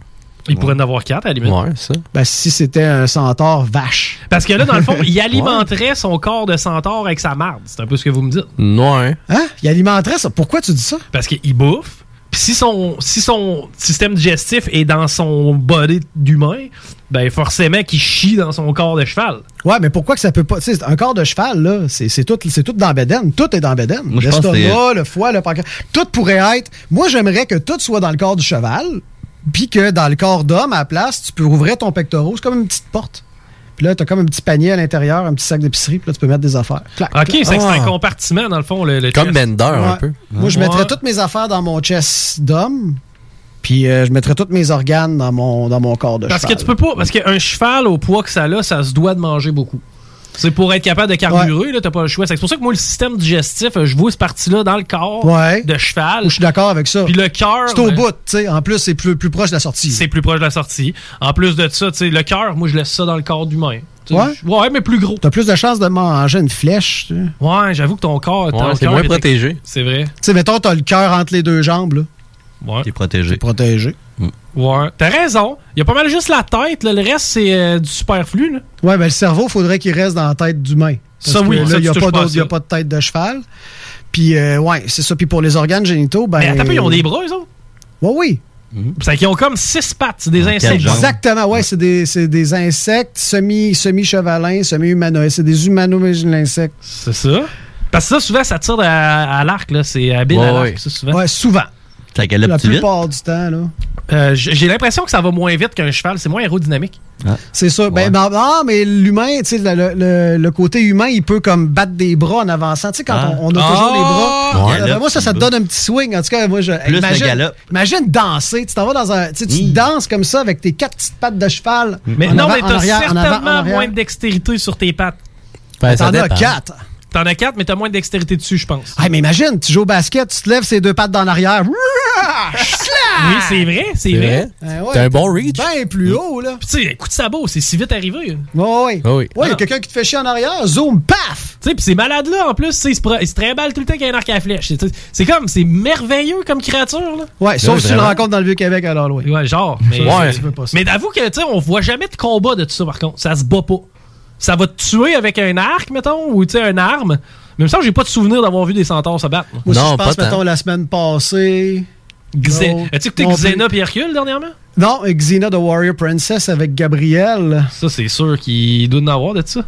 [SPEAKER 1] Il pourrait en avoir quatre à la limite.
[SPEAKER 30] Ouais, ça.
[SPEAKER 13] Ben, si c'était un centaure vache.
[SPEAKER 1] Parce que là, dans le fond,
[SPEAKER 30] [LAUGHS]
[SPEAKER 1] il alimenterait son corps de centaure avec sa marde. C'est un peu ce que vous me dites.
[SPEAKER 30] Ouais.
[SPEAKER 13] Hein? Il alimenterait ça. Pourquoi tu dis ça?
[SPEAKER 1] Parce qu'il bouffe. Puis si son, si son système digestif est dans son body d'humain, ben forcément qu'il chie dans son corps de cheval.
[SPEAKER 13] Ouais, mais pourquoi que ça peut pas. Tu sais, un corps de cheval, là, c'est c'est tout, c'est tout dans la bédaine. Tout est dans la bédaine.
[SPEAKER 29] je pense que
[SPEAKER 13] L'estomac, le foie, le pancréas. Tout pourrait être. Moi, j'aimerais que tout soit dans le corps du cheval, puis que dans le corps d'homme, à la place, tu peux ouvrir ton pectoral. C'est comme une petite porte. Puis là, t'as comme un petit panier à l'intérieur, un petit sac d'épicerie, puis là, tu peux mettre des affaires. Clac,
[SPEAKER 1] Ok,
[SPEAKER 13] clac.
[SPEAKER 1] c'est que c'est un
[SPEAKER 13] Ah.
[SPEAKER 1] compartiment dans le fond. Le, le
[SPEAKER 30] Comme
[SPEAKER 1] chest.
[SPEAKER 30] Bender, un
[SPEAKER 13] Ouais.
[SPEAKER 30] peu.
[SPEAKER 13] Moi, je
[SPEAKER 1] Ouais.
[SPEAKER 13] mettrais toutes mes affaires dans mon chest d'homme, puis euh, je mettrais tous mes organes dans mon, dans mon corps de
[SPEAKER 1] Parce que
[SPEAKER 13] cheval.
[SPEAKER 1] tu peux pas. Parce qu'un cheval, au poids que ça a, ça se doit de manger beaucoup. C'est pour être capable de carburer, là, t'as pas le choix. C'est pour ça que moi, le système digestif, euh, je vois cette partie-là dans le corps
[SPEAKER 13] Ouais.
[SPEAKER 1] de cheval.
[SPEAKER 13] Je suis d'accord avec ça.
[SPEAKER 1] Puis le cœur.
[SPEAKER 13] C'est au
[SPEAKER 1] ben,
[SPEAKER 13] bout, tu sais. En plus, c'est plus, plus proche de la sortie.
[SPEAKER 1] C'est plus proche de la sortie. En plus de ça, tu sais, le cœur, moi, je laisse ça dans le corps d'humain. Tu sais,
[SPEAKER 13] Ouais?
[SPEAKER 1] je- Ouais, mais plus gros.
[SPEAKER 13] T'as plus de chances de manger une flèche. Tu sais.
[SPEAKER 1] Ouais, j'avoue que ton corps. ton
[SPEAKER 30] Ouais, c'est
[SPEAKER 1] cœur
[SPEAKER 30] moins
[SPEAKER 1] est-
[SPEAKER 30] protégé.
[SPEAKER 1] C'est vrai.
[SPEAKER 13] Tu sais, mettons, t'as le cœur entre les deux jambes. Là.
[SPEAKER 1] Ouais.
[SPEAKER 30] T'es protégé. Mm.
[SPEAKER 13] protégé.
[SPEAKER 1] Ouais. T'as raison. Il y a pas mal juste la tête, là. le reste, c'est euh, du superflu. Là.
[SPEAKER 13] Ouais, ben le cerveau, faudrait qu'il reste dans la tête d'humain. Parce
[SPEAKER 1] Ça,
[SPEAKER 13] que
[SPEAKER 1] oui,
[SPEAKER 13] là,
[SPEAKER 1] ça,
[SPEAKER 13] il n'y a,
[SPEAKER 1] tu
[SPEAKER 13] pas
[SPEAKER 1] touches pas à
[SPEAKER 13] d'autre- il y a
[SPEAKER 1] ça.
[SPEAKER 13] pas de tête de cheval. Puis, euh, ouais, c'est ça. Puis pour les organes génitaux, ben.
[SPEAKER 1] Mais attends, un peu, ils ont des bras, eux autres.
[SPEAKER 13] Ouais, oui.
[SPEAKER 30] Mm.
[SPEAKER 1] C'est qu'ils ont comme six pattes, c'est des
[SPEAKER 30] Ah,
[SPEAKER 1] insectes.
[SPEAKER 13] Exactement, ouais, c'est des, c'est des insectes semi, semi-chevalins, semi-humanoïdes. C'est des humanoïdes insectes.
[SPEAKER 1] C'est ça. Parce que ça, souvent, ça tire à, à l'arc, là. C'est habile
[SPEAKER 13] Ouais,
[SPEAKER 1] à
[SPEAKER 13] ouais.
[SPEAKER 1] l'arc, ça, souvent.
[SPEAKER 13] Ouais, souvent.
[SPEAKER 29] Ça
[SPEAKER 13] La plupart du temps, là.
[SPEAKER 1] Euh, j- J'ai l'impression que ça va moins vite qu'un cheval. C'est moins aérodynamique.
[SPEAKER 13] C'est ça. Ben, ben, ah, mais l'humain, tu sais, le, le- le côté humain, il peut comme battre des bras en avançant. Tu sais, quand
[SPEAKER 1] Ah.
[SPEAKER 13] on, on a toujours les
[SPEAKER 1] Ah!
[SPEAKER 13] bras.
[SPEAKER 29] Ouais,
[SPEAKER 13] ben,
[SPEAKER 29] là,
[SPEAKER 13] moi, ça, ça te
[SPEAKER 29] tu vas.
[SPEAKER 13] donne un petit swing. En tout cas, moi, je.
[SPEAKER 29] Plus le
[SPEAKER 13] imagine,
[SPEAKER 29] galop.
[SPEAKER 13] imagine danser. Tu t'en vas dans un. Tu sais, tu danses comme ça avec tes quatre petites pattes de cheval.
[SPEAKER 1] Mais
[SPEAKER 13] En
[SPEAKER 1] non,
[SPEAKER 13] avant,
[SPEAKER 1] mais
[SPEAKER 13] en
[SPEAKER 1] t'as
[SPEAKER 13] arrière, en
[SPEAKER 1] certainement
[SPEAKER 13] avant, en arrière.
[SPEAKER 1] moins de dextérité sur tes pattes.
[SPEAKER 13] Ben, Mais ça t'en as dépend. quatre.
[SPEAKER 1] T'en as quatre, mais t'as moins de dextérité dessus, je pense.
[SPEAKER 13] Ah, mais imagine, tu joues au basket, tu te lèves ses deux pattes dans l'arrière.
[SPEAKER 1] Oui, c'est vrai, c'est
[SPEAKER 13] C'est
[SPEAKER 1] vrai.
[SPEAKER 13] vrai. Ah bah! ouais, T'as un bon reach. ben plus haut, là.
[SPEAKER 1] Puis tu sais, coup de sabot, c'est si vite arrivé.
[SPEAKER 13] Ouais,
[SPEAKER 30] Ah oui.
[SPEAKER 13] Ouais, il y a quelqu'un qui te fait chier en arrière, zoom, paf!
[SPEAKER 1] Tu sais, puis ces malades-là, en plus, tu sais, ils se, pre- ils se trimballent tout le temps avec un arc à flèche. C'est- C'est comme, c'est merveilleux comme créature, là.
[SPEAKER 13] Ouais, sauf
[SPEAKER 1] Oui,
[SPEAKER 13] si tu le
[SPEAKER 1] vraiment.
[SPEAKER 13] rencontres dans le Vieux-Québec, alors, ouais.
[SPEAKER 1] Ouais, genre. Mais, euh,
[SPEAKER 13] Ouais. Tu peux pas ça.
[SPEAKER 1] mais t'avoues que, tu sais, on voit jamais de combat de tout ça, par contre. Ça se bat pas. Ça va te tuer avec un arc, mettons, ou, tu sais, une arme. Même ça, j'ai pas de souvenir d'avoir vu des centaures se battre.
[SPEAKER 13] Moi, si je pense, mettons, la semaine passée.
[SPEAKER 1] Xé-
[SPEAKER 13] l'autre,
[SPEAKER 1] As-tu écouté
[SPEAKER 13] non plus.
[SPEAKER 1] Xena et Hercule dernièrement?
[SPEAKER 13] Non, et Xena the Warrior Princess avec Gabrielle.
[SPEAKER 1] Ça, c'est sûr qu'il doit en avoir de ça.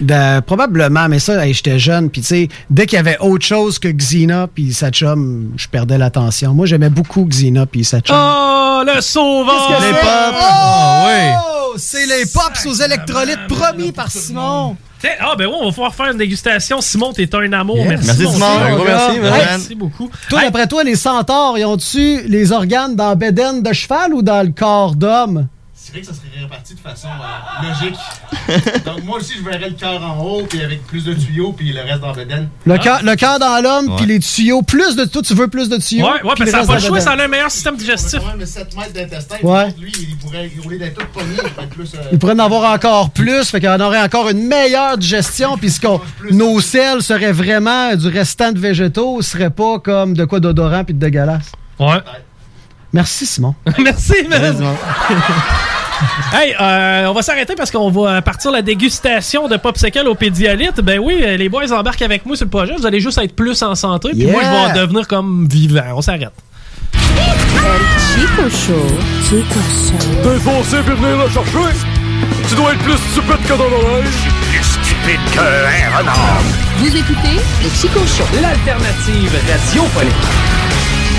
[SPEAKER 13] De- probablement, mais ça, hey, j'étais jeune. Puis, tu sais, dès qu'il y avait autre chose que Xena puis sa chum, je perdais l'attention. Moi, j'aimais beaucoup Xena puis sa chum.
[SPEAKER 1] Oh, le sauveur!
[SPEAKER 13] Qu'est-ce que c'est? Oh! Ah,
[SPEAKER 1] Oh,
[SPEAKER 13] C'est les pops aux électrolytes promis par Simon.
[SPEAKER 1] Tiens, Ah, ben oui, on va pouvoir faire une dégustation. Simon, t'es un amour.
[SPEAKER 13] Yes.
[SPEAKER 1] Merci,
[SPEAKER 13] Merci,
[SPEAKER 1] mon
[SPEAKER 13] Simon.
[SPEAKER 1] Simon.
[SPEAKER 13] Un gros Ah, merci,
[SPEAKER 1] Hey,
[SPEAKER 13] man.
[SPEAKER 1] Merci beaucoup.
[SPEAKER 13] Toi, d'après toi, les centaures, ils ont-tu les organes dans la bédaine de cheval ou dans le corps d'homme?
[SPEAKER 33] C'est vrai que ça serait réparti de façon euh, logique. Donc moi aussi, je verrais le cœur en haut, puis avec plus de tuyaux, puis le reste dans la bedaine.
[SPEAKER 1] Ah.
[SPEAKER 13] Le cœur le cœur dans l'homme, puis les tuyaux, plus de tout, tu veux plus de
[SPEAKER 1] Ouais,
[SPEAKER 13] tuyaux?
[SPEAKER 1] ouais,
[SPEAKER 13] puis
[SPEAKER 1] parce que ça
[SPEAKER 13] reste
[SPEAKER 1] n'a pas le
[SPEAKER 13] dans la
[SPEAKER 1] choix, ça
[SPEAKER 13] bédaine.
[SPEAKER 1] a un meilleur système digestif.
[SPEAKER 33] Le 7 mètres d'intestin,
[SPEAKER 13] Ouais.
[SPEAKER 33] lui, il pourrait rouler dans tout pogné, il pourrait être plus... euh,
[SPEAKER 13] Il pourrait en avoir encore plus, fait qu'il en aurait encore une meilleure digestion, puisque nos sels seraient vraiment du restant de végétaux, seraient pas comme de quoi d'odorant puis de dégueulasse.
[SPEAKER 1] Ouais.
[SPEAKER 13] Merci Simon.
[SPEAKER 1] [LAUGHS] Merci, man. [LAUGHS] Hey, euh, on va s'arrêter parce qu'on va partir la dégustation de Popsicle au Pédialyte. Ben oui, euh, les boys embarquent avec moi sur le projet. Vous allez juste être plus en santé. Puis
[SPEAKER 2] Yeah.
[SPEAKER 1] moi, je vais en devenir comme vivant. On s'arrête.
[SPEAKER 2] Chico Show. Chico Show.
[SPEAKER 6] T'es foncé puis venir le chercher? Tu dois être plus stupide que dans l'oreille. Plus stupide que un renard.
[SPEAKER 25] Vous écoutez le Chico Show.
[SPEAKER 1] L'alternative radiophonique.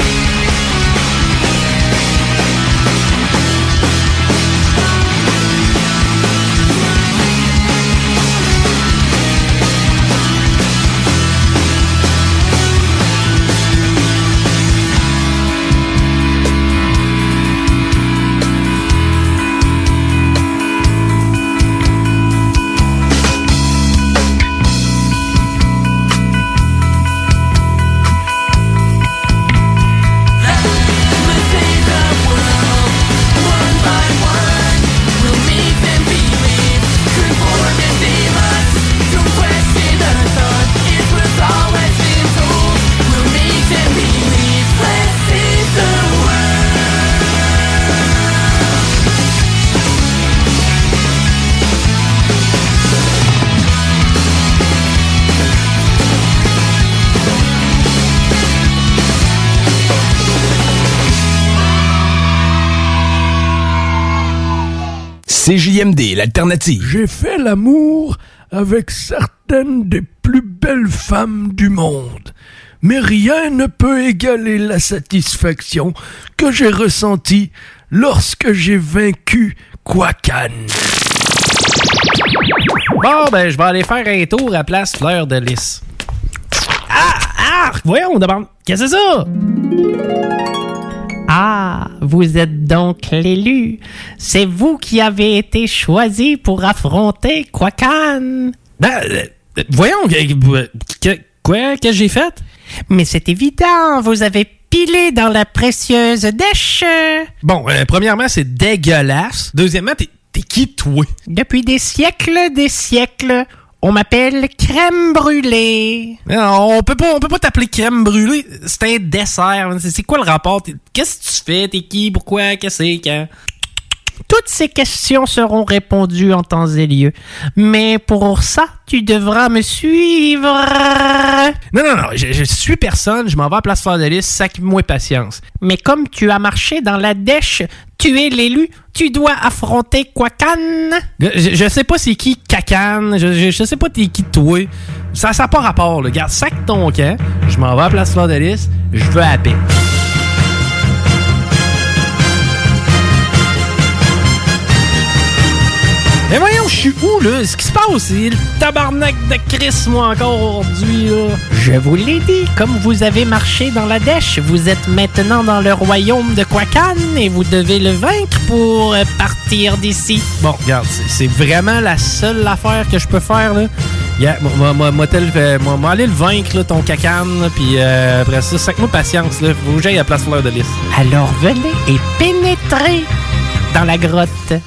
[SPEAKER 34] CJMD, l'alternative.
[SPEAKER 8] J'ai fait l'amour avec certaines des plus belles femmes du monde. Mais rien ne peut égaler la satisfaction que j'ai ressentie lorsque j'ai vaincu Quakan.
[SPEAKER 1] Bon, ben, je vais aller faire un tour à place Fleur de Lys. Ah! Ah! Voyons, on demande. Qu'est-ce que c'est ça?
[SPEAKER 28] Ah, vous êtes donc l'élu. C'est vous qui avez été choisi pour affronter Quakan.
[SPEAKER 1] Ben, voyons, Euh, quoi? Qu'est-ce que j'ai fait?
[SPEAKER 28] Mais c'est évident, vous avez pilé dans la précieuse dèche.
[SPEAKER 1] Bon, euh, premièrement, c'est dégueulasse. Deuxièmement, t'es t'es qui, toi?
[SPEAKER 28] Depuis des siècles, des siècles, on m'appelle crème brûlée.
[SPEAKER 1] Non, on peut pas, on peut pas t'appeler crème brûlée. C'est un dessert. C'est- C'est quoi le rapport? T'es- Qu'est-ce que tu fais? T'es qui? Pourquoi? Qu'est-ce que c'est? Quand?
[SPEAKER 28] Toutes ces questions seront répondues en temps et lieu. Mais pour ça, tu devras me suivre.
[SPEAKER 1] Non, non, non, je, je suis personne, je m'en vais à Place Fleur de Lys, sac-moi patience.
[SPEAKER 28] Mais comme tu as marché dans la dèche, tu es l'élu, tu dois affronter Quakan.
[SPEAKER 1] Je, je sais pas c'est qui cacane, je, je, je sais pas t'es qui toi. Ça n'a pas rapport, là. Garde, sac ton camp, je m'en vais à Place Fleur de Lys, je veux la paix. Mais voyons, je suis où, là? Ce qui se passe, c'est le tabarnak de Chris, moi, encore aujourd'hui, là.
[SPEAKER 28] Je vous l'ai dit, comme vous avez marché dans la dèche, vous êtes maintenant dans le royaume de Quakan et vous devez le vaincre pour euh, partir d'ici.
[SPEAKER 1] Bon, regarde, c'est- c'est vraiment la seule affaire que je peux faire, là. Yeah, moi- moi, moi, moi, tel- euh, moi, moi, aller le vaincre, là, ton cacane, là, puis euh, après ça, sac-moi patience, là. Faut que j'aille à Place Fleur de Lys.
[SPEAKER 28] Alors venez et pénétrez dans la grotte.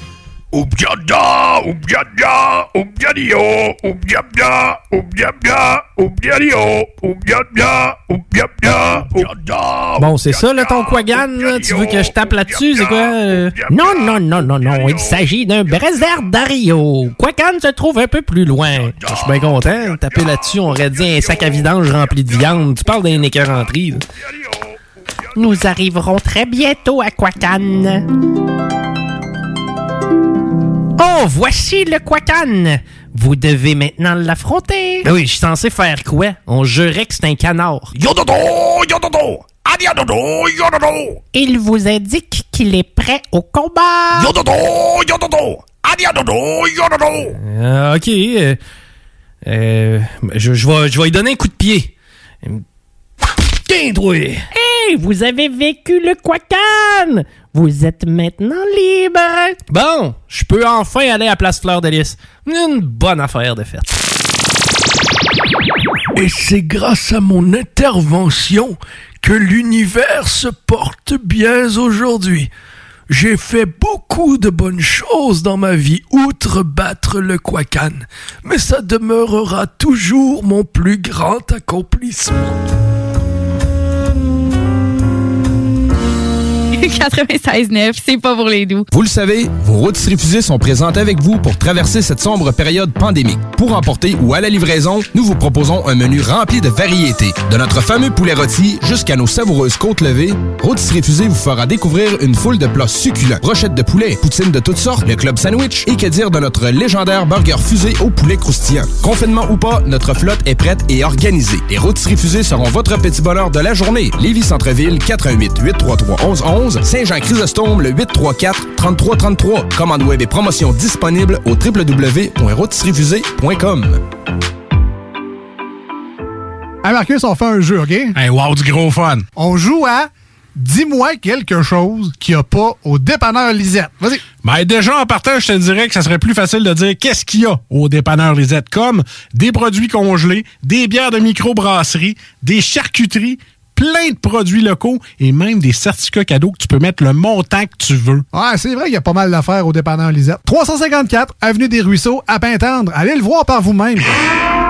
[SPEAKER 3] Oubiada, oubiada, oubiadio, oubiada, oubiada, oubiadio, oubiada, oubiada, oubiada.
[SPEAKER 1] Bon, c'est ça, là, ton quagan, là? Tu veux que je tape là-dessus, c'est quoi? euh?
[SPEAKER 28] Non, non, non, non, non, il s'agit d'un Dario. Quakan se trouve un peu plus loin.
[SPEAKER 1] Je suis bien content. Taper là-dessus, on aurait dit un sac à vidange rempli de viande. Tu parles d'un écœur entrée, là.
[SPEAKER 28] Nous arriverons très bientôt à Quacan. Oh, voici le Quacan. Vous devez maintenant l'affronter.
[SPEAKER 1] Ben oui, je suis censé faire quoi? On jurait que c'est un canard.
[SPEAKER 3] Yododo, yododo, adiadodo, yododo,
[SPEAKER 28] Il vous indique qu'il est prêt au combat.
[SPEAKER 3] yododo, yododo, adiadodo, yododo.
[SPEAKER 1] Euh, ok. euh, euh, je, je vais, je vais lui donner un coup
[SPEAKER 30] [LAUGHS]
[SPEAKER 1] de pied. Tiens, toi!
[SPEAKER 28] Hey, vous avez vécu le Quacan. Vous êtes maintenant libre.
[SPEAKER 1] Bon, je peux enfin aller à Place Fleur de Lys. Une bonne affaire de fête.
[SPEAKER 8] Et c'est grâce à mon intervention que l'univers se porte bien aujourd'hui. J'ai fait beaucoup de bonnes choses dans ma vie, outre battre le Quacan, mais ça demeurera toujours mon plus grand accomplissement.
[SPEAKER 35] 96.9, c'est pas pour les doux.
[SPEAKER 24] Vous le savez, vos rôtisseries fusées sont présentes avec vous pour traverser cette sombre période pandémique. Pour emporter ou à la livraison, nous vous proposons un menu rempli de variétés. De notre fameux poulet rôti jusqu'à nos savoureuses côtes levées, Rôtisserie Fusée vous fera découvrir une foule de plats succulents. Rochettes de poulet, poutines de toutes sortes, le club sandwich et que dire de notre légendaire burger fusée au poulet croustillant. Confinement ou pas, notre flotte est prête et organisée. Les Rôtisseries Fusées seront votre petit bonheur de la journée. Lévis Centreville, 418 833 1111, Saint-Jean-Chrysostome, le 834 3333. Commande web et promotion disponible au www.rôtisseriefusée.com.
[SPEAKER 26] Hey Marcus, on fait un jeu, OK? Hey, wow, du gros fun! On joue à Dis-moi quelque chose qu'il n'y a pas au dépanneur Lisette. Vas-y.
[SPEAKER 27] Ben déjà, en partage, je te dirais que ça serait plus facile de dire qu'est-ce qu'il y a au dépanneur Lisette, comme des produits congelés, des bières de microbrasserie, des charcuteries, plein de produits locaux et même des certificats cadeaux que tu peux mettre le montant que tu veux.
[SPEAKER 26] Ouais, c'est vrai qu'il y a pas mal d'affaires
[SPEAKER 33] [LAUGHS]
[SPEAKER 26] au dépanneur Lisette. 354 Avenue des Ruisseaux, à Pintendre. Allez le voir par vous-même.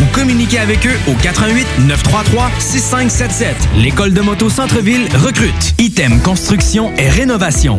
[SPEAKER 7] ou communiquez avec eux au 88 933 6577. L'école de moto Centre-ville recrute. Item Construction et Rénovation.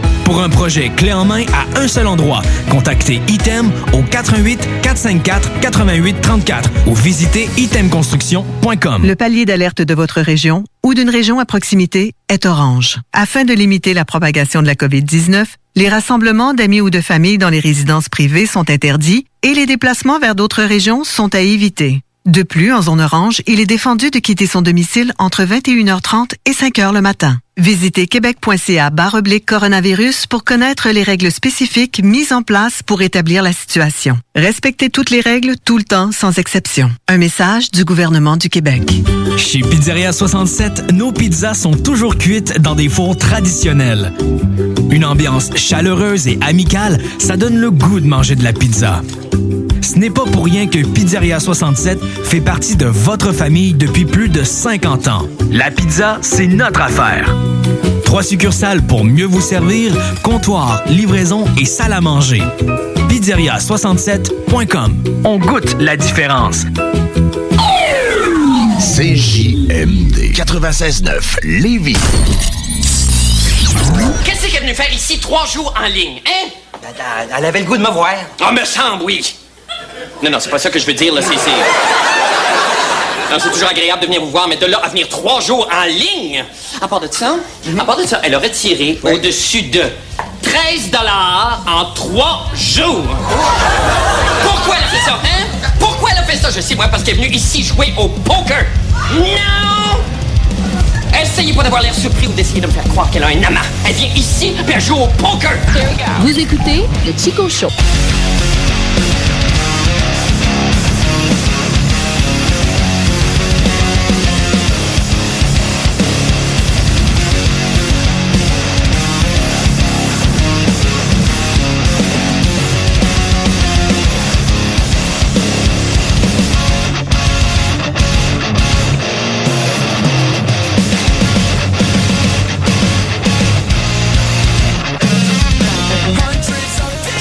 [SPEAKER 7] Pour un projet clé en main à un seul endroit, contactez Item au 88 454 88 34 ou visitez itemconstruction.com.
[SPEAKER 36] Le palier d'alerte de votre région ou d'une région à proximité est orange. Afin de limiter la propagation de la COVID-19, les rassemblements d'amis ou de familles dans les résidences privées sont interdits et les déplacements vers d'autres régions sont à éviter. De plus, en zone orange, il est défendu de quitter son domicile entre 21h30 et 5h le matin. Visitez québec.ca baroblique coronavirus pour connaître les règles spécifiques mises en place pour établir la situation. Respectez toutes les règles tout le temps sans exception. Un message du gouvernement du Québec.
[SPEAKER 7] Chez Pizzeria 67, nos pizzas sont toujours cuites dans des fours traditionnels. Une ambiance chaleureuse et amicale, ça donne le goût de manger de la pizza. Ce n'est pas pour rien que Pizzeria 67 fait partie de votre famille depuis plus de 50 ans. La pizza, c'est notre affaire. Trois succursales pour mieux vous servir, comptoir, livraison et salle à manger. Pizzeria67.com. On goûte la différence.
[SPEAKER 12] CJMD 96.9 Lévis.
[SPEAKER 3] Qu'est-ce qu'elle est venue faire ici trois jours en ligne, hein?
[SPEAKER 12] Elle avait le goût de me voir.
[SPEAKER 3] Ah, me semble, oui. Non, non, c'est pas ça que je veux dire, là, c'est... c'est- Non, c'est toujours agréable de venir vous voir, mais de là à venir trois jours en ligne, à part de ça, à part de ça, elle a retiré au-dessus de 13 dollars en trois jours. Pourquoi elle a fait ça, hein? Pourquoi elle a fait ça? Je sais, moi, parce qu'elle est venue ici jouer au poker. Non! Essayez pas d'avoir l'air surpris ou d'essayer de me faire croire qu'elle a un amas. Elle vient ici, puis elle joue au poker.
[SPEAKER 25] Vous écoutez le Chico Show.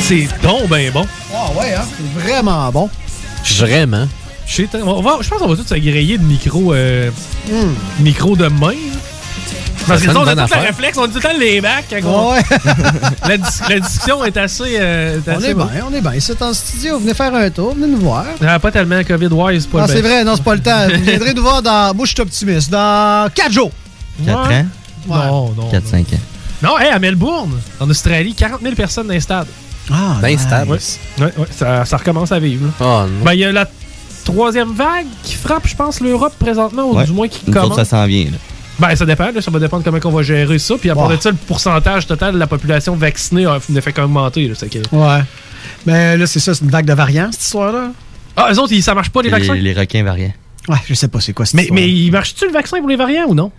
[SPEAKER 1] C'est donc ben bon.
[SPEAKER 13] Ah ouais, hein? C'est vraiment bon.
[SPEAKER 1] Vraiment. Je sais, on va- je pense qu'on va tous s'agréer de micro, euh,
[SPEAKER 13] Hmm.
[SPEAKER 1] micro de main. là. Parce que
[SPEAKER 13] Ça
[SPEAKER 1] sinon,
[SPEAKER 13] serait une
[SPEAKER 1] on a tout
[SPEAKER 13] bonne
[SPEAKER 1] le
[SPEAKER 13] affaire.
[SPEAKER 1] réflexe, on a tout le temps les bacs. quand on-
[SPEAKER 13] Ouais.
[SPEAKER 1] [LAUGHS] la, dis- la discussion est assez. euh, est
[SPEAKER 13] On
[SPEAKER 1] assez
[SPEAKER 13] est
[SPEAKER 1] bonne.
[SPEAKER 13] bien, on est bien. C'est en studio, venez faire un tour, venez nous voir.
[SPEAKER 1] Ah, pas tellement COVID-wise, pas
[SPEAKER 13] Non,
[SPEAKER 1] le
[SPEAKER 13] Ah, c'est
[SPEAKER 1] best.
[SPEAKER 13] vrai, non, c'est pas le temps. Vous viendrez nous voir dans. Moi, je suis optimiste. Dans 4 jours.
[SPEAKER 29] Quatre
[SPEAKER 1] Ouais.
[SPEAKER 29] ans?
[SPEAKER 1] Non, non.
[SPEAKER 29] 4-5 ans.
[SPEAKER 1] Non, hey, à Melbourne, en Australie, 40 000 personnes dans les stades.
[SPEAKER 13] Ah,
[SPEAKER 29] Dans les nice. stades. Ah,
[SPEAKER 1] Ouais, ouais, ouais, ça, ça recommence à vivre. là. Ben, il y a la troisième vague qui frappe, je pense, l'Europe présentement, ou
[SPEAKER 29] Ouais.
[SPEAKER 1] du moins qui
[SPEAKER 29] Nous autres,
[SPEAKER 1] commence.
[SPEAKER 29] ça s'en vient. là.
[SPEAKER 1] Ben, ça dépend, là, ça va dépendre comment on va gérer ça. Puis à part
[SPEAKER 13] Ouais.
[SPEAKER 1] de ça, le pourcentage total de la population vaccinée a- ne fait qu'augmenter. là, c'est que-
[SPEAKER 13] Ouais. Mais là, c'est ça, c'est une vague de variants, cette histoire-là.
[SPEAKER 1] Ah, eux autres, ils- ça marche pas les vaccins?
[SPEAKER 29] Les, les requins variants.
[SPEAKER 13] Ouais, je sais pas c'est quoi cette
[SPEAKER 1] Mais, mais il marche-tu le vaccin pour les variants ou non?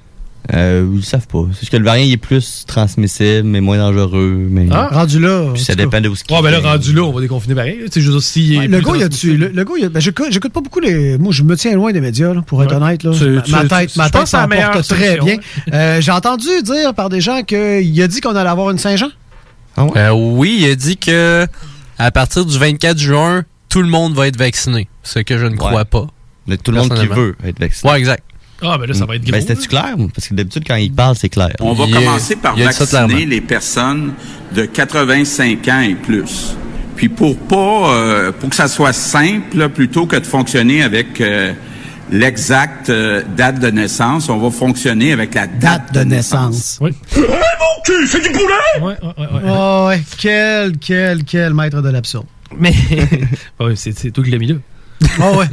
[SPEAKER 29] Euh, ils le savent pas. C'est juste que le variant il est plus transmissible, mais moins dangereux. Mais...
[SPEAKER 1] Ah, rendu
[SPEAKER 13] là.
[SPEAKER 29] Puis ça dépend de où ce qu'il
[SPEAKER 1] Ouais, ben là,
[SPEAKER 29] est.
[SPEAKER 1] rendu là, on va déconfiner pareil. là. C'est juste aussi.
[SPEAKER 13] Ouais, Ah, le gars, il a tu. Le, le gars, il a- ben, j'écoute, j'écoute pas beaucoup les. Moi, je me tiens loin des médias, là, pour être honnête. Là.
[SPEAKER 1] Tu-
[SPEAKER 13] ma,
[SPEAKER 1] tu-
[SPEAKER 13] ma
[SPEAKER 1] tu-
[SPEAKER 13] tête,
[SPEAKER 1] tu-
[SPEAKER 13] ma
[SPEAKER 1] je
[SPEAKER 13] tête
[SPEAKER 1] pense que c'est la
[SPEAKER 13] s'en
[SPEAKER 1] meilleure
[SPEAKER 13] porte très
[SPEAKER 1] solution,
[SPEAKER 13] bien. Euh, j'ai entendu dire par des gens qu'il a dit qu'on allait avoir une Saint-Jean. Ah
[SPEAKER 30] Euh, oui, il a dit que à partir du 24 juin, tout le monde va être vacciné. Ce que je ne crois pas.
[SPEAKER 29] Mais tout le monde qui
[SPEAKER 30] Personnellement.
[SPEAKER 29] veut être vacciné.
[SPEAKER 30] Ouais, exact.
[SPEAKER 1] Ah, ben là, ça va être
[SPEAKER 29] Ben, c'était-tu clair? Parce que d'habitude, quand il parle, c'est clair.
[SPEAKER 6] On va
[SPEAKER 29] Il-
[SPEAKER 6] commencer par
[SPEAKER 29] il a dit ça clairement.
[SPEAKER 6] vacciner les personnes de 85 ans et plus. Puis pour pas, euh, pour que ça soit simple, là, plutôt que de fonctionner avec euh,
[SPEAKER 12] l'exacte euh, date de naissance. On va fonctionner avec la date de naissance.
[SPEAKER 13] Oui.
[SPEAKER 12] mon cul, c'est du poulet!
[SPEAKER 1] Ouais, ouais, ouais.
[SPEAKER 13] Oh, ouais. Quel, quel, quel maître de l'absurde.
[SPEAKER 1] Mais. Ouais, c'est c'est toi qui
[SPEAKER 13] [LAUGHS]
[SPEAKER 1] l'as mis là.
[SPEAKER 13] Oh, ouais.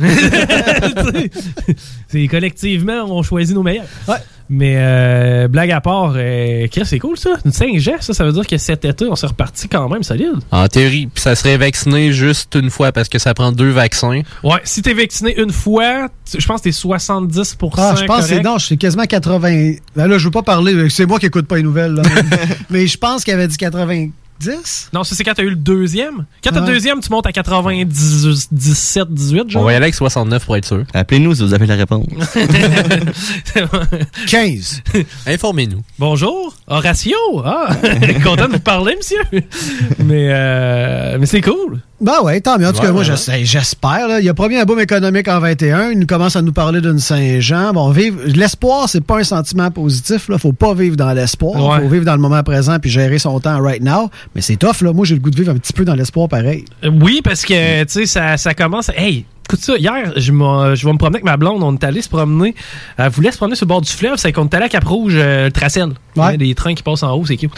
[SPEAKER 1] [LAUGHS] c'est collectivement, on choisit nos meilleurs. Mais euh, blague à part, euh, Chris, c'est cool ça. Une 5 gestes, ça, ça veut dire que cet été, on s'est reparti quand même solide.
[SPEAKER 30] En théorie, puis ça serait vacciné juste une fois parce que ça prend deux vaccins.
[SPEAKER 1] Ouais, si t'es vacciné une fois, tu- je pense que t'es 70
[SPEAKER 13] [LAUGHS] Ah, je pense que c'est
[SPEAKER 1] correct.
[SPEAKER 13] non, c'est quasiment 80. Ben là, je veux pas parler, c'est moi qui écoute pas les
[SPEAKER 12] [LAUGHS]
[SPEAKER 13] nouvelles. là. Mais je pense qu'il avait dit 90.
[SPEAKER 1] Non, ça c'est quand t'as eu le deuxième. Quand t'as le
[SPEAKER 13] Ah.
[SPEAKER 1] deuxième, tu montes à 97, 18, genre.
[SPEAKER 30] On va y
[SPEAKER 1] [LAUGHS]
[SPEAKER 30] aller avec 69 pour être sûr.
[SPEAKER 29] Appelez-nous si vous avez la réponse.
[SPEAKER 13] 15.
[SPEAKER 30] Informez-nous.
[SPEAKER 1] Bonjour, Horatio. Ah, [LAUGHS] content de vous parler, monsieur. Mais, euh, mais c'est cool.
[SPEAKER 13] Ben ouais, tant mieux. En tout
[SPEAKER 1] Ouais,
[SPEAKER 13] cas, moi,
[SPEAKER 1] ouais,
[SPEAKER 13] je
[SPEAKER 1] ouais.
[SPEAKER 13] sais, j'espère. là. Il a promis un boom économique en 21. Il nous commence à nous parler d'une Saint-Jean. Bon, vivre. L'espoir, c'est pas un sentiment positif. Là. Faut pas vivre dans l'espoir.
[SPEAKER 1] Ouais.
[SPEAKER 13] Faut vivre dans le moment présent puis gérer son temps right now. Mais c'est tough, là. Moi, j'ai le goût de vivre un petit peu dans l'espoir pareil.
[SPEAKER 1] Euh, Oui, parce que, tu sais, ça, ça commence. Hey, écoute ça, hier, je, m'en- je vais me promener avec ma blonde. On est allé se promener. Elle voulait se promener sur le bord du fleuve. C'est qu'on est allé à Cap-Rouge, euh, le Tracel. Il y a des trains qui passent en haut, c'est cute.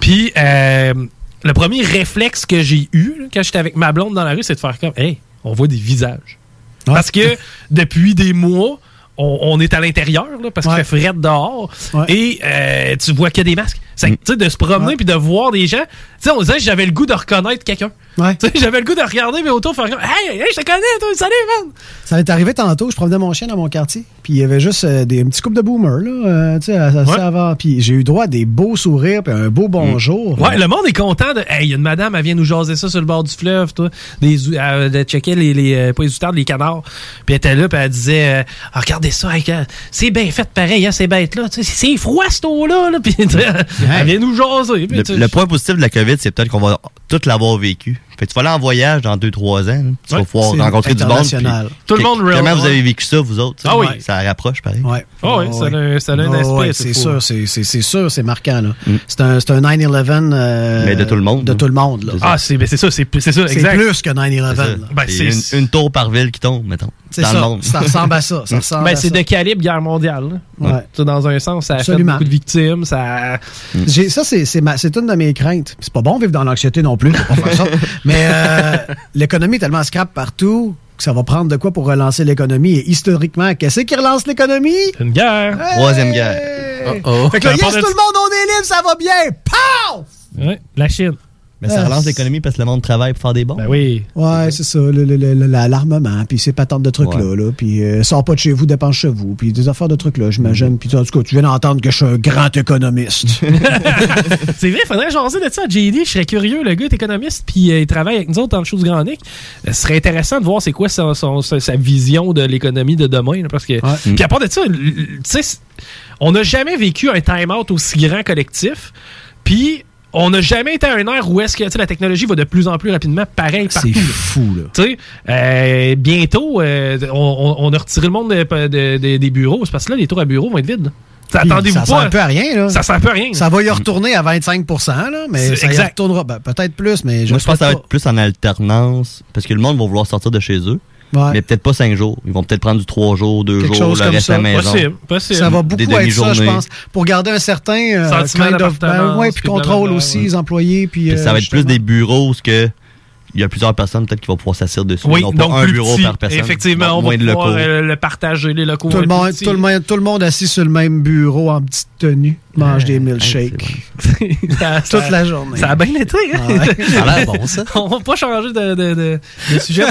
[SPEAKER 1] Puis, euh, le premier réflexe que j'ai eu là, quand j'étais avec ma blonde dans la rue, c'est de faire comme, hey, on voit des visages. Parce que depuis des mois, on, on est à l'intérieur, là, parce qu'il fait fret dehors. Et euh, tu vois que des masques. C'est que, tu sais, de se promener puis de voir des gens. Tu sais, on disait que j'avais le goût de reconnaître quelqu'un. Tu sais, J'avais le goût de regarder, mais autour, faire comme Hey, hey, je te connais, toi, salut, man!
[SPEAKER 13] Ça m'est arrivé tantôt, je promenais mon chien dans mon quartier, puis il y avait juste euh, des, un petit couple de boomers, là, euh, tu sais, à- à- ça avant. Puis j'ai eu droit à des beaux sourires, puis un beau bonjour.
[SPEAKER 1] Ouais, le monde est content de. Hey, il y a une madame, elle vient nous jaser ça sur le bord du fleuve, toi. Des, zou- elle, elle checkait les, les, euh, Pas les outardes, les canards. Puis elle était là, puis elle disait euh, Ah, Regardez ça, hey, quand- c'est bien fait pareil, hein, ces bêtes-là. Tu sais, C'est c'est froid, ce eau-là, là. Puis tu sais, elle vient nous jaser. puis
[SPEAKER 29] Le,
[SPEAKER 1] tu sais,
[SPEAKER 29] le point positif de la COVID, c'est peut-être qu'on va tout l'avoir vécu. Fait que tu vas aller en voyage dans 2-3 ans. là. Tu vas
[SPEAKER 1] Ouais.
[SPEAKER 29] pouvoir
[SPEAKER 1] C'est
[SPEAKER 29] rencontrer du monde.
[SPEAKER 1] international.
[SPEAKER 29] puis-
[SPEAKER 1] Tout le monde
[SPEAKER 29] Comment
[SPEAKER 1] real,
[SPEAKER 29] vous
[SPEAKER 1] ouais.
[SPEAKER 29] avez vécu ça, vous autres? tu sais?
[SPEAKER 1] Ah oui.
[SPEAKER 29] Ça rapproche, pareil.
[SPEAKER 13] Ouais.
[SPEAKER 1] Ah oui,
[SPEAKER 13] Ah
[SPEAKER 1] ça a un- ça a un
[SPEAKER 13] Ah
[SPEAKER 1] aspect,
[SPEAKER 13] ouais,
[SPEAKER 1] c'est
[SPEAKER 13] c'est
[SPEAKER 1] fou. hein.
[SPEAKER 13] sûr, c'est c'est- c'est sûr, c'est marquant. là. C'est un, c'est un 9-11. euh,
[SPEAKER 29] Mm. Mais de tout le monde,
[SPEAKER 13] De tout le monde. là.
[SPEAKER 1] Ah, c'est ben, c'est ça, c'est c'est ça,
[SPEAKER 13] C'est
[SPEAKER 1] exact.
[SPEAKER 13] plus que 9-11.
[SPEAKER 29] C'est ça.
[SPEAKER 13] là.
[SPEAKER 1] Ben,
[SPEAKER 29] C'est
[SPEAKER 1] c'est-
[SPEAKER 29] une, une tour par ville qui tombe, mettons.
[SPEAKER 13] C'est
[SPEAKER 29] dans
[SPEAKER 13] ça.
[SPEAKER 29] le monde.
[SPEAKER 13] Ça ressemble à ça.
[SPEAKER 29] [LAUGHS]
[SPEAKER 13] Ça ressemble
[SPEAKER 1] Ben,
[SPEAKER 13] à
[SPEAKER 1] c'est
[SPEAKER 13] ça.
[SPEAKER 1] de calibre guerre mondiale. là.
[SPEAKER 13] Ouais.
[SPEAKER 1] Tu sais, Dans un sens, ça a fait
[SPEAKER 13] Absolument.
[SPEAKER 1] beaucoup de victimes. Ça...
[SPEAKER 29] Mm.
[SPEAKER 13] J'ai- Ça, c'est c'est ma- c'est une de mes craintes. C'est pas bon vivre dans l'anxiété non plus. faut pas
[SPEAKER 29] [LAUGHS]
[SPEAKER 13] faire ça. Mais euh, l'économie est tellement scrap partout que ça va prendre de quoi pour relancer l'économie. Et historiquement, qu'est-ce qui relance l'économie?
[SPEAKER 1] Une guerre.
[SPEAKER 29] Troisième
[SPEAKER 13] Euh.
[SPEAKER 29] guerre.
[SPEAKER 1] Oh,
[SPEAKER 13] Fait que là, yes, tout le monde, on est libre, ça va bien! Pow!
[SPEAKER 1] Ouais, la Chine.
[SPEAKER 29] Mais
[SPEAKER 13] Ah,
[SPEAKER 29] ça relance l'économie parce que le monde travaille pour faire des bons.
[SPEAKER 1] Ben oui.
[SPEAKER 13] Ouais, c'est ça, le- le- le- la- l'armement, puis ces patentes de trucs-là, là, puis euh, sors pas de chez vous, dépense chez vous, puis des affaires de trucs-là,
[SPEAKER 29] Mm-hmm.
[SPEAKER 13] j'imagine. Puis en tout cas, tu viens d'entendre que je suis un grand
[SPEAKER 29] [LAUGHS]
[SPEAKER 13] économiste.
[SPEAKER 1] [LAUGHS] C'est vrai, faudrait jaser de ça à JD. Je serais curieux. Le gars est économiste, puis euh, il travaille avec nous autres dans le show du Grand Nick. Euh, Ce serait intéressant de voir c'est quoi son- son- sa, sa vision de l'économie de demain. là, parce que, Puis à part de ça, l- l- tu sais, c- on n'a jamais vécu un time-out aussi grand collectif. Puis on n'a jamais été à un ère où est-ce que tu sais, la technologie va de plus en plus rapidement, pareil partout.
[SPEAKER 13] C'est fou, là.
[SPEAKER 1] Tu sais, euh, bientôt, euh, on, on- on a retiré le monde de- de- de- des bureaux. C'est parce que là, les tours à bureaux vont être vides. là.
[SPEAKER 13] Puis
[SPEAKER 1] Attendez-vous
[SPEAKER 13] ça
[SPEAKER 1] pas.
[SPEAKER 13] sert un peu à rien, là.
[SPEAKER 1] Ça sert un peu à rien.
[SPEAKER 13] Ça va y retourner à 25 là, mais
[SPEAKER 29] C'est
[SPEAKER 13] ça y
[SPEAKER 29] exact.
[SPEAKER 13] retournera ben, peut-être plus, mais je
[SPEAKER 29] Moi, je pense que ça va
[SPEAKER 13] sais pas.
[SPEAKER 29] être plus en alternance parce que le monde va vouloir sortir de chez eux.
[SPEAKER 13] Ouais.
[SPEAKER 29] Mais peut-être pas cinq jours. Ils vont peut-être prendre du trois jours, deux
[SPEAKER 13] Quelque
[SPEAKER 29] jours,
[SPEAKER 13] chose
[SPEAKER 29] le
[SPEAKER 13] comme
[SPEAKER 29] reste
[SPEAKER 13] ça.
[SPEAKER 29] à la maison.
[SPEAKER 13] Ça va beaucoup être ça, je pense. Pour garder un certain euh,
[SPEAKER 1] Sentiment
[SPEAKER 13] kind of- ben,
[SPEAKER 1] d'appartenance,
[SPEAKER 13] ouais, puis
[SPEAKER 1] puis
[SPEAKER 13] contrôle
[SPEAKER 1] blablabla,
[SPEAKER 13] aussi,
[SPEAKER 1] ouais.
[SPEAKER 13] les employés. Puis,
[SPEAKER 29] Puis
[SPEAKER 13] euh,
[SPEAKER 29] ça va être plus des bureaux parce que il y a plusieurs personnes peut-être qui vont pouvoir s'asseoir dessus.
[SPEAKER 1] Oui,
[SPEAKER 29] non pas
[SPEAKER 1] donc
[SPEAKER 29] un
[SPEAKER 1] plus
[SPEAKER 29] bureau
[SPEAKER 1] petit.
[SPEAKER 29] par personne.
[SPEAKER 1] Effectivement,
[SPEAKER 29] donc
[SPEAKER 1] on
[SPEAKER 29] moins
[SPEAKER 1] va
[SPEAKER 29] de locaux.
[SPEAKER 1] pouvoir euh, le partager, les locaux.
[SPEAKER 13] Tout
[SPEAKER 1] vont
[SPEAKER 13] le,
[SPEAKER 1] être
[SPEAKER 13] monde,
[SPEAKER 1] petits.
[SPEAKER 13] tout, le monde, tout le monde assis sur le même bureau en petite tenue, mange des milkshakes.
[SPEAKER 1] [LAUGHS] Ça-
[SPEAKER 13] Toute
[SPEAKER 1] ça-
[SPEAKER 13] la journée.
[SPEAKER 1] Ça a bien été. hein?
[SPEAKER 13] Ah
[SPEAKER 1] [LAUGHS]
[SPEAKER 13] ouais. Ça a l'air bon, ça.
[SPEAKER 1] On va pas changer de, de- de- de sujet.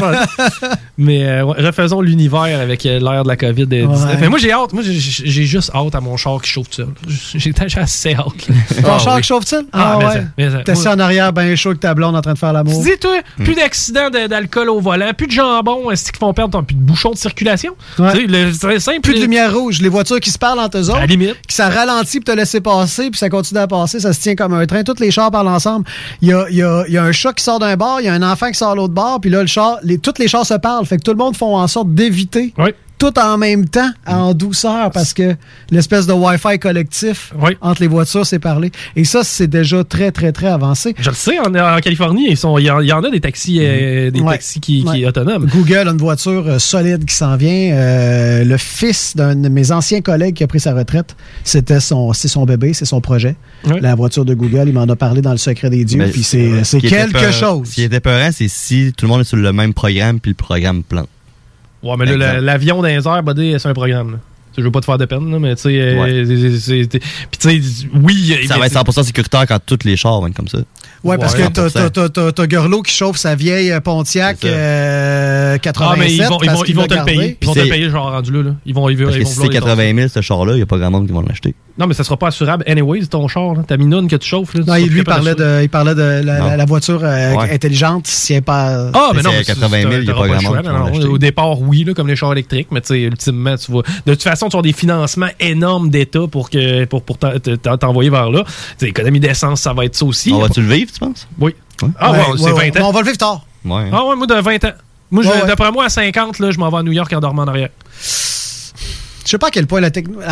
[SPEAKER 1] mais euh, ouais, refaisons l'univers avec euh, l'ère de la COVID-19.
[SPEAKER 13] Ouais.
[SPEAKER 1] Mais moi, j'ai hâte. Moi, j'ai- j'ai j'ai juste hâte à mon char qui chauffe tout seul. [LAUGHS] J'ai j'ai déjà assez hâte. là.
[SPEAKER 13] Ton
[SPEAKER 1] Ah
[SPEAKER 13] char
[SPEAKER 1] oui.
[SPEAKER 13] qui chauffe-t-il? Ah,
[SPEAKER 1] Ah, mais ça- mais ça-
[SPEAKER 13] ouais. T'es assis
[SPEAKER 1] moi-
[SPEAKER 13] en arrière, ben chaud que ta blonde en train de faire
[SPEAKER 1] Tu
[SPEAKER 13] l'amour.
[SPEAKER 1] dis, toi, plus d'accidents de- d'alcool au volant, plus de jambon, est-ce qu'ils font perdre ton- plus de bouchons de circulation? Tu sais, le- c'est simple.
[SPEAKER 13] Plus de lumière rouge, les voitures qui se parlent entre eux autres.
[SPEAKER 1] limite.
[SPEAKER 13] Qui ça ralentit pour te laisser passer, puis ça continue à passer, ça se tient comme un train. Tous les chars parlent ensemble. Il y a, il y a- il y a un chat qui sort d'un bar, il y a un enfant qui sort de l'autre bar, puis là, le char, les, tous les chars se parlent. Fait que tout le monde font en sorte d'éviter tout en même temps, en douceur, parce que l'espèce de Wi-Fi collectif entre les voitures, c'est parlé. Et ça, c'est déjà très, très, très avancé.
[SPEAKER 1] Je le sais, en, en Californie, ils sont- il y, en- il y en a des taxis, euh, des
[SPEAKER 13] Ouais.
[SPEAKER 1] taxis qui, qui
[SPEAKER 13] Ouais.
[SPEAKER 1] est autonome.
[SPEAKER 13] Google a une voiture euh, solide qui s'en vient. Euh, le fils d'un de mes anciens collègues qui a pris sa retraite, c'était son, c'est son bébé, c'est son projet. La voiture de Google, il m'en a parlé dans le secret des dieux.
[SPEAKER 29] Mais
[SPEAKER 13] Puis c'est, c'est
[SPEAKER 29] ce qui était
[SPEAKER 13] quelque
[SPEAKER 29] peur-
[SPEAKER 13] chose.
[SPEAKER 29] Ce qui était peurant, c'est si tout le monde est sur le même programme, puis le programme plante.
[SPEAKER 1] Ouais, mais là, la- l'avion dans les airs, buddy, c'est un programme. là. Tu sais, Je veux pas te faire de peine, là, mais tu sais. euh, c'est- c'est- c'est- Puis tu sais, oui.
[SPEAKER 29] Ça
[SPEAKER 1] mais-
[SPEAKER 29] va être 100% sécuritaire quand tous les chars vont être comme ça.
[SPEAKER 13] Ouais, parce que t'as-
[SPEAKER 29] 100%.
[SPEAKER 13] t'as- t'as- t'as t'as Gurlot qui chauffe sa vieille euh, Pontiac
[SPEAKER 29] C'est ça.
[SPEAKER 13] euh, 87.
[SPEAKER 1] Ah, mais ils vont, ils
[SPEAKER 13] parce
[SPEAKER 1] vont,
[SPEAKER 13] qu'il
[SPEAKER 1] ils vont
[SPEAKER 13] l'a
[SPEAKER 1] te le
[SPEAKER 13] gardé.
[SPEAKER 1] payer. Ils vont
[SPEAKER 29] Puis
[SPEAKER 1] te le
[SPEAKER 29] c'est-
[SPEAKER 1] payer, genre rendu là. là. Ils vont, ils vont,
[SPEAKER 29] Parce
[SPEAKER 1] ils
[SPEAKER 29] que
[SPEAKER 1] vont
[SPEAKER 29] si
[SPEAKER 1] vouloir
[SPEAKER 29] c'est
[SPEAKER 1] les torcher.
[SPEAKER 29] 80 000, ce char-là, il n'y a pas grand monde qui va l'acheter.
[SPEAKER 1] Non, mais ça sera pas assurable. Anyways, ton char, là, ta minoune que tu chauffes. Là,
[SPEAKER 13] Non, il, lui, il parlait de, il parlait de la,
[SPEAKER 1] Non.
[SPEAKER 13] la- la voiture euh,
[SPEAKER 1] Ouais.
[SPEAKER 13] intelligente, si elle est pas.
[SPEAKER 1] Ah, mais non, mais c'est- c'est- t'auras le choix, mais non, Au départ, oui, là, comme les chars électriques, mais tu sais, ultimement, tu vas. De toute façon, tu as des financements énormes d'État pour, que- pour, pour t'en- t'en- t'envoyer vers là. Tu sais, économie d'essence, ça va être ça aussi.
[SPEAKER 29] On va-tu le vivre, tu penses?
[SPEAKER 1] Oui. Ah, ouais,
[SPEAKER 29] Ouais,
[SPEAKER 1] c'est
[SPEAKER 29] ouais,
[SPEAKER 1] 20
[SPEAKER 29] ouais.
[SPEAKER 1] ans.
[SPEAKER 13] On va le vivre tard.
[SPEAKER 29] Ouais. hein.
[SPEAKER 1] Ah, ouais, moi, de 20 ans. Moi, je-
[SPEAKER 13] Ouais, ouais.
[SPEAKER 1] d'après moi, à 50, là, je m'en vais à New York en dormant en arrière.
[SPEAKER 13] Je sais pas à quel point la technologie.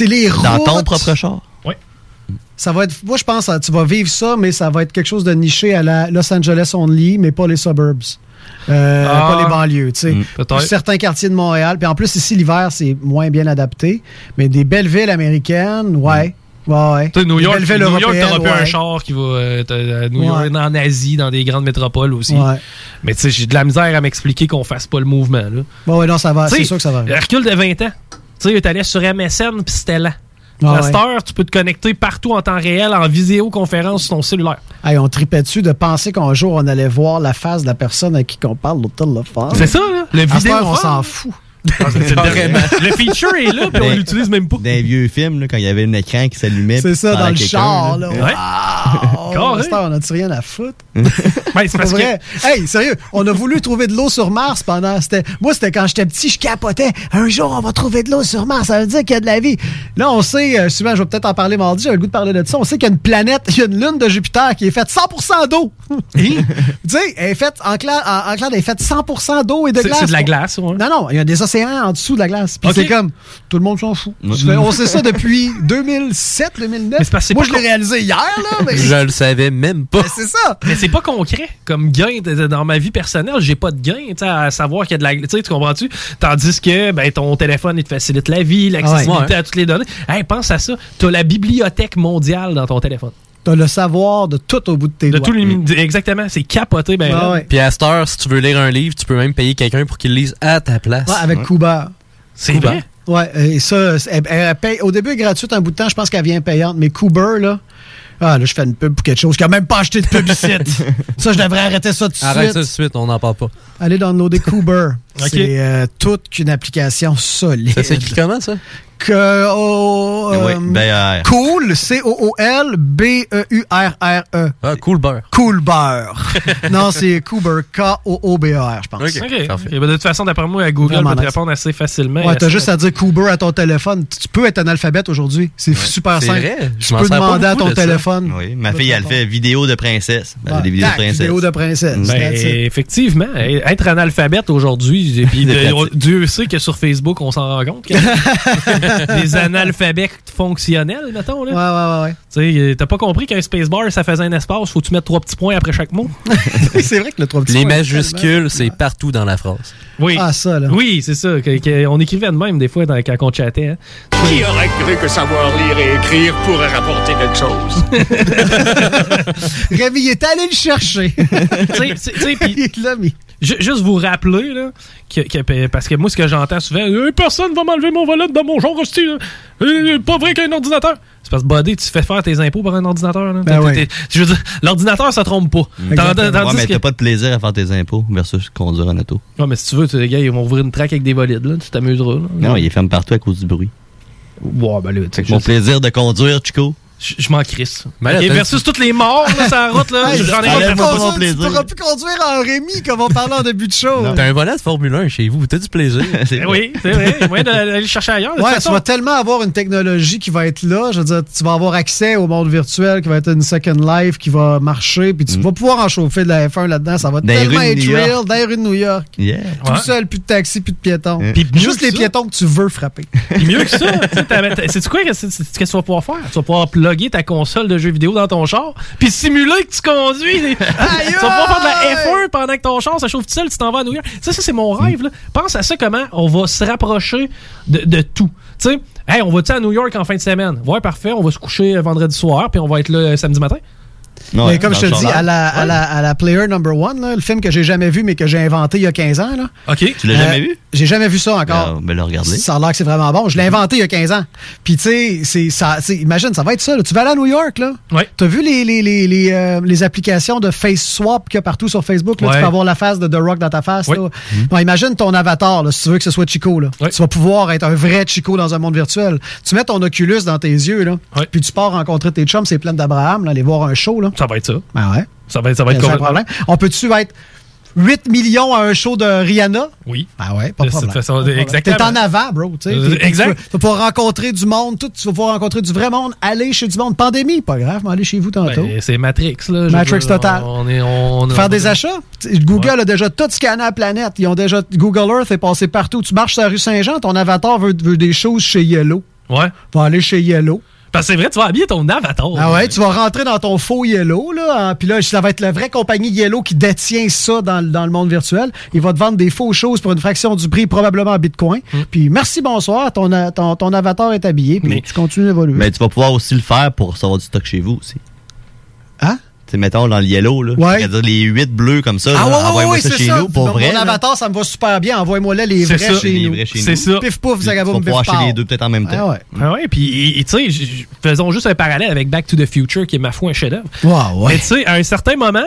[SPEAKER 13] les routes.
[SPEAKER 29] Dans ton propre char.
[SPEAKER 13] Ça va être. Moi, je pense que tu vas vivre ça, mais ça va être quelque chose de niché à la Los Angeles only, mais pas les suburbs. Euh,
[SPEAKER 1] Ah.
[SPEAKER 13] Pas les banlieues, tu sais.
[SPEAKER 1] Mm, peut-être.
[SPEAKER 13] Certains quartiers de Montréal. Puis en plus, ici, l'hiver, c'est moins bien adapté. Mais des belles villes américaines, ouais.
[SPEAKER 29] Mm.
[SPEAKER 13] Ouais, ouais.
[SPEAKER 1] Tu sais, New
[SPEAKER 13] Des
[SPEAKER 1] York,
[SPEAKER 13] belles villes
[SPEAKER 1] New York,
[SPEAKER 13] européennes,
[SPEAKER 1] t'auras plus
[SPEAKER 13] ouais.
[SPEAKER 1] un char qui va euh, t'as- à New York,
[SPEAKER 13] Ouais.
[SPEAKER 1] en Asie, dans des grandes métropoles aussi.
[SPEAKER 13] Ouais.
[SPEAKER 1] Mais tu sais, j'ai de la misère à m'expliquer qu'on fasse pas le mouvement. Là.
[SPEAKER 13] Ouais, ouais, non, ça va.
[SPEAKER 1] Tu sais, euh,
[SPEAKER 13] C'est sûr que ça va.
[SPEAKER 1] Le recul de 20 ans. Tu sais, t'allais sur MSN puis c'était là.
[SPEAKER 13] Ah
[SPEAKER 1] à
[SPEAKER 13] ouais.
[SPEAKER 1] cette heure, tu peux te connecter partout en temps réel, en visioconférence sur ton cellulaire.
[SPEAKER 13] Hey, on tripait dessus de penser qu'un jour, on allait voir la face de la personne à qui qu'on parle au téléphone.
[SPEAKER 1] C'est ça, là. Le
[SPEAKER 13] À cette
[SPEAKER 1] vidéo Ah.
[SPEAKER 13] heure, on
[SPEAKER 1] phone.
[SPEAKER 13] s'en fout.
[SPEAKER 1] C'est le dernier. [LAUGHS] Le feature est là, puis on
[SPEAKER 29] Dans-
[SPEAKER 1] l'utilise même pas.
[SPEAKER 29] Dans les vieux films, là, quand il y avait un écran qui s'allumait.
[SPEAKER 13] C'est ça,
[SPEAKER 29] pendant
[SPEAKER 13] dans le
[SPEAKER 29] quelqu'un,
[SPEAKER 13] char, là. Ah,
[SPEAKER 29] Ouais.
[SPEAKER 13] Wow!
[SPEAKER 29] Carré.
[SPEAKER 13] À cette heure, Oh, on a-tu rien à foutre?
[SPEAKER 1] Ouais, Ben, c'est parce
[SPEAKER 13] Pour
[SPEAKER 1] que-
[SPEAKER 13] vrai. Hey, sérieux, on a voulu trouver de l'eau sur Mars pendant. C'était, moi, c'était quand j'étais petit, je capotais. Un jour, on va trouver de l'eau sur Mars. Ça veut dire qu'il y a de la vie. Là, on sait, euh, souvent, je vais peut-être en parler mardi, j'ai le goût de parler de ça. On sait qu'il y a une planète, il y a une lune de Jupiter qui est faite 100 d'eau. [LAUGHS] tu sais, elle est faite, en clair, en, en clair, elle est faite 100 d'eau et de
[SPEAKER 1] C'est-
[SPEAKER 13] glace.
[SPEAKER 1] c'est de la glace, ouais.
[SPEAKER 13] Non, non, il y a des océans en dessous de la glace. Puis
[SPEAKER 1] Ok.
[SPEAKER 13] c'est comme, tout le monde s'en fout.
[SPEAKER 30] Ouais.
[SPEAKER 13] Je fais, on sait ça depuis 2007, 2009.
[SPEAKER 1] parce que c'est
[SPEAKER 13] Moi,
[SPEAKER 1] pas
[SPEAKER 13] je l'ai
[SPEAKER 1] con-
[SPEAKER 13] réalisé hier, là,
[SPEAKER 1] [LAUGHS]
[SPEAKER 13] mais.
[SPEAKER 30] Je le savais même pas.
[SPEAKER 13] C'est ça.
[SPEAKER 1] Mais c'est pas concret comme gain. T'sais, Dans ma vie personnelle, j'ai pas de gain t'sais, à savoir qu'il y a de la tu sais, Tu comprends-tu? Tandis que ben, ton téléphone, il te facilite la vie, l'accessibilité
[SPEAKER 13] Ouais.
[SPEAKER 1] à toutes les données. Hey, pense à ça. T'as la bibliothèque mondiale dans ton téléphone.
[SPEAKER 13] T'as le savoir de tout au bout de tes
[SPEAKER 1] De
[SPEAKER 13] doigts. Mm.
[SPEAKER 1] tous les min- Exactement. C'est
[SPEAKER 13] Eh
[SPEAKER 1] capoté.
[SPEAKER 13] Ah
[SPEAKER 1] Ben, là.
[SPEAKER 30] Puis à cette heure, si tu veux lire un livre, tu peux même payer quelqu'un pour qu'il le lise à ta place.
[SPEAKER 13] Ouais, avec Kuba.
[SPEAKER 1] C'est
[SPEAKER 30] Kuba.
[SPEAKER 1] vrai?
[SPEAKER 13] Ouais, euh, et ça, euh, elle, elle paye, au début, elle est gratuite un bout de temps, je pense qu'elle vient payante, mais Cooper, là, ah, là, je fais une pub pour quelque chose qui a même pas acheté de
[SPEAKER 1] [LAUGHS]
[SPEAKER 13] publicité.
[SPEAKER 30] [LAUGHS]
[SPEAKER 13] ça, je devrais arrêter ça tout de
[SPEAKER 30] Arrête ça
[SPEAKER 13] suite.
[SPEAKER 30] tout de suite, on n'en parle pas.
[SPEAKER 13] Allez downloader Cooper.
[SPEAKER 30] Ok.
[SPEAKER 13] C'est euh, toute qu'une application solide.
[SPEAKER 30] Ça s'écrit comment, ça? Eh
[SPEAKER 13] Que, oh,
[SPEAKER 29] Ouais,
[SPEAKER 13] euh,
[SPEAKER 29] ben, euh,
[SPEAKER 13] Cool, E C-O-O-L-B-E-U-R-R-E.
[SPEAKER 30] Ah, cool beurre.
[SPEAKER 13] E. Cool beurre. non, c'est Cooper, K-O-O-B-E-R, E je pense.
[SPEAKER 1] Ok. Et ben, de toute façon, d'après moi, à Google
[SPEAKER 13] Vraiment
[SPEAKER 1] peut te
[SPEAKER 13] nice.
[SPEAKER 1] répondre assez facilement.
[SPEAKER 13] Ouais, t'as juste à dire Cooper à ton téléphone. Tu tu peux être analphabète aujourd'hui. C'est super
[SPEAKER 29] C'est
[SPEAKER 13] simple.
[SPEAKER 29] vrai.
[SPEAKER 13] Tu
[SPEAKER 29] Je m'en
[SPEAKER 13] peux
[SPEAKER 29] sers pas
[SPEAKER 13] demander à
[SPEAKER 29] beaucoup
[SPEAKER 13] ton
[SPEAKER 29] de ça.
[SPEAKER 13] téléphone.
[SPEAKER 29] Oui, ma fille, elle fait vidéo de princesse. Elle a des vidéos de
[SPEAKER 13] Tac,
[SPEAKER 29] princesse.
[SPEAKER 13] vidéo de princesse.
[SPEAKER 29] Mm.
[SPEAKER 1] Ben,
[SPEAKER 13] That's it.
[SPEAKER 1] effectivement, hein, être analphabète aujourd'hui, et puis
[SPEAKER 29] C'est
[SPEAKER 1] de-
[SPEAKER 29] pratique.
[SPEAKER 1] [LAUGHS] Dieu sait que sur Facebook, on s'en rend
[SPEAKER 13] [LAUGHS]
[SPEAKER 1] compte. que- des analphabètes fonctionnels, mettons. Là.
[SPEAKER 13] Ouais, ouais, ouais.
[SPEAKER 1] Tu sais, t'as pas compris qu'un spacebar, ça faisait un espace, faut que tu mettes trois petits points après
[SPEAKER 13] [LAUGHS]
[SPEAKER 1] chaque mot?
[SPEAKER 13] c'est vrai que le trois
[SPEAKER 30] Les majuscules, c'est partout dans la phrase.
[SPEAKER 1] Oui.
[SPEAKER 13] Ah, ça, là.
[SPEAKER 1] Oui, c'est ça. que- que- on écrivait de même des fois dans- quand on chattait. hein.
[SPEAKER 6] Qui aurait cru que savoir lire et écrire pourrait rapporter quelque chose?
[SPEAKER 13] Rémi est allé le
[SPEAKER 1] [LAUGHS]
[SPEAKER 13] chercher.
[SPEAKER 1] T'sais, t'sais, t'sais, puis-
[SPEAKER 13] Il l'a mis.
[SPEAKER 1] Ju- Juste vous rappeler, là, que, que- parce que moi, ce que j'entends souvent, euh, personne va m'enlever mon volant dans mon genre hostile. Euh, pas vrai qu'un ordinateur. C'est parce que, Buddy, tu fais faire tes impôts par un ordinateur. là.
[SPEAKER 29] Ben
[SPEAKER 1] T'es-
[SPEAKER 29] ouais.
[SPEAKER 1] t'es- je veux dire, l'ordinateur, ça trompe pas. Tand-
[SPEAKER 29] Ouais,
[SPEAKER 1] Tandis
[SPEAKER 29] mais
[SPEAKER 1] que-
[SPEAKER 29] t'as pas de plaisir à faire tes impôts versus conduire en auto.
[SPEAKER 1] Ouais, mais si tu veux, tu- les gars, ils vont ouvrir une traque avec des volides, là, tu t'amuseras. là.
[SPEAKER 29] Non, il est ferme partout à cause du bruit.
[SPEAKER 1] Ouais, ben là, tu sais,
[SPEAKER 29] Mon
[SPEAKER 1] je-
[SPEAKER 29] plaisir de conduire, Chico,
[SPEAKER 1] Je je m'en crisse.
[SPEAKER 30] Ben là,
[SPEAKER 1] Ok,
[SPEAKER 30] t'as-
[SPEAKER 1] versus toutes les morts, là, sur la
[SPEAKER 13] [LAUGHS]
[SPEAKER 1] route, là, j'en ai rien à
[SPEAKER 13] Tu
[SPEAKER 1] foutre.
[SPEAKER 13] pourras- Tu pourras plus conduire en Rémi comme on parlait en début de show.
[SPEAKER 30] T'as un volant de Formule 1 chez vous, t'as du plaisir.
[SPEAKER 1] Ben Oui, [LAUGHS] c'est vrai. Il y a moyen d'aller le chercher ailleurs. de toute
[SPEAKER 13] Ouais, tu
[SPEAKER 1] façon.
[SPEAKER 13] vas tellement avoir une technologie qui va être là. Je veux dire, tu vas avoir accès au monde virtuel qui va être une Second Life qui va marcher. Puis tu vas pouvoir en chauffer de la F1 là-dedans. Ça va
[SPEAKER 29] Mm. Dans les
[SPEAKER 13] tellement
[SPEAKER 29] rues de
[SPEAKER 13] être
[SPEAKER 29] New
[SPEAKER 13] real
[SPEAKER 29] York.
[SPEAKER 13] dans les rues de New York.
[SPEAKER 29] Yeah.
[SPEAKER 13] Tout seul, plus de taxi, plus de piétons.
[SPEAKER 29] Hein.
[SPEAKER 13] Puis
[SPEAKER 29] Puis
[SPEAKER 13] juste les piétons que tu veux frapper.
[SPEAKER 1] Puis mieux que ça, tu sais, t'as- t'as- sais-tu quoi que c'est- c'est- qu'est-ce que tu vas pouvoir faire? Tu vas pouvoir plugger ta console de jeux vidéo dans ton char, puis simuler que tu conduis. tu vas pouvoir faire de la F1 pendant que ton char se chauffe tout seul, tu t'en vas à New York. Ça, ça c'est mon rêve. Là. Pense à ça, comment on va se rapprocher de, de tout. Tu sais, hey, on va-tu à New York en fin de semaine? Ouais, parfait, on va se coucher euh, vendredi soir, puis on va être là euh, samedi matin.
[SPEAKER 13] mais comme je te le dis, à la, à, la, à la Player Number One, là, le film que j'ai jamais vu, mais que j'ai inventé il y a 15 ans. Là,
[SPEAKER 1] OK.
[SPEAKER 29] Tu l'as
[SPEAKER 13] Euh,
[SPEAKER 29] jamais vu?
[SPEAKER 13] J'ai jamais vu ça encore.
[SPEAKER 29] Ben, ben le regarder.
[SPEAKER 13] Ça a l'air que c'est vraiment bon. Je l'ai inventé il y a 15 ans. Puis, tu sais, c'est- ça- c'est- imagine, ça va être ça. là. Tu vas aller à New York, là.
[SPEAKER 1] Ouais.
[SPEAKER 13] Tu as vu les, les, les, les, euh, les applications de face swap qu'il y a partout sur Facebook. Là,
[SPEAKER 1] Ouais.
[SPEAKER 13] Tu peux avoir la face de The Rock dans ta face.
[SPEAKER 1] Ouais.
[SPEAKER 13] là. Bon, imagine ton avatar, là, si tu veux que ce soit Chico. Là. Tu vas pouvoir être un vrai Chico dans un monde virtuel. Tu mets ton Oculus dans tes yeux, là. Puis tu pars rencontrer tes chums, c'est plein d'Abraham, là, aller voir un show. Là.
[SPEAKER 1] Ça va être ça.
[SPEAKER 13] Ben ouais.
[SPEAKER 1] Ça va être, ça va être
[SPEAKER 13] C'est un
[SPEAKER 1] complètement-
[SPEAKER 13] problème. On peut-tu être 8 millions à un show de Rihanna?
[SPEAKER 1] Oui.
[SPEAKER 13] Ah ouais, pas de
[SPEAKER 1] cette
[SPEAKER 13] problème.
[SPEAKER 1] façon,
[SPEAKER 13] Pas de problème.
[SPEAKER 1] exactement.
[SPEAKER 13] T'es en avant, bro. tu sais.
[SPEAKER 1] Euh,
[SPEAKER 13] T'es- t'es-
[SPEAKER 1] exact.
[SPEAKER 13] Tu vas- tu vas pouvoir rencontrer du monde, tout, tu vas pouvoir rencontrer du vrai monde, aller chez du monde. Pandémie, pas grave, mais aller chez vous tantôt.
[SPEAKER 1] Ben, c'est Matrix. Là, je
[SPEAKER 13] Matrix
[SPEAKER 1] veux-
[SPEAKER 13] total.
[SPEAKER 1] On est, on,
[SPEAKER 13] Faire
[SPEAKER 1] on-
[SPEAKER 13] des achats. Tu- Google a déjà tout scanné à la planète. Ils ont déjà Google Earth est passé partout. Tu marches sur la rue Saint-Jean, ton avatar veut, veut des choses chez Yellow.
[SPEAKER 1] Ouais.
[SPEAKER 13] Va aller chez Yellow.
[SPEAKER 1] Parce que c'est vrai, tu vas habiller ton avatar.
[SPEAKER 13] Ah ouais, tu vas rentrer dans ton faux Yellow, là. hein, Puis là, ça va être la vraie compagnie Yellow qui détient ça dans, le- dans le monde virtuel. Il va te vendre des fausses choses pour une fraction du prix, probablement en Bitcoin. Puis merci, bonsoir. Ton, a- ton, ton avatar est habillé, puis tu continues d'évoluer.
[SPEAKER 29] Hmm. Mais tu vas pouvoir aussi le faire pour recevoir du stock chez vous aussi.
[SPEAKER 13] Hein?
[SPEAKER 29] Tu sais, mettons dans le yellow, là.
[SPEAKER 13] Ouais.
[SPEAKER 29] C'est-à-dire les 8 bleus comme ça. là,
[SPEAKER 13] Ah ouais, ouais,
[SPEAKER 29] envoyez-moi
[SPEAKER 13] ouais,
[SPEAKER 29] ça
[SPEAKER 13] c'est
[SPEAKER 29] chez
[SPEAKER 13] ça.
[SPEAKER 29] nous pour
[SPEAKER 13] Mon-
[SPEAKER 29] vrai.
[SPEAKER 13] Mon
[SPEAKER 29] là.
[SPEAKER 13] avatar, ça me va super bien. Envoyez-moi là les
[SPEAKER 29] C'est
[SPEAKER 13] vrais
[SPEAKER 29] ça.
[SPEAKER 13] chez
[SPEAKER 29] Les
[SPEAKER 13] nous.
[SPEAKER 29] vrais chez
[SPEAKER 1] nous.
[SPEAKER 13] Pif pouf,
[SPEAKER 29] Tu vas
[SPEAKER 13] zagaboum,
[SPEAKER 29] pouvoir
[SPEAKER 13] pif,
[SPEAKER 29] acheter
[SPEAKER 13] pow.
[SPEAKER 29] les deux peut-être en même
[SPEAKER 13] Ah
[SPEAKER 29] temps.
[SPEAKER 13] ouais.
[SPEAKER 1] Ah ouais, puis et- et tu sais, j- j- faisons juste un parallèle avec Back to the Future, qui est ma foi un chef-d'œuvre.
[SPEAKER 13] Wow, ouais.
[SPEAKER 1] Mais tu sais, à un certain moment.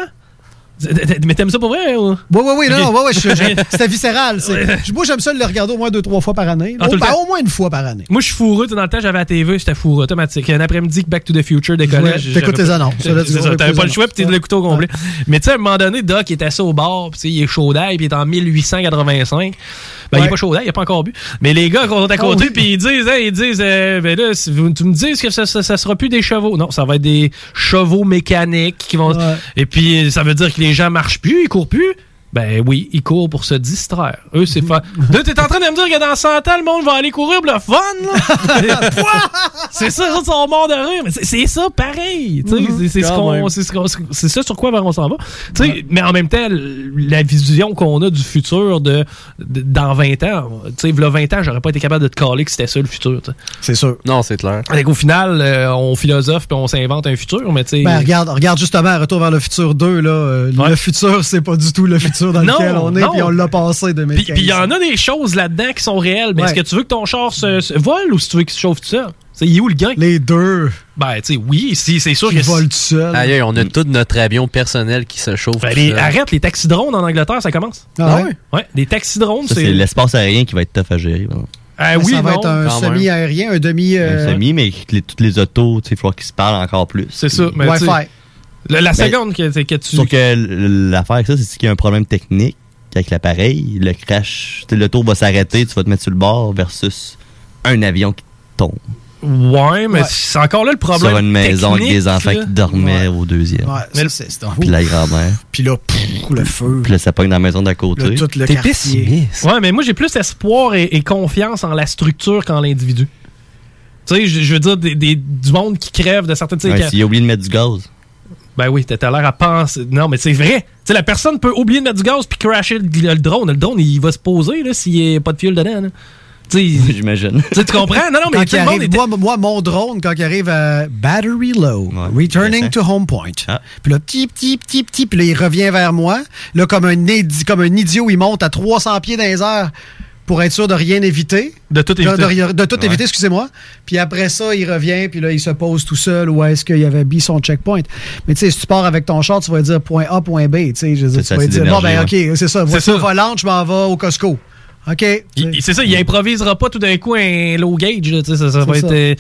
[SPEAKER 1] d- d- Mais t'aimes ça pour vrai? hein, Ou...
[SPEAKER 13] Ouais, ouais, ouais, non,
[SPEAKER 1] Ok.
[SPEAKER 13] ouais, ouais,
[SPEAKER 1] [LAUGHS]
[SPEAKER 29] [LAUGHS]
[SPEAKER 13] je- je- c'était viscéral. c'est- Moi, j'aime ça le regarder au moins deux, trois fois par année.
[SPEAKER 1] Ah,
[SPEAKER 13] au,
[SPEAKER 1] tout le
[SPEAKER 13] ben,
[SPEAKER 1] temps.
[SPEAKER 13] au moins une fois par année.
[SPEAKER 1] Moi, je suis fourreux. tu sais, Dans le temps, j'avais la TV, j'étais fourreux automatique. Un après-midi que Back to the Future décollait.
[SPEAKER 13] Ouais,
[SPEAKER 1] j-
[SPEAKER 13] t'écoutes
[SPEAKER 1] j'avais
[SPEAKER 13] les
[SPEAKER 1] pas-
[SPEAKER 13] annonces.
[SPEAKER 1] C'est
[SPEAKER 13] Là, tu
[SPEAKER 1] ça,
[SPEAKER 13] vas
[SPEAKER 1] T'avais
[SPEAKER 13] écouter
[SPEAKER 1] pas le
[SPEAKER 13] les
[SPEAKER 1] choix, puis tu l'écoutais au complet. Mais tu sais, à un moment donné, Doc est assis au bar, puis tu sais, il est chaud d'ail, puis il est en 1885. Ben, il est
[SPEAKER 30] Ouais.
[SPEAKER 1] pas chaud d'ail, il a pas encore bu. Mais les gars, quand on est à
[SPEAKER 30] Ah
[SPEAKER 1] côté,
[SPEAKER 30] oui.
[SPEAKER 1] puis ils disent, hey, ils disent, euh, ben là, si vous- tu me dis que ça, ça, ça sera plus des chevaux. Non, ça va être des chevaux mécaniques qui vont. Et puis, ça veut dire que les gens marchent plus, ils courent plus. Ben oui, ils courent pour se distraire. Eux, c'est fa... Là, t'es en train de me dire que dans 100 ans, le monde va aller courir pour le fun, là? Quoi? c'est ça, ça, ils sont morts de rire. Mais c'est- c'est ça, pareil. Tu
[SPEAKER 30] Mhm.
[SPEAKER 1] sais,
[SPEAKER 13] Mm-hmm.
[SPEAKER 1] c'est- c'est ce
[SPEAKER 30] Quand
[SPEAKER 1] qu'on-
[SPEAKER 30] même.
[SPEAKER 1] c'est ce qu'on- c'est ça sur quoi ben, on s'en va. Tu sais, Mais en même temps, l- la vision qu'on a du futur de, de- dans 20 ans, tu sais, v'là 20 ans, j'aurais pas été capable de te caler que c'était ça le futur.
[SPEAKER 13] C'est sûr.
[SPEAKER 30] Non, c'est clair.
[SPEAKER 1] Au final, euh, on philosophe puis on s'invente un futur, mais tu sais.
[SPEAKER 13] Ben, regarde, regarde justement Retour vers le futur 2. Là, euh, Le futur, c'est pas du tout le futur dans
[SPEAKER 1] Non,
[SPEAKER 13] lequel on est,
[SPEAKER 1] non.
[SPEAKER 13] puis on l'a passé
[SPEAKER 1] Puis
[SPEAKER 13] 2015.
[SPEAKER 1] puis il y en a des choses là-dedans qui sont réelles, mais
[SPEAKER 13] Ouais.
[SPEAKER 1] est-ce que tu veux que ton char se, se vole ou si tu veux qu'il se chauffe tout seul? C'est où le gain?
[SPEAKER 13] Les deux.
[SPEAKER 1] Ben, tu sais, oui, si, c'est sûr que. si-
[SPEAKER 13] seul.
[SPEAKER 30] Aïe, aïe, on a tout notre avion personnel qui se chauffe.
[SPEAKER 1] Ben,
[SPEAKER 30] tout
[SPEAKER 1] les-
[SPEAKER 30] seul.
[SPEAKER 1] arrête, les taxis drones en Angleterre, ça commence. Ben
[SPEAKER 13] Ah
[SPEAKER 1] ouais? Ouais, les taxis drones,
[SPEAKER 29] Ça, c'est
[SPEAKER 1] c'est.
[SPEAKER 29] l'espace aérien qui va être tough à gérer. par exemple.
[SPEAKER 1] Ah oui,
[SPEAKER 13] ça va
[SPEAKER 1] non,
[SPEAKER 13] être un
[SPEAKER 1] quand même.
[SPEAKER 13] semi-aérien, un demi. euh,
[SPEAKER 29] Un semi, mais les- toutes les autos, tu sais, il faut qu'ils se parlent encore plus.
[SPEAKER 1] C'est ça, mais tu sais,
[SPEAKER 13] Wi-Fi.
[SPEAKER 1] La, la
[SPEAKER 29] Ben,
[SPEAKER 1] seconde que, que tu.
[SPEAKER 29] Sauf que l- l'affaire avec ça, c'est qu'il y a un problème technique avec l'appareil. Le crash, tu sais, l'auto va s'arrêter, tu vas te mettre sur le bord versus un avion qui tombe.
[SPEAKER 1] Ouais, mais c'est encore là le problème.
[SPEAKER 29] Sur une maison avec
[SPEAKER 1] technique,
[SPEAKER 29] des enfants
[SPEAKER 1] là.
[SPEAKER 29] qui dormaient au deuxième.
[SPEAKER 13] Ouais, ça, c'est c'est un
[SPEAKER 29] Puis la grand-mère.
[SPEAKER 13] Puis là, pff, le feu.
[SPEAKER 29] Puis là, ça pogne dans la maison d'à côté.
[SPEAKER 13] Là, tout le T'es quartier. pessimiste.
[SPEAKER 1] Ouais, mais moi, j'ai plus espoir et, et confiance en la structure qu'en l'individu. Tu sais, je, je veux dire, des, des- du monde qui crève de certaines. tu sais,
[SPEAKER 29] Ouais,
[SPEAKER 1] quand-
[SPEAKER 29] S'il a oublié de mettre du gaz.
[SPEAKER 1] Ben oui, t'as t'as l'air à penser. Non, mais c'est vrai. Tu sais, la personne peut oublier de mettre du gaz puis crasher le, le drone. Le drone, il va se poser là, s'il n'y a pas de fuel dedans. là. Tu
[SPEAKER 29] [LAUGHS]
[SPEAKER 1] sais,
[SPEAKER 29] J'imagine.
[SPEAKER 1] tu sais, tu comprends? Non, non, mais
[SPEAKER 13] Quand
[SPEAKER 1] tout
[SPEAKER 13] il
[SPEAKER 1] le monde
[SPEAKER 13] arrive-
[SPEAKER 1] était-
[SPEAKER 13] moi, moi, mon drone, quand il arrive à battery low, returning to home point. Puis là, petit, petit, petit, petit, puis là, il revient vers moi. Là, comme un, idi- comme un idiot, il monte à 300 pieds dans les airs pour être sûr de rien éviter.
[SPEAKER 1] De tout
[SPEAKER 13] De,
[SPEAKER 1] éviter.
[SPEAKER 13] ri- de tout
[SPEAKER 1] Ouais.
[SPEAKER 13] éviter, excusez-moi. Puis après ça, il revient, puis là, il se pose tout seul où est-ce qu'il avait mis son checkpoint. Mais tu sais, si tu pars avec ton char, tu vas dire point A, point B. Tu sais, je veux dire,
[SPEAKER 29] C'est
[SPEAKER 13] tu
[SPEAKER 29] assez
[SPEAKER 13] vas dire, bon, ben,
[SPEAKER 29] d'énergie,
[SPEAKER 13] ok, c'est ça. Voiture volante, je m'en vais au Costco. OK.
[SPEAKER 1] Il- il- C'est ça, il improvisera pas tout d'un coup un low gauge. là, tu sais, ça, ça va
[SPEAKER 13] C'est
[SPEAKER 1] être,
[SPEAKER 13] ça.
[SPEAKER 1] euh,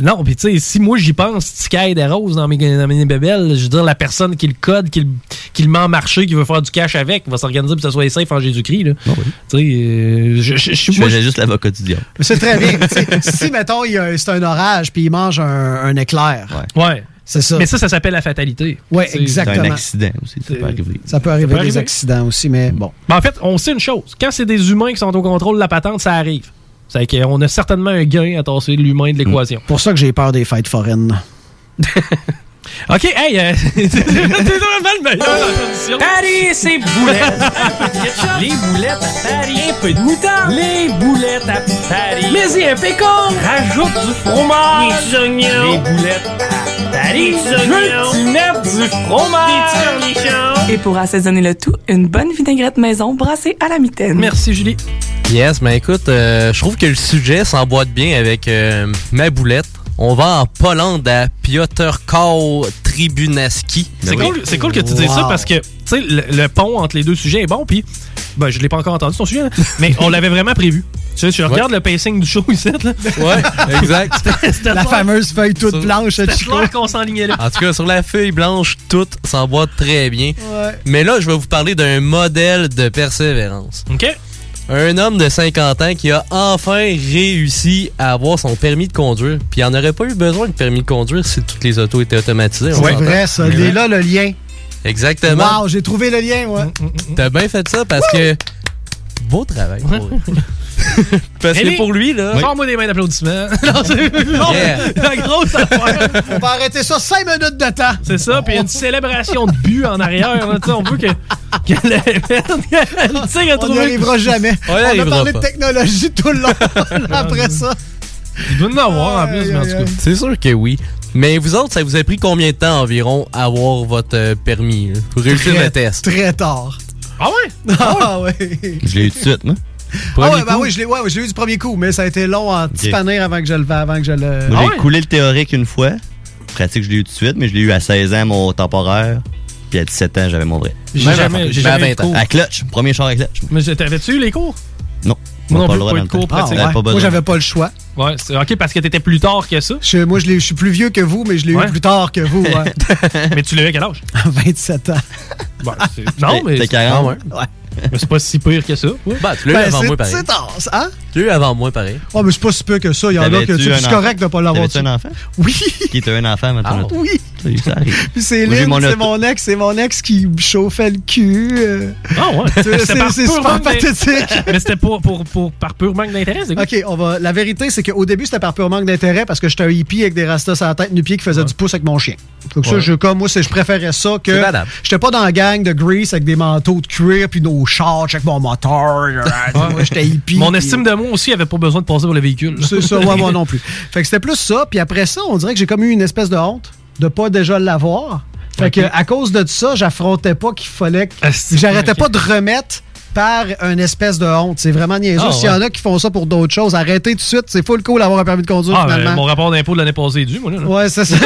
[SPEAKER 1] non, puis tu sais, si moi j'y pense, Ticaille des roses dans mes, dans mes bébelles, je veux dire, la personne qui le code, qui le, qui le met en marché, qui veut faire du cash avec, va s'organiser pour que ça soit safe en Jésus-Christ. là. Tu sais, euh, je- je- je-
[SPEAKER 29] Je
[SPEAKER 1] moi,
[SPEAKER 29] faisais juste l'avocat du diable.
[SPEAKER 13] Mais C'est très bien. [LAUGHS] Tu sais, si, mettons, il y a un- c'est un orage puis il mange un, un éclair.
[SPEAKER 1] Ouais.
[SPEAKER 13] C'est ça.
[SPEAKER 1] Mais ça, ça s'appelle la fatalité.
[SPEAKER 13] Ouais,
[SPEAKER 1] C'est-
[SPEAKER 13] exactement.
[SPEAKER 29] aussi, ça peut arriver.
[SPEAKER 13] Ça peut arriver
[SPEAKER 1] Ça peut
[SPEAKER 13] des
[SPEAKER 1] arriver.
[SPEAKER 13] accidents aussi, mais bon.
[SPEAKER 1] Ben, en fait, on sait une chose. Quand c'est des humains qui sont au contrôle de la patente, ça arrive. C'est qu'on a certainement un gain à tasser l'humain de l'équation.
[SPEAKER 13] Pour ça que j'ai peur des fêtes foraines.
[SPEAKER 1] OK, hey, euh, [LAUGHS] t'es t'es vraiment le meilleur dans la condition.
[SPEAKER 22] Paris, c'est boulettes. Un peu de
[SPEAKER 1] [LAUGHS]
[SPEAKER 22] ketchup. Les boulettes à Paris. Un peu de moutarde. Les boulettes à Paris. Mais y un pécan. Rajoute du fromage. Des oignons. Les boulettes à Paris. Des oignons. Tu mets du fromage. Des cornichons.
[SPEAKER 24] Et pour assaisonner le tout, une bonne vinaigrette maison brassée à la mitaine.
[SPEAKER 1] Merci Julie.
[SPEAKER 30] Yes, mais écoute, euh, je trouve que le sujet s'emboîte bien avec euh, ma boulette. On va en Pologne à Piotrkow Ben Tribunaski.
[SPEAKER 1] C'est cool, c'est cool que tu dises ça parce que tu sais, le, le pont entre les deux sujets est bon, puis ben, je l'ai pas encore entendu ton sujet, là, mais on l'avait vraiment prévu. Tu sais, je regarde le pacing du show ici. Là.
[SPEAKER 30] Ouais,
[SPEAKER 1] [LAUGHS]
[SPEAKER 30] exact.
[SPEAKER 13] La fameuse feuille toute blanche,
[SPEAKER 1] C'était
[SPEAKER 13] Chico. Ah,
[SPEAKER 1] clair qu'on s'enlignait là.
[SPEAKER 30] En tout cas, sur la feuille blanche, tout s'emboîte très bien.
[SPEAKER 1] Ouais.
[SPEAKER 30] Mais là, je vais vous parler d'un modèle de persévérance.
[SPEAKER 1] OK.
[SPEAKER 30] Un homme de 50 ans qui a enfin réussi à avoir son permis de conduire. Puis il n'en aurait pas eu besoin de permis de conduire si toutes les autos étaient automatisées.
[SPEAKER 13] C'est
[SPEAKER 30] on s'entend.
[SPEAKER 13] vrai, ça.
[SPEAKER 30] Mais
[SPEAKER 13] Il est
[SPEAKER 30] ouais.
[SPEAKER 13] là le lien.
[SPEAKER 30] Exactement.
[SPEAKER 13] Wow, j'ai trouvé le lien, ouais.
[SPEAKER 1] Mm,
[SPEAKER 30] T'as bien fait ça parce que. Beau travail. pour vrai. [LAUGHS] parce
[SPEAKER 1] Ellie,
[SPEAKER 30] que pour lui, là.
[SPEAKER 1] Sors-moi des mains d'applaudissements. [LAUGHS] Non, c'est-
[SPEAKER 30] Yeah.
[SPEAKER 1] La grosse affaire.
[SPEAKER 13] On va arrêter ça 5 minutes de temps.
[SPEAKER 1] C'est ça, puis il y a une célébration de but en arrière. là, tu sais, on veut que, que la merde, elle tire à
[SPEAKER 13] On
[SPEAKER 1] trouver-
[SPEAKER 13] n'y arrivera jamais.
[SPEAKER 1] On
[SPEAKER 13] On,
[SPEAKER 1] y
[SPEAKER 13] a
[SPEAKER 1] arrivera
[SPEAKER 13] parlé
[SPEAKER 1] pas.
[SPEAKER 13] de technologie tout le
[SPEAKER 1] [LAUGHS]
[SPEAKER 13] long après ça.
[SPEAKER 1] Il doit en avoir en plus, mais en tout cas.
[SPEAKER 30] C'est sûr que oui. Mais vous autres, ça vous a pris combien de temps environ à avoir votre euh, permis? là, Pour réussir
[SPEAKER 13] Très-
[SPEAKER 30] le test?
[SPEAKER 13] Très tard.
[SPEAKER 1] Ah ouais?
[SPEAKER 13] [LAUGHS] Ah ouais.
[SPEAKER 29] Je l'ai eu tout de suite, moi.
[SPEAKER 13] Ah
[SPEAKER 29] Premier
[SPEAKER 13] ouais, ben
[SPEAKER 29] coup.
[SPEAKER 13] oui, je l'ai ouais, je l'ai eu du premier coup, mais ça a été long en petit
[SPEAKER 29] Ok.
[SPEAKER 13] panir avant que je le avant que je le.
[SPEAKER 1] Ah
[SPEAKER 29] Moi, j'ai coulé le théorique une fois. Pratique, je l'ai eu tout de suite, mais je l'ai eu à 16 ans, mon temporaire. Puis à 17 ans, j'avais mon vrai.
[SPEAKER 1] J'ai
[SPEAKER 29] Même
[SPEAKER 1] jamais-
[SPEAKER 29] affaire.
[SPEAKER 1] j'ai
[SPEAKER 29] Même à
[SPEAKER 1] jamais eu
[SPEAKER 29] 20
[SPEAKER 1] de
[SPEAKER 29] ans.
[SPEAKER 1] cours.
[SPEAKER 29] À clutch. Premier char à clutch.
[SPEAKER 1] Mais je- t'avais-tu eu les cours?
[SPEAKER 29] Non.
[SPEAKER 1] Moi
[SPEAKER 29] On
[SPEAKER 1] non
[SPEAKER 29] a
[SPEAKER 1] plus,
[SPEAKER 29] le droit
[SPEAKER 1] pas eu
[SPEAKER 29] dans
[SPEAKER 1] de
[SPEAKER 29] le
[SPEAKER 1] cours
[SPEAKER 29] temps. Ah, On
[SPEAKER 1] pratique.
[SPEAKER 29] avait pas
[SPEAKER 1] Ouais.
[SPEAKER 13] Moi,
[SPEAKER 29] besoin.
[SPEAKER 13] j'avais pas le choix.
[SPEAKER 1] Ouais, c'est- OK, parce que t'étais plus tard que ça.
[SPEAKER 13] Je- moi, je, l'ai- je suis plus vieux que vous, mais je l'ai
[SPEAKER 1] Ouais.
[SPEAKER 13] eu plus tard que vous. ouais.
[SPEAKER 1] [LAUGHS] mais tu l'as eu à
[SPEAKER 13] [LAUGHS]
[SPEAKER 1] quel âge?
[SPEAKER 13] 27 ans.
[SPEAKER 1] Bon, c'est- non, mais.
[SPEAKER 30] T'as 40.
[SPEAKER 1] Mais c'est pas si pire que ça. ouais.
[SPEAKER 30] Bah, tu l'as eu
[SPEAKER 13] Ben,
[SPEAKER 30] avant
[SPEAKER 13] c'est-
[SPEAKER 30] moi, pareil.
[SPEAKER 13] C'est tard, ça, hein?
[SPEAKER 30] Tu l'as eu avant moi, pareil.
[SPEAKER 13] Oh, mais c'est pas si peu que ça. Il y en a que
[SPEAKER 29] T'avais-tu
[SPEAKER 13] tu
[SPEAKER 29] un
[SPEAKER 13] c'est
[SPEAKER 29] enfant?
[SPEAKER 13] correct de pas l'avoir
[SPEAKER 29] T'avais-tu
[SPEAKER 13] tué.
[SPEAKER 29] un enfant?
[SPEAKER 13] Oui.
[SPEAKER 29] Qui était un enfant maintenant.
[SPEAKER 13] Ah Oui.
[SPEAKER 29] Ça, ça arrive.
[SPEAKER 13] Puis c'est
[SPEAKER 29] Moi, j'ai
[SPEAKER 13] Lynn,
[SPEAKER 29] mon
[SPEAKER 13] c'est
[SPEAKER 29] auto.
[SPEAKER 13] mon ex, c'est mon ex qui me chauffait le cul. euh.
[SPEAKER 1] Ah ouais.
[SPEAKER 13] Tu sais,
[SPEAKER 1] C'était
[SPEAKER 13] C'est
[SPEAKER 1] par
[SPEAKER 13] c'est
[SPEAKER 1] pur
[SPEAKER 13] super
[SPEAKER 1] manque d'in-
[SPEAKER 13] pathétique.
[SPEAKER 1] [LAUGHS] Mais c'était pour, pour, pour, par pur manque d'intérêt, c'est quoi?
[SPEAKER 13] OK, on va. La vérité, c'est qu'au début, c'était par pur manque d'intérêt parce que j'étais un hippie avec des rastas sur la tête, nu-pied qui faisait du pouce avec mon chien. Donc ça,
[SPEAKER 1] Ouais.
[SPEAKER 13] je, comme moi, c'est- je préférais ça que.
[SPEAKER 1] C'est valable.
[SPEAKER 13] J'étais pas dans la gang de Grease avec des manteaux de cuir puis nos chars, avec mon moteur. Ah, Moi, j'étais hippie.
[SPEAKER 1] Mon
[SPEAKER 13] puis-
[SPEAKER 1] estime de moi aussi avait pas besoin de passer pour le véhicule.
[SPEAKER 13] C'est ça, ouais, moi non plus. Fait que c'était plus ça. Puis après ça, on dirait que j'ai comme eu une espèce de honte de pas déjà l'avoir. Fait
[SPEAKER 1] Ok.
[SPEAKER 13] que à cause de ça, j'affrontais pas qu'il fallait que.
[SPEAKER 1] Asti,
[SPEAKER 13] J'arrêtais
[SPEAKER 1] ok.
[SPEAKER 13] pas de remettre par une espèce de honte. C'est vraiment niaiseux.
[SPEAKER 1] Ah,
[SPEAKER 13] S'il y en
[SPEAKER 1] ouais.
[SPEAKER 13] a qui font ça pour d'autres choses, arrêtez tout de suite. C'est full cool d'avoir un permis de conduire
[SPEAKER 1] Ah, ben,
[SPEAKER 13] finalement.
[SPEAKER 1] mon rapport d'impôt de l'année passée est dû, moi, là. là.
[SPEAKER 13] Ouais, c'est ça.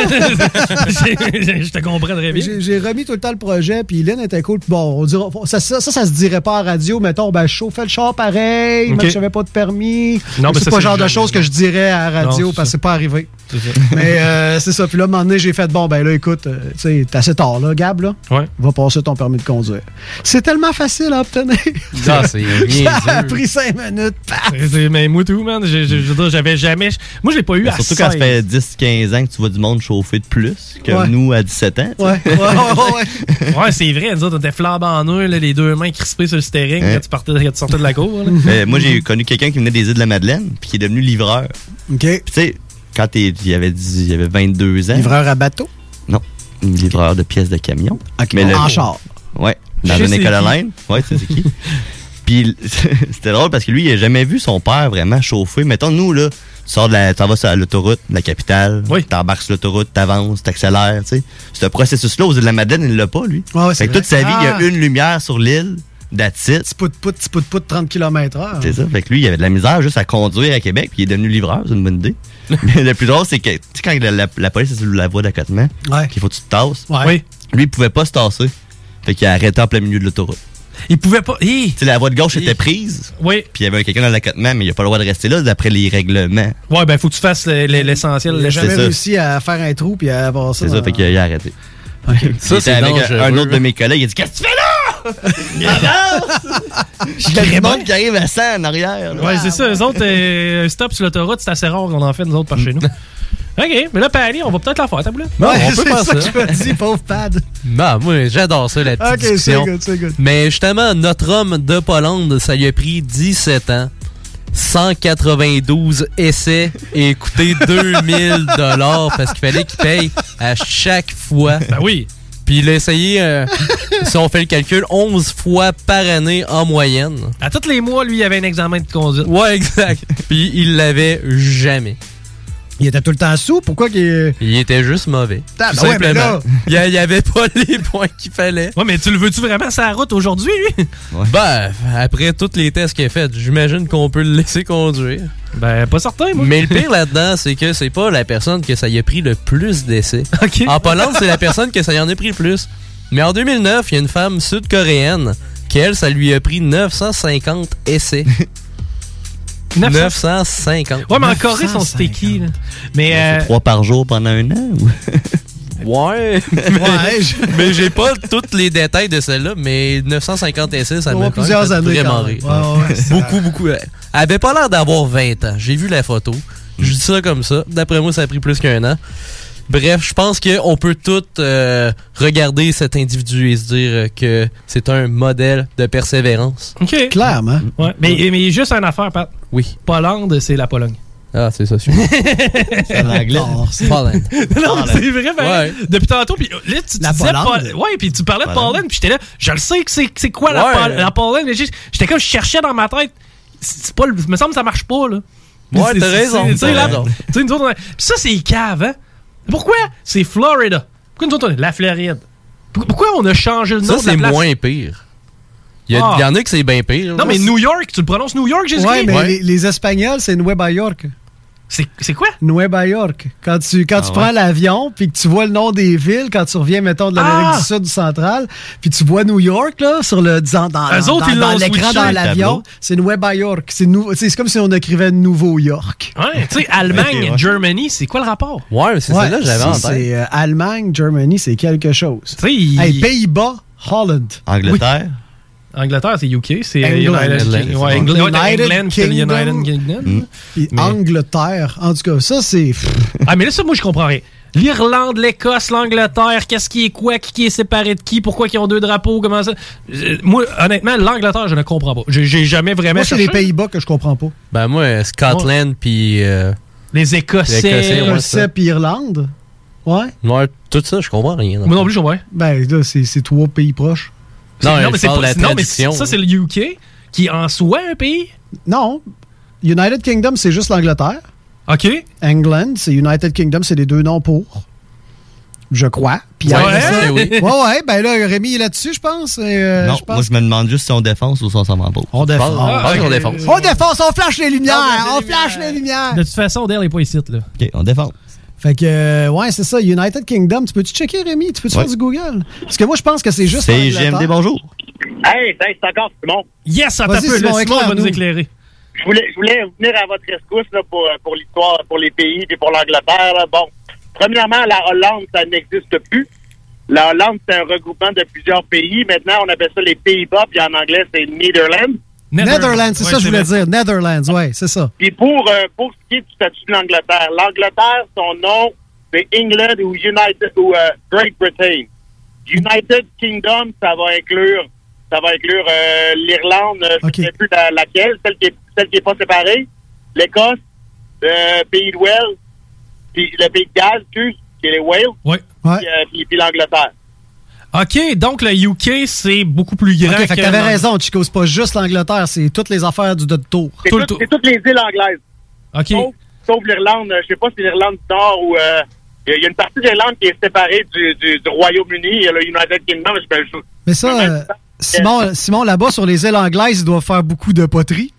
[SPEAKER 1] J'ai- [LAUGHS] je te comprends très bien.
[SPEAKER 13] J'ai j'ai remis tout le temps le projet, puis Lynn était cool. Puis Bon, on dira, ça, ça, ça, ça se dirait pas en radio, mettons, ben, je chauffais le char pareil,
[SPEAKER 1] Ok.
[SPEAKER 13] mais j'avais pas de permis.
[SPEAKER 1] Non, mais
[SPEAKER 13] c'est pas
[SPEAKER 1] ça, c'est
[SPEAKER 13] le genre de
[SPEAKER 1] jamais-
[SPEAKER 13] choses que je dirais à la radio,
[SPEAKER 1] Non, c'est
[SPEAKER 13] parce que c'est pas arrivé.
[SPEAKER 1] C'est ça.
[SPEAKER 13] [LAUGHS] Mais euh, c'est ça. Puis là, un moment donné, j'ai fait bon, ben là, écoute, euh, tu sais, t'as assez tard, là, Gab, là.
[SPEAKER 1] Ouais.
[SPEAKER 13] Va passer ton permis de conduire. C'est tellement facile à
[SPEAKER 1] [LAUGHS]
[SPEAKER 13] obtenir. [LAUGHS]
[SPEAKER 30] Ah, c'est niaiseux.
[SPEAKER 13] Ça a pris cinq minutes. paf!
[SPEAKER 1] C'est- c'est- Mais moi, tout, man. j'ai- j'ai- je veux dire, J'avais jamais. Moi, je l'ai pas eu à
[SPEAKER 29] Ben, Surtout quand ça
[SPEAKER 1] 16.
[SPEAKER 29] fait 10-15 ans que tu vois du monde chauffer de plus que
[SPEAKER 1] Ouais.
[SPEAKER 29] nous à 17 ans. tu sais.
[SPEAKER 13] Ouais, ouais, ouais, ouais.
[SPEAKER 1] Ouais, c'est vrai. Nous autres, on était flambant nœuds, là, les deux mains crispées sur le steering
[SPEAKER 29] Hein?
[SPEAKER 1] quand, tu partais, quand tu sortais de la cour. là.
[SPEAKER 29] Euh, moi, j'ai connu quelqu'un qui venait des îles de la Madeleine puis qui est devenu livreur.
[SPEAKER 13] OK.
[SPEAKER 29] Puis tu sais, quand t'es- il avait, dix- il avait 22 ans.
[SPEAKER 13] Livreur à bateau?
[SPEAKER 29] Non, livreur de pièces de camion.
[SPEAKER 13] OK, en char.
[SPEAKER 29] Ouais, dans
[SPEAKER 13] Je
[SPEAKER 29] une
[SPEAKER 13] sais
[SPEAKER 29] école à
[SPEAKER 13] qui.
[SPEAKER 29] laine. Ouais, c'est
[SPEAKER 13] [LAUGHS]
[SPEAKER 29] c'est qui. Puis [LAUGHS] il- c'était drôle parce que lui, il a jamais vu son père vraiment chauffer. Mettons, nous, là, tu sors de la, t'en vas sur l'autoroute, de la capitale, t'embarques sur l'autoroute, t'avances, t'accélères, tu sais. Ce processus-là, aux îles de la Madeleine, il l'a pas, lui.
[SPEAKER 13] Ouais, ouais,
[SPEAKER 29] fait
[SPEAKER 13] c'est
[SPEAKER 29] que
[SPEAKER 13] vrai.
[SPEAKER 29] toute sa vie,
[SPEAKER 13] Ah.
[SPEAKER 29] il y a une lumière sur l'île, that's it.
[SPEAKER 13] Pout, pout, petit pout, pout, 30 km/h.
[SPEAKER 29] C'est ça. Fait que lui, il avait de la misère juste à conduire à Québec, puis il est devenu livreur, c'est une bonne idée. Mais le plus drôle, c'est que, tu sais, quand la, la- la police est sur la voie d'accotement,
[SPEAKER 13] Ouais.
[SPEAKER 29] qu'il faut que tu te tasses,
[SPEAKER 13] Ouais. Oui.
[SPEAKER 29] lui, il pouvait pas se tasser. Fait qu'il a arrêté en plein milieu de l'autoroute.
[SPEAKER 1] Il pouvait pas. Tu
[SPEAKER 29] sais, la voie de gauche était prise.
[SPEAKER 1] Oui.
[SPEAKER 29] Puis il y avait quelqu'un dans l'accotement, mais il a pas le droit de rester là d'après les règlements.
[SPEAKER 1] Ouais, ben, faut que tu fasses le- le- l'essentiel.
[SPEAKER 29] Il a
[SPEAKER 1] le-
[SPEAKER 29] jamais
[SPEAKER 1] C'est ça.
[SPEAKER 13] réussi à faire un trou puis à avoir ça.
[SPEAKER 29] C'est ça, fait qu'il a- il a arrêté.
[SPEAKER 13] Ça,
[SPEAKER 29] Ça,
[SPEAKER 13] c'est
[SPEAKER 29] c'est avec
[SPEAKER 13] dangereux,
[SPEAKER 29] un, un autre de mes collègues. Il a dit Qu'est-ce que tu
[SPEAKER 1] [LAUGHS]
[SPEAKER 29] fais là Avance Il y a Raymond qui arrive à 100 en arrière. là.
[SPEAKER 1] Ouais, c'est ça. Les autres, euh, un stop sur l'autoroute, c'est assez rare qu'on en fait, nous autres,
[SPEAKER 30] [LAUGHS]
[SPEAKER 1] par chez nous. OK, mais là, Pali, on va peut-être la faire, ta boulette.
[SPEAKER 30] Bon,
[SPEAKER 13] [LAUGHS]
[SPEAKER 30] on peut faire ça.
[SPEAKER 13] pauvre pad.
[SPEAKER 30] Bah, moi, j'adore ça, la petite
[SPEAKER 13] Ok, c'est
[SPEAKER 30] discussion.
[SPEAKER 13] good, c'est good.
[SPEAKER 30] Mais justement, notre homme de Pologne, ça lui a pris 17 ans, 192 essais
[SPEAKER 13] [LAUGHS]
[SPEAKER 30] et coûté 2000 dollars parce qu'il fallait qu'il paye à chaque fois.
[SPEAKER 1] Ben oui.
[SPEAKER 30] Puis il a essayé, euh, si on fait le calcul, 11 fois par année en moyenne.
[SPEAKER 1] À tous les mois, lui, il avait un examen de conduite.
[SPEAKER 30] Ouais, exact. Puis il l'avait jamais.
[SPEAKER 13] [LAUGHS] Il était tout le temps sous. Pourquoi qu'il.
[SPEAKER 30] Il était juste mauvais.
[SPEAKER 13] Ah,
[SPEAKER 30] tout
[SPEAKER 13] ben ouais, mais
[SPEAKER 30] simplement. [LAUGHS]
[SPEAKER 13] là-
[SPEAKER 30] Il y a- il y avait pas les points qu'il fallait.
[SPEAKER 1] Ouais, mais tu le veux-tu vraiment sur la route aujourd'hui, lui?
[SPEAKER 30] Ben, après tous les tests qu'il a fait, j'imagine qu'on peut le laisser conduire.
[SPEAKER 1] Ben, pas certain, moi.
[SPEAKER 30] Mais le
[SPEAKER 1] [LAUGHS]
[SPEAKER 30] pire là-dedans, c'est que c'est pas la personne que ça y a pris le plus d'essais. En Pologne, c'est la personne que ça y en a pris le plus. Mais en 2009, il y a une femme sud-coréenne qui, elle, ça lui a pris 950 essais.
[SPEAKER 1] [LAUGHS]
[SPEAKER 30] 950.
[SPEAKER 1] Ouais, mais en Corée, son c'était qui, là? Mais. euh,
[SPEAKER 29] Trois par jour pendant un an ou-
[SPEAKER 30] Ouais. [LAUGHS] Mais, mais j'ai pas tous les détails de celle-là, mais 950 essais, ça
[SPEAKER 13] Ouais,
[SPEAKER 30] m'a
[SPEAKER 13] plusieurs années
[SPEAKER 30] vraiment
[SPEAKER 13] quand même.
[SPEAKER 30] rire.
[SPEAKER 13] Ouais, ouais, c'est
[SPEAKER 30] beaucoup, beaucoup. Elle avait pas l'air d'avoir 20 ans. J'ai vu la photo. Je dis ça comme ça. D'après moi, ça a pris plus qu'un an. Bref, je pense qu'on peut tous euh, regarder cet individu et se dire euh, que c'est un modèle de persévérance.
[SPEAKER 1] OK.
[SPEAKER 13] Clairement.
[SPEAKER 1] Ouais. Mais, mais juste une affaire, Pat.
[SPEAKER 30] Oui.
[SPEAKER 1] Pologne, c'est la Pologne.
[SPEAKER 30] Ah, c'est ça, sûr.
[SPEAKER 1] [LAUGHS] c'est
[SPEAKER 30] l'anglais. [LAUGHS] Pologne.
[SPEAKER 1] non, c'est vrai, ben, Depuis tantôt, puis là, tu, tu
[SPEAKER 30] La
[SPEAKER 1] disais
[SPEAKER 30] Pologne.
[SPEAKER 1] Pol- Ouais, puis tu parlais de
[SPEAKER 30] Pologne.
[SPEAKER 1] Pologne, puis j'étais là, je le sais que c'est c'est quoi la,
[SPEAKER 30] Ouais.
[SPEAKER 1] Pol- la Pologne, mais juste- j'étais comme, je cherchais dans ma tête. C'est c'est pas, le- me semble que ça marche pas, là.
[SPEAKER 30] Ouais,
[SPEAKER 1] C'est-
[SPEAKER 30] t'as
[SPEAKER 1] c'est-
[SPEAKER 30] raison,
[SPEAKER 1] c'est- Tu sais,
[SPEAKER 30] t'as
[SPEAKER 1] là,
[SPEAKER 30] raison.
[SPEAKER 1] tu sais, nous autres, on a- puis ça, c'est cave, hein. Pourquoi c'est Florida? Pourquoi nous autres, on est la Floride? Pour- Pourquoi on a changé le nom
[SPEAKER 30] Ça,
[SPEAKER 1] de la
[SPEAKER 30] c'est
[SPEAKER 1] place?
[SPEAKER 30] moins pire. Il y, a-
[SPEAKER 1] Ah.
[SPEAKER 30] il y en a que c'est bien pire.
[SPEAKER 1] Non, mais New York, tu le prononces New York, Jésus-Christ?
[SPEAKER 13] Ouais, mais Les, les Espagnols, c'est Nueva York.
[SPEAKER 1] C'est quoi?
[SPEAKER 13] Nueva York. Quand tu, quand tu
[SPEAKER 1] ouais.
[SPEAKER 13] prends l'avion, puis que tu vois le nom des villes, quand tu reviens, mettons, de l'Amérique
[SPEAKER 1] Ah!
[SPEAKER 13] du Sud, du Central, puis tu vois New York, là, sur le, disons, dans,
[SPEAKER 1] Eux
[SPEAKER 13] dans-
[SPEAKER 1] autres,
[SPEAKER 13] dans-
[SPEAKER 1] ils
[SPEAKER 13] dans
[SPEAKER 1] l'ont
[SPEAKER 13] l'écran,
[SPEAKER 1] switché,
[SPEAKER 13] dans
[SPEAKER 1] le
[SPEAKER 13] l'avion,
[SPEAKER 1] tableau.
[SPEAKER 13] c'est Nueva York. C'est nou- c'est comme si on écrivait Nouveau York.
[SPEAKER 1] Ouais, tu sais, Allemagne,
[SPEAKER 13] Ouais, ouais.
[SPEAKER 1] Germany, c'est quoi le rapport?
[SPEAKER 30] Ouais, mais c'est
[SPEAKER 13] Ouais,
[SPEAKER 30] celle-là que j'avais
[SPEAKER 13] ça,
[SPEAKER 30] en tête.
[SPEAKER 13] C'est euh, Allemagne, Germany, c'est quelque chose.
[SPEAKER 1] il-
[SPEAKER 13] Hey, Pays-Bas, Holland.
[SPEAKER 29] Angleterre.
[SPEAKER 1] Angleterre, c'est UK, c'est euh,
[SPEAKER 13] England.
[SPEAKER 1] United
[SPEAKER 13] England,
[SPEAKER 1] Kingdom. Ouais,
[SPEAKER 13] c'est
[SPEAKER 1] England,
[SPEAKER 13] bon. United
[SPEAKER 1] England, c'est le
[SPEAKER 13] Kingdom.
[SPEAKER 1] United Kingdom. Mm.
[SPEAKER 13] Puis
[SPEAKER 1] Mais-
[SPEAKER 13] Angleterre. En tout cas, ça, c'est.
[SPEAKER 1] Ah, mais là, ça, moi, je comprends rien. L'Irlande, l'Écosse, l'Angleterre, qu'est-ce qui est quoi, qui, qui est séparé de qui, pourquoi ils ont deux drapeaux, comment ça. Euh, Moi, honnêtement, l'Angleterre, je ne comprends pas. J'ai j'ai jamais vraiment.
[SPEAKER 13] Moi, c'est les
[SPEAKER 1] cherché.
[SPEAKER 13] Pays-Bas que je comprends pas.
[SPEAKER 30] Ben moi, euh, Scotland puis euh,
[SPEAKER 1] Les Écossais.
[SPEAKER 30] Les Écossais, ouais,
[SPEAKER 13] Écossais
[SPEAKER 30] ça.
[SPEAKER 13] puis Irlande. Ouais.
[SPEAKER 30] Ouais, tout ça, je comprends rien.
[SPEAKER 1] Moi non plus, je comprends.
[SPEAKER 13] Ben, là, c'est c'est trois pays proches.
[SPEAKER 1] C'est-
[SPEAKER 30] Non, mais
[SPEAKER 1] mais c'est
[SPEAKER 30] parle de
[SPEAKER 1] pas-
[SPEAKER 30] la
[SPEAKER 1] non, mais
[SPEAKER 30] traduction.
[SPEAKER 1] ça, c'est le UK, qui est en soi un pays.
[SPEAKER 13] Non. United Kingdom, c'est juste l'Angleterre.
[SPEAKER 1] OK.
[SPEAKER 13] England, c'est United Kingdom, c'est les deux noms pour. Je crois. Puis
[SPEAKER 29] Ouais,
[SPEAKER 13] après
[SPEAKER 29] hein?
[SPEAKER 13] ça-
[SPEAKER 29] Oui.
[SPEAKER 13] [LAUGHS] ouais, ouais, ben là, Rémi est là-dessus, je pense. et, euh,
[SPEAKER 29] non,
[SPEAKER 13] je pense-
[SPEAKER 29] moi je me demande juste si on défonce ou si on s'en va
[SPEAKER 13] On défonce.
[SPEAKER 29] Je pense qu'on défonce.
[SPEAKER 13] On défonce, on flash les lumières, on flash les lumières.
[SPEAKER 1] Ah, De toute façon, Dale n'est pas ici, là.
[SPEAKER 29] OK, on défonce.
[SPEAKER 13] Fait que, euh, ouais, c'est ça, United Kingdom. Tu peux-tu checker, Rémi? Tu peux-tu
[SPEAKER 29] Ouais.
[SPEAKER 13] faire du Google? Parce que moi, je pense que c'est juste.
[SPEAKER 29] C'est
[SPEAKER 13] l'Angleterre.
[SPEAKER 29] JMD, bonjour.
[SPEAKER 33] Hey, salut, c'est encore Simon.
[SPEAKER 1] Yes, ça
[SPEAKER 13] Vas-y,
[SPEAKER 1] tape
[SPEAKER 13] Simon,
[SPEAKER 1] peu. Simon, Simon va
[SPEAKER 13] éclaire-nous.
[SPEAKER 1] nous éclairer.
[SPEAKER 33] Je voulais, je voulais venir à votre rescousse là, pour, euh, pour l'histoire, pour les pays et pour l'Angleterre. là. Bon, premièrement, la Hollande, ça n'existe plus. La Hollande, c'est un regroupement de plusieurs pays. Maintenant, on appelle ça les Pays-Bas, puis en anglais, c'est Netherlands.
[SPEAKER 13] Netherlands, c'est
[SPEAKER 33] Ouais,
[SPEAKER 13] ça que je
[SPEAKER 33] c'est
[SPEAKER 13] voulais
[SPEAKER 33] vrai.
[SPEAKER 13] dire. Netherlands, ouais, c'est ça.
[SPEAKER 33] Puis pour, euh, pour ce qui est du statut de l'Angleterre, l'Angleterre, son nom, c'est England ou United ou euh, Great Britain. United Kingdom, ça va inclure ça va inclure euh, l'Irlande, euh, je ne sais plus la- laquelle, celle qui est celle qui est pas séparée, l'Écosse, le pays de Wales, puis le pays de Galles, excuse, qui est les Wales,
[SPEAKER 1] Ouais.
[SPEAKER 33] puis, euh, puis- puis l'Angleterre.
[SPEAKER 1] OK, donc le UK, c'est beaucoup plus grand
[SPEAKER 13] Ok, fait que t'avais
[SPEAKER 1] l'Angleterre.
[SPEAKER 13] raison, Chico. C'est pas juste l'Angleterre, c'est toutes les affaires du de tour.
[SPEAKER 33] C'est tout- c'est toutes les îles anglaises.
[SPEAKER 1] OK.
[SPEAKER 33] Sauf, sauf l'Irlande. euh, Je sais pas si l'Irlande du Nord ou. euh, Il y a une partie de l'Irlande qui est séparée du, du- du Royaume-Uni. et le United Kingdom. Je peux- je-
[SPEAKER 13] Mais ça, euh, Simon, Simon là-bas, sur les îles anglaises, il doit faire beaucoup de poterie.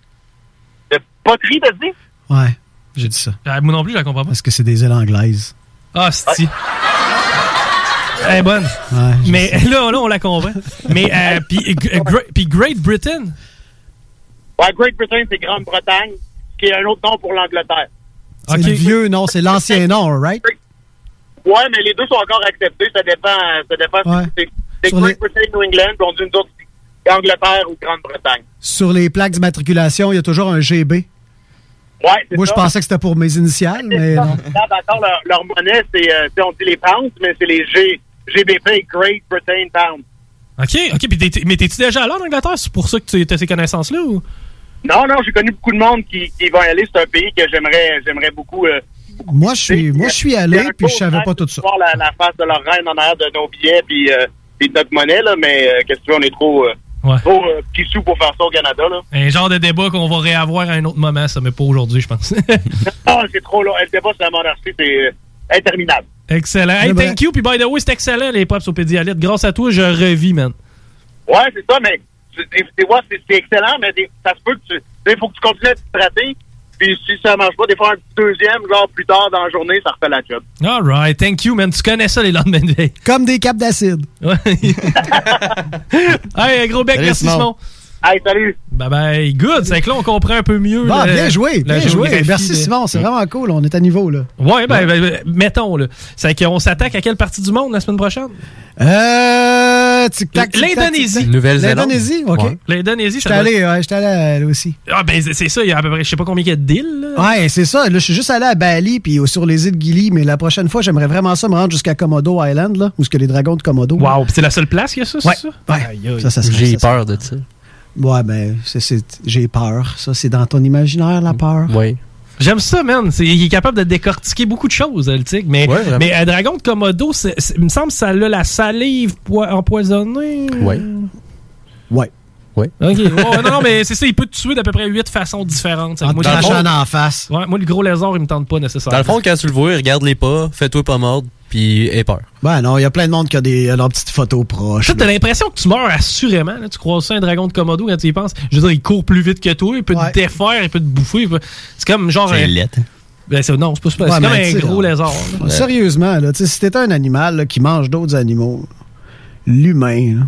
[SPEAKER 33] de poterie, vas-y.
[SPEAKER 13] Ouais, j'ai dit ça.
[SPEAKER 1] Ah, moi non plus, je la comprends pas.
[SPEAKER 13] Parce que c'est des îles anglaises.
[SPEAKER 1] Ah, si. Ah, Elle est bonne. mais là, là, on la comprend. Mais
[SPEAKER 13] [LAUGHS]
[SPEAKER 1] euh, puis euh, Gre- Gre- puis Great Britain.
[SPEAKER 33] Ouais, Great Britain, c'est Grande-Bretagne, qui est un autre nom pour l'Angleterre.
[SPEAKER 13] C'est le vieux nom, c'est
[SPEAKER 33] [LAUGHS]
[SPEAKER 13] l'ancien nom, right?
[SPEAKER 33] Ouais, mais les deux sont encore acceptés. Ça dépend. euh, Ça dépend si
[SPEAKER 13] Ouais.
[SPEAKER 33] c'est- c'est
[SPEAKER 13] Sur
[SPEAKER 33] Great Britain, New England, puis on dit nous autres, c'est Angleterre ou Grande-Bretagne.
[SPEAKER 13] Sur les plaques d'immatriculation, il y a toujours un GB.
[SPEAKER 33] Ouais, c'est
[SPEAKER 13] Moi, je
[SPEAKER 33] ça.
[SPEAKER 13] pensais que c'était pour mes initiales, mais non.
[SPEAKER 33] Là, d'accord, leur, leur monnaie, c'est, euh, c'est- on dit les pounds, mais c'est les G, GBP, Great Britain Pound.
[SPEAKER 1] OK, OK. Puis t'es- mais t'es-tu déjà allé en Angleterre? C'est pour ça que tu as ces connaissances-là? ou?
[SPEAKER 33] Non, non, j'ai connu beaucoup de monde qui, qui va y aller. C'est un pays que j'aimerais, j'aimerais beaucoup. euh,
[SPEAKER 13] Moi, je suis, moi, je suis allé,
[SPEAKER 33] c'est un
[SPEAKER 13] puis
[SPEAKER 33] beau
[SPEAKER 13] je savais
[SPEAKER 33] rêve
[SPEAKER 13] pas
[SPEAKER 33] de
[SPEAKER 13] tout ça.
[SPEAKER 33] Voir la, la face de leur reine en arrière de nos billets, puis, euh, puis de notre monnaie, là, mais euh, qu'est-ce que tu veux, on est trop, euh, trop euh, petits sous pour faire ça au Canada. Là.
[SPEAKER 1] Un genre de débat qu'on va réavoir à un autre moment, ça, mais pas aujourd'hui, je pense. [LAUGHS]
[SPEAKER 33] Ah, c'est trop long. Le débat sur la monarchie, c'est euh, interminable.
[SPEAKER 1] excellent. Hey,
[SPEAKER 13] Eh ben.
[SPEAKER 33] Mais bref.
[SPEAKER 1] thank you. Puis by the way, c'est excellent, les pops au pédialyte. Grâce à toi, je revis, man.
[SPEAKER 33] Ouais, c'est ça, mais tu tu- tu vois, c'est c'est excellent, mais des- ça se peut que tu. Il faut que tu continues à t'hydrater. Puis si ça marche pas, des fois un petit deuxième, genre plus tard dans la journée, ça refait la job.
[SPEAKER 1] All right. Thank you, man. Tu connais ça, les lendemains de veille.
[SPEAKER 13] Comme des capes d'acide.
[SPEAKER 1] [LAUGHS] Hey, un gros bec,
[SPEAKER 13] Salut,
[SPEAKER 1] merci
[SPEAKER 13] Simon.
[SPEAKER 1] Simon.
[SPEAKER 33] Hey, salut.
[SPEAKER 1] Bye bye. Good. C'est que là, on comprend un peu mieux.
[SPEAKER 13] Bon,
[SPEAKER 1] la-
[SPEAKER 13] Ah, bien joué,
[SPEAKER 1] la
[SPEAKER 13] bien joué.
[SPEAKER 1] géographie
[SPEAKER 13] Merci
[SPEAKER 1] de-
[SPEAKER 13] Simon, c'est vraiment cool. On est à niveau, là.
[SPEAKER 1] Ouais, ben, ben, ben, mettons, là. C'est qu'on s'attaque à quelle partie du monde la semaine prochaine?
[SPEAKER 13] Euh, tic-tac, tic-tac,
[SPEAKER 1] L'Indonésie.
[SPEAKER 13] tic-tac. L'Indonésie, OK.
[SPEAKER 1] Ouais. L'Indonésie,
[SPEAKER 13] J'étais
[SPEAKER 1] ça doit
[SPEAKER 13] allé,
[SPEAKER 1] être-
[SPEAKER 13] ouais, j'étais allé à- là aussi.
[SPEAKER 1] Ah, ben, c'est- c'est ça. Il y a à peu près, je sais pas combien il y a d'îles, là.
[SPEAKER 13] Ouais, c'est ça. Là, je suis juste allé à Bali puis au- sur les îles Gili, mais la prochaine fois, j'aimerais vraiment ça me rendre jusqu'à Komodo Island, là, où ce que les dragons de Komodo.
[SPEAKER 1] Wow, pis c'est la seule place qu'il y a ça, c'est
[SPEAKER 13] Ouais.
[SPEAKER 1] ça?
[SPEAKER 13] Ouais.
[SPEAKER 1] Aïe, aïe.
[SPEAKER 13] Ça, ça serait-
[SPEAKER 30] J'ai
[SPEAKER 13] ça
[SPEAKER 30] peur de ça.
[SPEAKER 13] Ouais, ben, c'est- c'est- j'ai peur. Ça, c'est dans ton imaginaire, la peur.
[SPEAKER 30] Oui.
[SPEAKER 1] J'aime ça, man. C'est- il est capable de décortiquer beaucoup de choses, le tigre. Mais,
[SPEAKER 30] vraiment.
[SPEAKER 1] mais un dragon de Komodo, c'est- c'est- il me semble que ça a la salive poi- empoisonnée.
[SPEAKER 30] Ouais.
[SPEAKER 13] Ouais.
[SPEAKER 30] Ouais.
[SPEAKER 1] OK. Ouais, ouais, non, non, mais c'est ça, il peut te tuer d'à peu près 8 façons différentes.
[SPEAKER 30] En te crachant
[SPEAKER 13] en face.
[SPEAKER 1] Ouais, moi, le gros lézard, il me tente pas nécessairement.
[SPEAKER 30] Dans le fond, quand tu le vois, regarde-les pas, fais-toi pas mordre, puis aie peur.
[SPEAKER 13] Ben non, il y a plein de monde qui a des, leurs petites photos proches.
[SPEAKER 1] Ça, t'as
[SPEAKER 13] là.
[SPEAKER 1] l'impression que tu meurs assurément. là. Tu croises ça, un dragon de Komodo, quand tu y penses. Je veux dire, il court plus vite que toi, il peut te défaire, il peut te bouffer. il peut- C'est comme genre.
[SPEAKER 37] C'est
[SPEAKER 1] un-
[SPEAKER 30] hein.
[SPEAKER 37] laid.
[SPEAKER 1] Ben, c'est- non, c'est pas super.
[SPEAKER 13] Ouais,
[SPEAKER 1] c'est comme
[SPEAKER 13] mais tu
[SPEAKER 1] un
[SPEAKER 13] sais,
[SPEAKER 1] gros
[SPEAKER 30] euh,
[SPEAKER 13] là,
[SPEAKER 1] lézard.
[SPEAKER 13] pff,
[SPEAKER 1] là.
[SPEAKER 13] Sérieusement, là, tu sais, si t'étais un animal là, qui mange d'autres animaux, l'humain, là,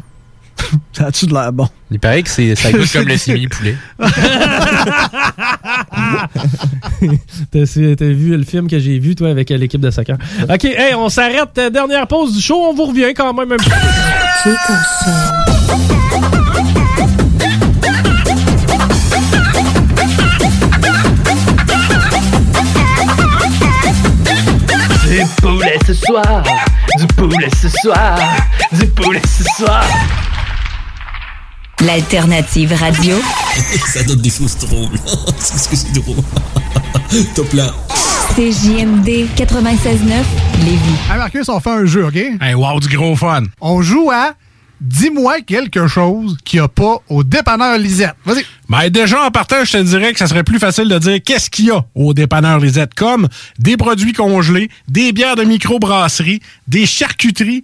[SPEAKER 13] [LAUGHS] ça a-tu de
[SPEAKER 1] [LAUGHS]
[SPEAKER 13] l'air bon?
[SPEAKER 30] Il paraît que c'est,
[SPEAKER 8] [LAUGHS]
[SPEAKER 30] ça goûte comme le simili-poulet.
[SPEAKER 1] [LAUGHS] T'as su- t'as vu le film que j'ai vu, toi, avec euh, l'équipe de soccer. OK, hey, on s'arrête. euh, Dernière pause du show. On vous revient quand même. un petit-
[SPEAKER 30] [LAUGHS]
[SPEAKER 7] Du poulet ce soir, du poulet ce soir, du poulet ce soir.
[SPEAKER 2] L'alternative radio. [LAUGHS] Ça donne des choses drôles. [LAUGHS] Qu'est-ce que c'est drôle? [LAUGHS] Top là.
[SPEAKER 36] C'est JMD 96.9 Lévis.
[SPEAKER 26] Hey Marcus, on fait un jeu, OK?
[SPEAKER 27] Hey, wow, du gros fun.
[SPEAKER 26] On joue à Dis-moi quelque chose qu'il n'y a pas au dépanneur Lisette. Vas-y.
[SPEAKER 27] Ben déjà, en partage, je te dirais que ça serait plus facile de dire qu'est-ce qu'il y a au dépanneur Lisette, comme des produits congelés, des bières de microbrasserie, des charcuteries,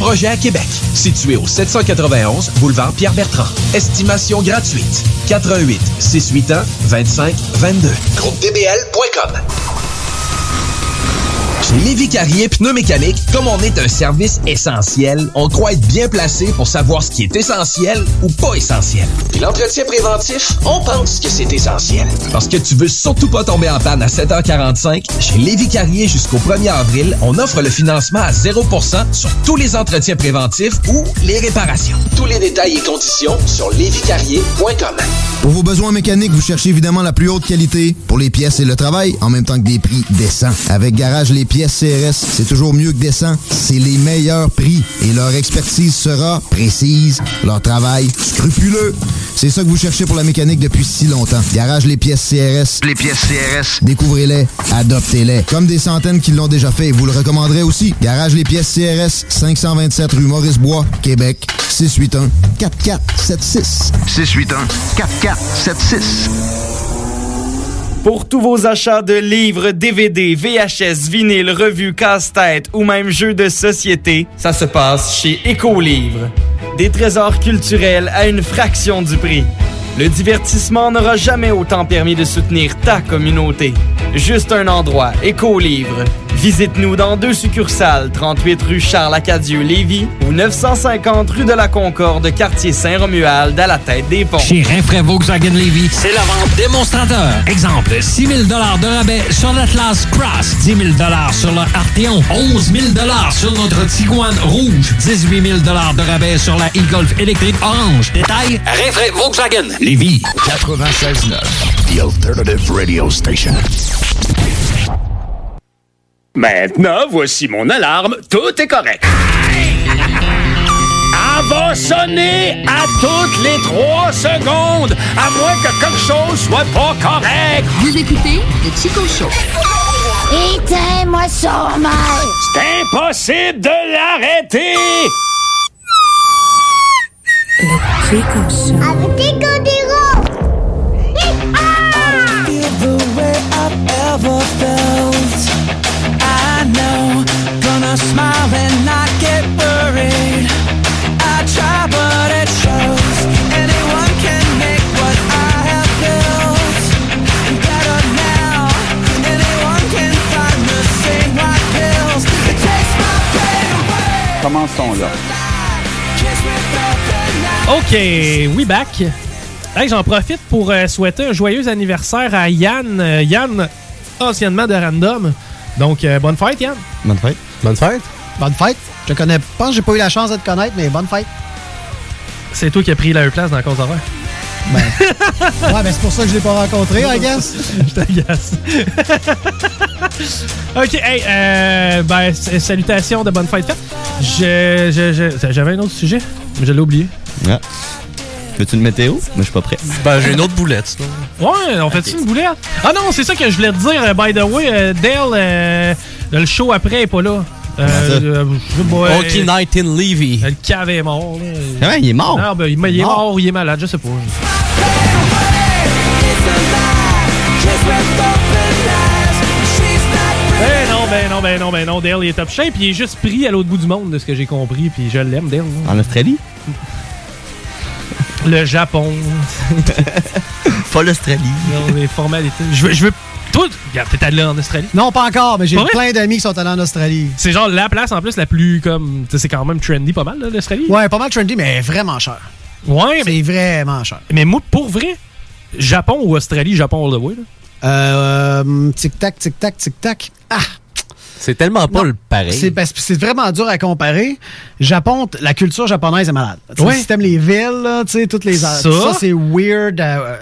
[SPEAKER 12] projets à Québec. Situé au 791 boulevard Pierre-Bertrand. Estimation gratuite. 88 681 25 22. Groupe DBL.com. Chez Lévi Carrier Pneumécanique, comme on est un service essentiel, on croit être bien placé pour savoir ce qui est essentiel ou pas essentiel. Et l'entretien préventif, on pense que c'est essentiel. Parce que tu veux surtout pas tomber en panne à 7h45, chez Lévi Carrier jusqu'au 1er avril, on offre le financement à 0% sur tous les entretiens préventifs ou les réparations. Tous les détails et conditions sur lévicarrier.com.
[SPEAKER 15] Pour vos besoins mécaniques, vous cherchez évidemment la plus haute qualité pour les pièces et le travail, en même temps que des prix décents. Avec Garage, les pièces CRS, c'est toujours mieux que décent. C'est les meilleurs prix et leur expertise sera précise, leur travail scrupuleux. C'est ça que vous cherchez pour la mécanique depuis si longtemps. Garage, les pièces CRS. Les pièces CRS. Découvrez-les, adoptez-les. Comme des centaines qui l'ont déjà fait, vous le recommanderez aussi. Garage, les pièces CRS, 527 rue Maurice-Bois, Québec, 681 4476.
[SPEAKER 31] 681-4476.
[SPEAKER 14] Pour tous vos achats de livres, DVD, VHS, vinyle, revues, casse-tête ou même jeux de société, ça se passe chez Écolivre. Des trésors culturels à une fraction du prix. Le divertissement n'aura jamais autant permis de soutenir ta communauté. Juste un endroit, Écolivre. Visite-nous dans deux succursales, 38 rue Charles-Acadieux-Lévis ou 950 rue de la Concorde, quartier Saint-Romuald, à la tête des ponts.
[SPEAKER 17] Chez Renfrais Volkswagen Levy, c'est la vente démonstrateur. Exemple, 6 000 de rabais sur l'Atlas Cross, 10 000 sur le Arteon, 11 000 sur notre Tiguan Rouge, 18 000 de rabais sur la e-Golf électrique orange. Détail, Renfrais Volkswagen Levy.
[SPEAKER 31] 96.9, The Alternative Radio Station.
[SPEAKER 3] Maintenant, voici mon alarme. Tout est correct. Elle va sonner à toutes les trois secondes, à moins que quelque chose soit pas correct.
[SPEAKER 12] Vous écoutez le Chico Show.
[SPEAKER 2] Éteins-moi ça, mal.
[SPEAKER 3] C'est impossible de l'arrêter.
[SPEAKER 2] Avec tes gondéros.
[SPEAKER 18] Smile and not get worried. I try, but it shows. Anyone can make what I have built better now. Anyone can find the same white pills. It takes my pain away.
[SPEAKER 6] Commençons là.
[SPEAKER 1] OK, we back. Hey, J'en profite pour euh, souhaiter un joyeux anniversaire à Yann. Euh, Yann, anciennement de Random. Donc, euh, bonne fête, Yann.
[SPEAKER 29] Bonne fête.
[SPEAKER 13] Bonne fête. Bonne fête. Je te connais. Je pense que j'ai pas eu la chance de te connaître, mais bonne fête.
[SPEAKER 1] C'est toi qui as pris la place dans la cause d'horreur.
[SPEAKER 13] ouais, ben c'est pour ça que je l'ai pas rencontré, I guess.
[SPEAKER 1] [LAUGHS] je t'agace. OK, hey, euh, ben, s- salutations de bonne fête faite. Je- je- je- J'avais un autre sujet, mais je l'ai oublié.
[SPEAKER 29] Ah. Veux-tu une météo? Mais je suis pas prêt.
[SPEAKER 1] Ben, j'ai une autre
[SPEAKER 29] boulette,
[SPEAKER 1] Ouais, on fait-tu une boulette? Ah non, c'est ça que je voulais te dire. euh, By the way, euh, Dale, euh, le show après est pas là. Euh,
[SPEAKER 29] Comment ça?
[SPEAKER 1] je sais pas,
[SPEAKER 29] Hockey
[SPEAKER 1] euh,
[SPEAKER 29] Night in Levy.
[SPEAKER 1] Le cave est mort. là.
[SPEAKER 29] Ah ouais, il est mort?
[SPEAKER 1] Non, ben, il, il est
[SPEAKER 29] Mort?
[SPEAKER 1] mort ou il est malade, je sais pas. Ben non, ben non, ben non, ben non. Dale, il est top shape. Il est juste pris à l'autre bout du monde, de ce que j'ai compris. Puis je l'aime, Dale.
[SPEAKER 29] En Australie?
[SPEAKER 1] Le Japon.
[SPEAKER 29] [LAUGHS] Pas l'Australie.
[SPEAKER 1] Non, les formalités. Je veux. Je veux... Toi, regarde, t'es allé en Australie.
[SPEAKER 13] Non, pas encore, mais j'ai
[SPEAKER 1] Pas vrai?
[SPEAKER 13] plein d'amis qui sont allés en Australie.
[SPEAKER 1] C'est genre la place en plus la plus comme. tu sais, C'est quand même trendy pas mal, là, l'Australie.
[SPEAKER 13] Ouais, pas mal trendy, mais vraiment cher.
[SPEAKER 1] Ouais, mais.
[SPEAKER 13] C'est vraiment cher.
[SPEAKER 1] Mais moi, pour vrai, Japon ou Australie, Japon all the way, là.
[SPEAKER 13] Euh, tic-tac, tic-tac, tic-tac. Ah!
[SPEAKER 26] C'est tellement pas
[SPEAKER 13] Non.
[SPEAKER 26] le pareil.
[SPEAKER 13] C'est parce que c'est vraiment dur à comparer. Japon, t- la culture japonaise est malade. Tu sais,
[SPEAKER 26] Ouais.
[SPEAKER 13] Si t'aimes les villes, là, tu sais, toutes les
[SPEAKER 26] Ça.
[SPEAKER 13] ça c'est weird. euh,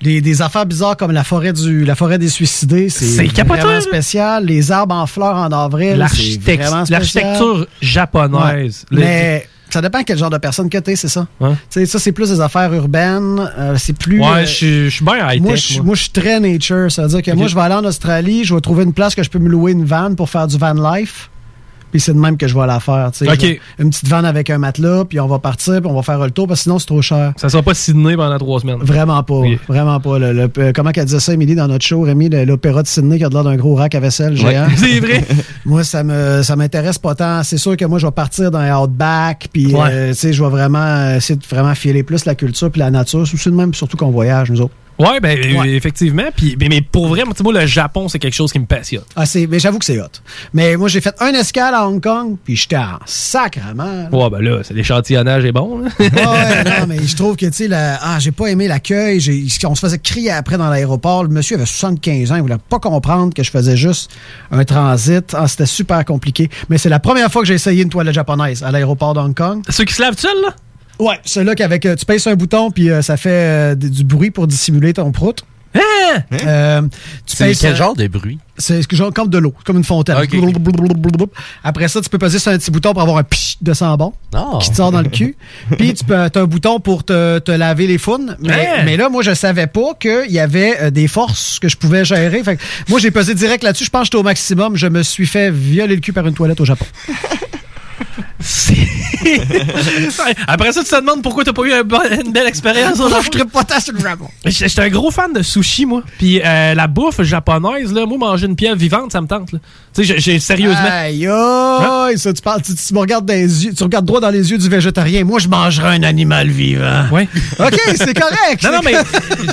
[SPEAKER 13] les- des affaires bizarres comme la forêt du la forêt des suicidés, c'est
[SPEAKER 1] C'est capoté,
[SPEAKER 13] vraiment
[SPEAKER 1] là.
[SPEAKER 13] spécial. Les arbres en fleurs en avril, c'est
[SPEAKER 1] L'architect-
[SPEAKER 13] vraiment spécial.
[SPEAKER 1] L'architecture japonaise.
[SPEAKER 13] Ouais.
[SPEAKER 1] Le-
[SPEAKER 13] Mais ça dépend quel genre de personne que t'es, c'est ça. Tu sais, Ça, c'est plus des affaires urbaines. euh, c'est plus.
[SPEAKER 1] Ouais,
[SPEAKER 13] euh,
[SPEAKER 1] je suis- je suis bien high-tech.
[SPEAKER 13] moi, je suis- moi, je suis très nature. Ça veut dire que moi, je vais aller en Australie, je vais trouver une place que je peux me louer une van pour faire du van life. Puis c'est de même que je vais la faire. tu sais.
[SPEAKER 1] Ok.
[SPEAKER 13] Je vais- Une petite van avec un matelas, puis on va partir, puis on va faire le tour, parce que sinon, c'est trop cher.
[SPEAKER 1] Ça sera pas Sydney pendant trois semaines.
[SPEAKER 13] Vraiment pas. Vraiment pas. Le- le- euh, comment qu'elle disait ça, Émilie, dans notre show, Rémi, le- l'opéra de Sydney qui a de l'air d'un gros rack à vaisselle
[SPEAKER 1] Ouais.
[SPEAKER 13] géant.
[SPEAKER 1] [LAUGHS] C'est vrai.
[SPEAKER 13] [LAUGHS] moi, ça me ça m'intéresse pas tant. C'est sûr que moi, je vais partir dans les outback, puis
[SPEAKER 1] Ouais.
[SPEAKER 13] euh, tu sais, je vais vraiment essayer de vraiment filer plus la culture puis la nature. C'est de même, surtout qu'on voyage, nous autres.
[SPEAKER 1] Ouais, ben euh, effectivement. Puis, mais, mais pour vrai, moi, tu sais, moi, le Japon, c'est quelque chose qui me passionne.
[SPEAKER 13] Ah, c'est, mais j'avoue que c'est hot. Mais moi, j'ai fait un escale à Hong Kong, puis j'étais en sacrement. là.
[SPEAKER 1] Ouais, ben là, c'est l'échantillonnage est bon. hein. [LAUGHS] là.
[SPEAKER 13] Ah ouais, non, mais je trouve que, tu sais, la- ah, j'ai pas aimé l'accueil. J'ai- On se faisait crier après dans l'aéroport. Le monsieur avait 75 ans. Il voulait pas comprendre que je faisais juste un transit. Ah, c'était super compliqué. Mais c'est la première fois que j'ai essayé une toilette japonaise à l'aéroport d'Hong Kong. [LAUGHS]
[SPEAKER 1] Ceux qui se lavent seuls, là?
[SPEAKER 13] Ouais, celui-là qu'avec. euh, Tu pèses sur un bouton, puis euh, ça fait euh, d- du bruit pour dissimuler ton prout. Euh, tu
[SPEAKER 30] C'est
[SPEAKER 13] pèses,
[SPEAKER 30] quel
[SPEAKER 13] euh,
[SPEAKER 30] genre de bruit?
[SPEAKER 13] C'est ce que genre comme de l'eau, comme une fontaine. Après ça, tu peux poser sur un petit bouton pour avoir un psh de sang bon
[SPEAKER 30] Ah.
[SPEAKER 13] qui te sort dans le
[SPEAKER 1] [LAUGHS]
[SPEAKER 13] cul. Puis tu peux, as un bouton pour te, te laver les founes. Mais,
[SPEAKER 22] Hein?
[SPEAKER 13] mais là, moi, je savais pas qu'il y avait euh, des forces que je pouvais gérer. Fait que moi, j'ai pesé direct là-dessus. Je pense que j'étais au maximum. Je me suis fait violer le cul par une toilette au Japon.
[SPEAKER 1] Après ça, tu te demandes pourquoi t'as pas eu un bon- une belle expérience.
[SPEAKER 13] Moi, je trippe pas tant sur le Japon.
[SPEAKER 1] J'étais un gros fan de sushi, moi. Puis euh, la bouffe japonaise, là, moi, manger une pièce vivante, ça me tente. là. Tu sais, j'ai- j'ai sérieusement.
[SPEAKER 13] Aïe, aïe, ça, tu, parles, tu, tu me regardes dans les yeux, tu regardes droit dans les yeux du végétarien. Moi, je mangerai un animal vivant.
[SPEAKER 1] Ouais.
[SPEAKER 13] OK, c'est correct.
[SPEAKER 1] [LAUGHS] Non, non, mais.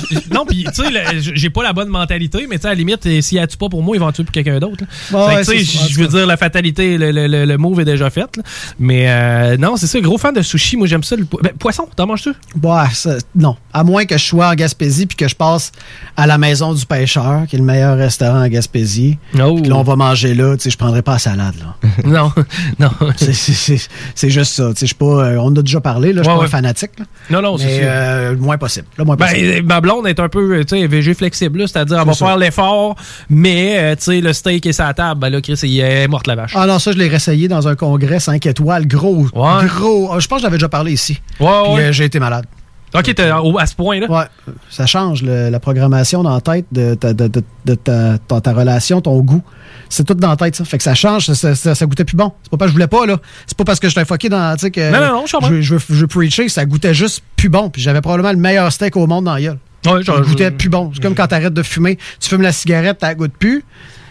[SPEAKER 13] c'est
[SPEAKER 1] non, puis, tu sais, le- j- j'ai pas la bonne mentalité, mais, tu sais, à la limite, eh, s'il y a tu pas pour moi, il va en tuer pour quelqu'un d'autre. là.
[SPEAKER 13] Ouais,
[SPEAKER 1] Fait que,
[SPEAKER 13] ouais,
[SPEAKER 1] tu
[SPEAKER 13] c'est
[SPEAKER 1] sais,
[SPEAKER 13] ça.
[SPEAKER 1] j- je veux dire, la fatalité, le, le- le- le move est déjà fait. là. Mais, euh, non, c'est ça, gros fan de sushi. Moi, j'aime ça. Le po- ben, poisson, t'en manges-tu?
[SPEAKER 13] Bah, ça- non. À moins que je sois en Gaspésie puis que je passe à la maison du pêcheur, qui est le meilleur restaurant en Gaspésie. Puis là, on va manger là. Tu sais, je prendrai pas la salade, là.
[SPEAKER 1] Oh. [LAUGHS] non, non.
[SPEAKER 13] C'est- c'est- C'est c'est juste ça. Tu sais, je suis pas. euh, on en a déjà parlé, là. Je suis
[SPEAKER 1] Ouais,
[SPEAKER 13] pas un
[SPEAKER 1] ouais.
[SPEAKER 13] fanatique, là.
[SPEAKER 1] Non, non, c'est
[SPEAKER 13] Mais
[SPEAKER 1] sûr.
[SPEAKER 13] euh, le moins possible. Le moins
[SPEAKER 1] Ben,
[SPEAKER 13] possible.
[SPEAKER 1] euh, ma blonde est un peu, euh, tu sais, VG flexible, là, c'est-à-dire, elle va faire l'effort, mais, euh, tu sais, le steak est sa table, ben là, Chris, il est morte la vache.
[SPEAKER 13] Ah non, ça, je l'ai réessayé dans un congrès 5 étoiles. Gros, gros. Ah, Je pense que j'avais déjà parlé ici. Puis,
[SPEAKER 1] ouais.
[SPEAKER 13] euh, j'ai été malade.
[SPEAKER 1] Ok, t'es au- à ce point-là?
[SPEAKER 13] Ouais. Ça change le- la programmation dans la tête de ta, de- de- de ta- ta- ta relation, ton goût. C'est tout dans la tête, ça. Fait que ça change, ça, ça, ça- ça goûtait plus bon. C'est pas parce que je voulais pas, là. C'est pas parce que j'étais foqué dans. tu sais, Que
[SPEAKER 1] Non, non, non, je comprends.
[SPEAKER 13] je, je, je preachais, ça goûtait juste plus bon. Puis j'avais probablement le meilleur steak au monde dans la gueule.
[SPEAKER 1] Ouais,
[SPEAKER 13] Ça
[SPEAKER 1] je-
[SPEAKER 13] goûtait plus bon. C'est comme quand t'arrêtes de fumer. Tu fumes la cigarette, t'as goûte plus.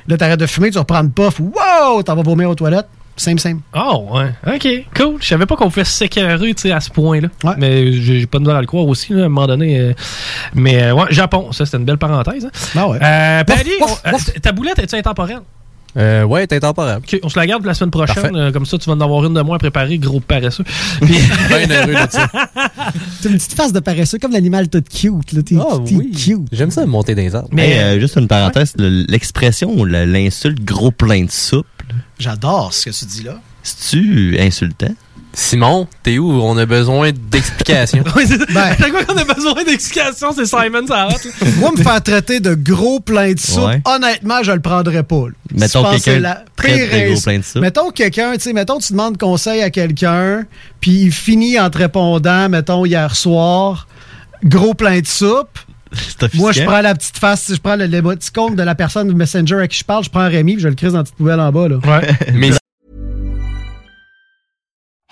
[SPEAKER 13] Là, t'arrêtes de fumer, tu reprends le puff. Wow! T'en vas vomir aux toilettes. Same, same.
[SPEAKER 1] Oh, ouais. OK, cool. Je savais pas qu'on pouvait s'écœurer, tu sais, à ce point-là. Mais j'ai j'ai pas de misère à le croire aussi, là, à un moment donné. euh. Mais, euh, ouais, Japon, ça, c'était une belle parenthèse. Hein.
[SPEAKER 30] Ah
[SPEAKER 13] ouais.
[SPEAKER 1] Euh,
[SPEAKER 30] Ouf,
[SPEAKER 1] Pally,
[SPEAKER 30] ouf,
[SPEAKER 1] on- euh, ta boulette, est-tu intemporelle?
[SPEAKER 30] Euh, ouais, t'es intemporel.
[SPEAKER 1] OK, on se la garde pour la semaine prochaine.
[SPEAKER 30] Parfait.
[SPEAKER 1] euh, comme ça, tu vas en avoir une de moins préparée, gros paresseux. Puis...
[SPEAKER 30] [LAUGHS] Bien heureux de ça.
[SPEAKER 13] [LAUGHS] T'as une petite face de paresseux, comme l'animal tout cute, là. T'es
[SPEAKER 1] Ah
[SPEAKER 13] t'es cute.
[SPEAKER 30] J'aime ça monter dans les arbres.
[SPEAKER 29] Mais euh, juste une parenthèse, le- l'expression ou le- l'insulte gros plein de soupe,
[SPEAKER 13] J'adore ce que tu dis là.
[SPEAKER 29] c'est-tu insultant?
[SPEAKER 30] Simon, t'es où? On a besoin d'explications.
[SPEAKER 1] [LAUGHS]
[SPEAKER 13] Ben,
[SPEAKER 1] À chaque fois
[SPEAKER 13] [LAUGHS]
[SPEAKER 1] qu'on a [LAUGHS] besoin d'explications, c'est Simon Sarah.
[SPEAKER 13] Moi, me faire traiter de gros plein de soupe,
[SPEAKER 29] Ouais.
[SPEAKER 13] honnêtement, je le prendrais pas. là.
[SPEAKER 29] Mettons
[SPEAKER 13] Je pense que c'est
[SPEAKER 29] quelqu'un
[SPEAKER 13] la
[SPEAKER 29] très, très
[SPEAKER 13] pire
[SPEAKER 29] gros
[SPEAKER 13] raison.
[SPEAKER 29] plein de soupe.
[SPEAKER 13] Mettons quelqu'un, tu sais, mettons tu demandes conseil à quelqu'un, puis il finit en te répondant, mettons hier soir, gros plein de soupe. Moi, je prends la petite face, je prends le- l'émoticône de la personne du messenger à qui je parle, je prends Rémi, puis je le crise dans la petite poubelle en bas. Là.
[SPEAKER 29] [LAUGHS]
[SPEAKER 30] Mais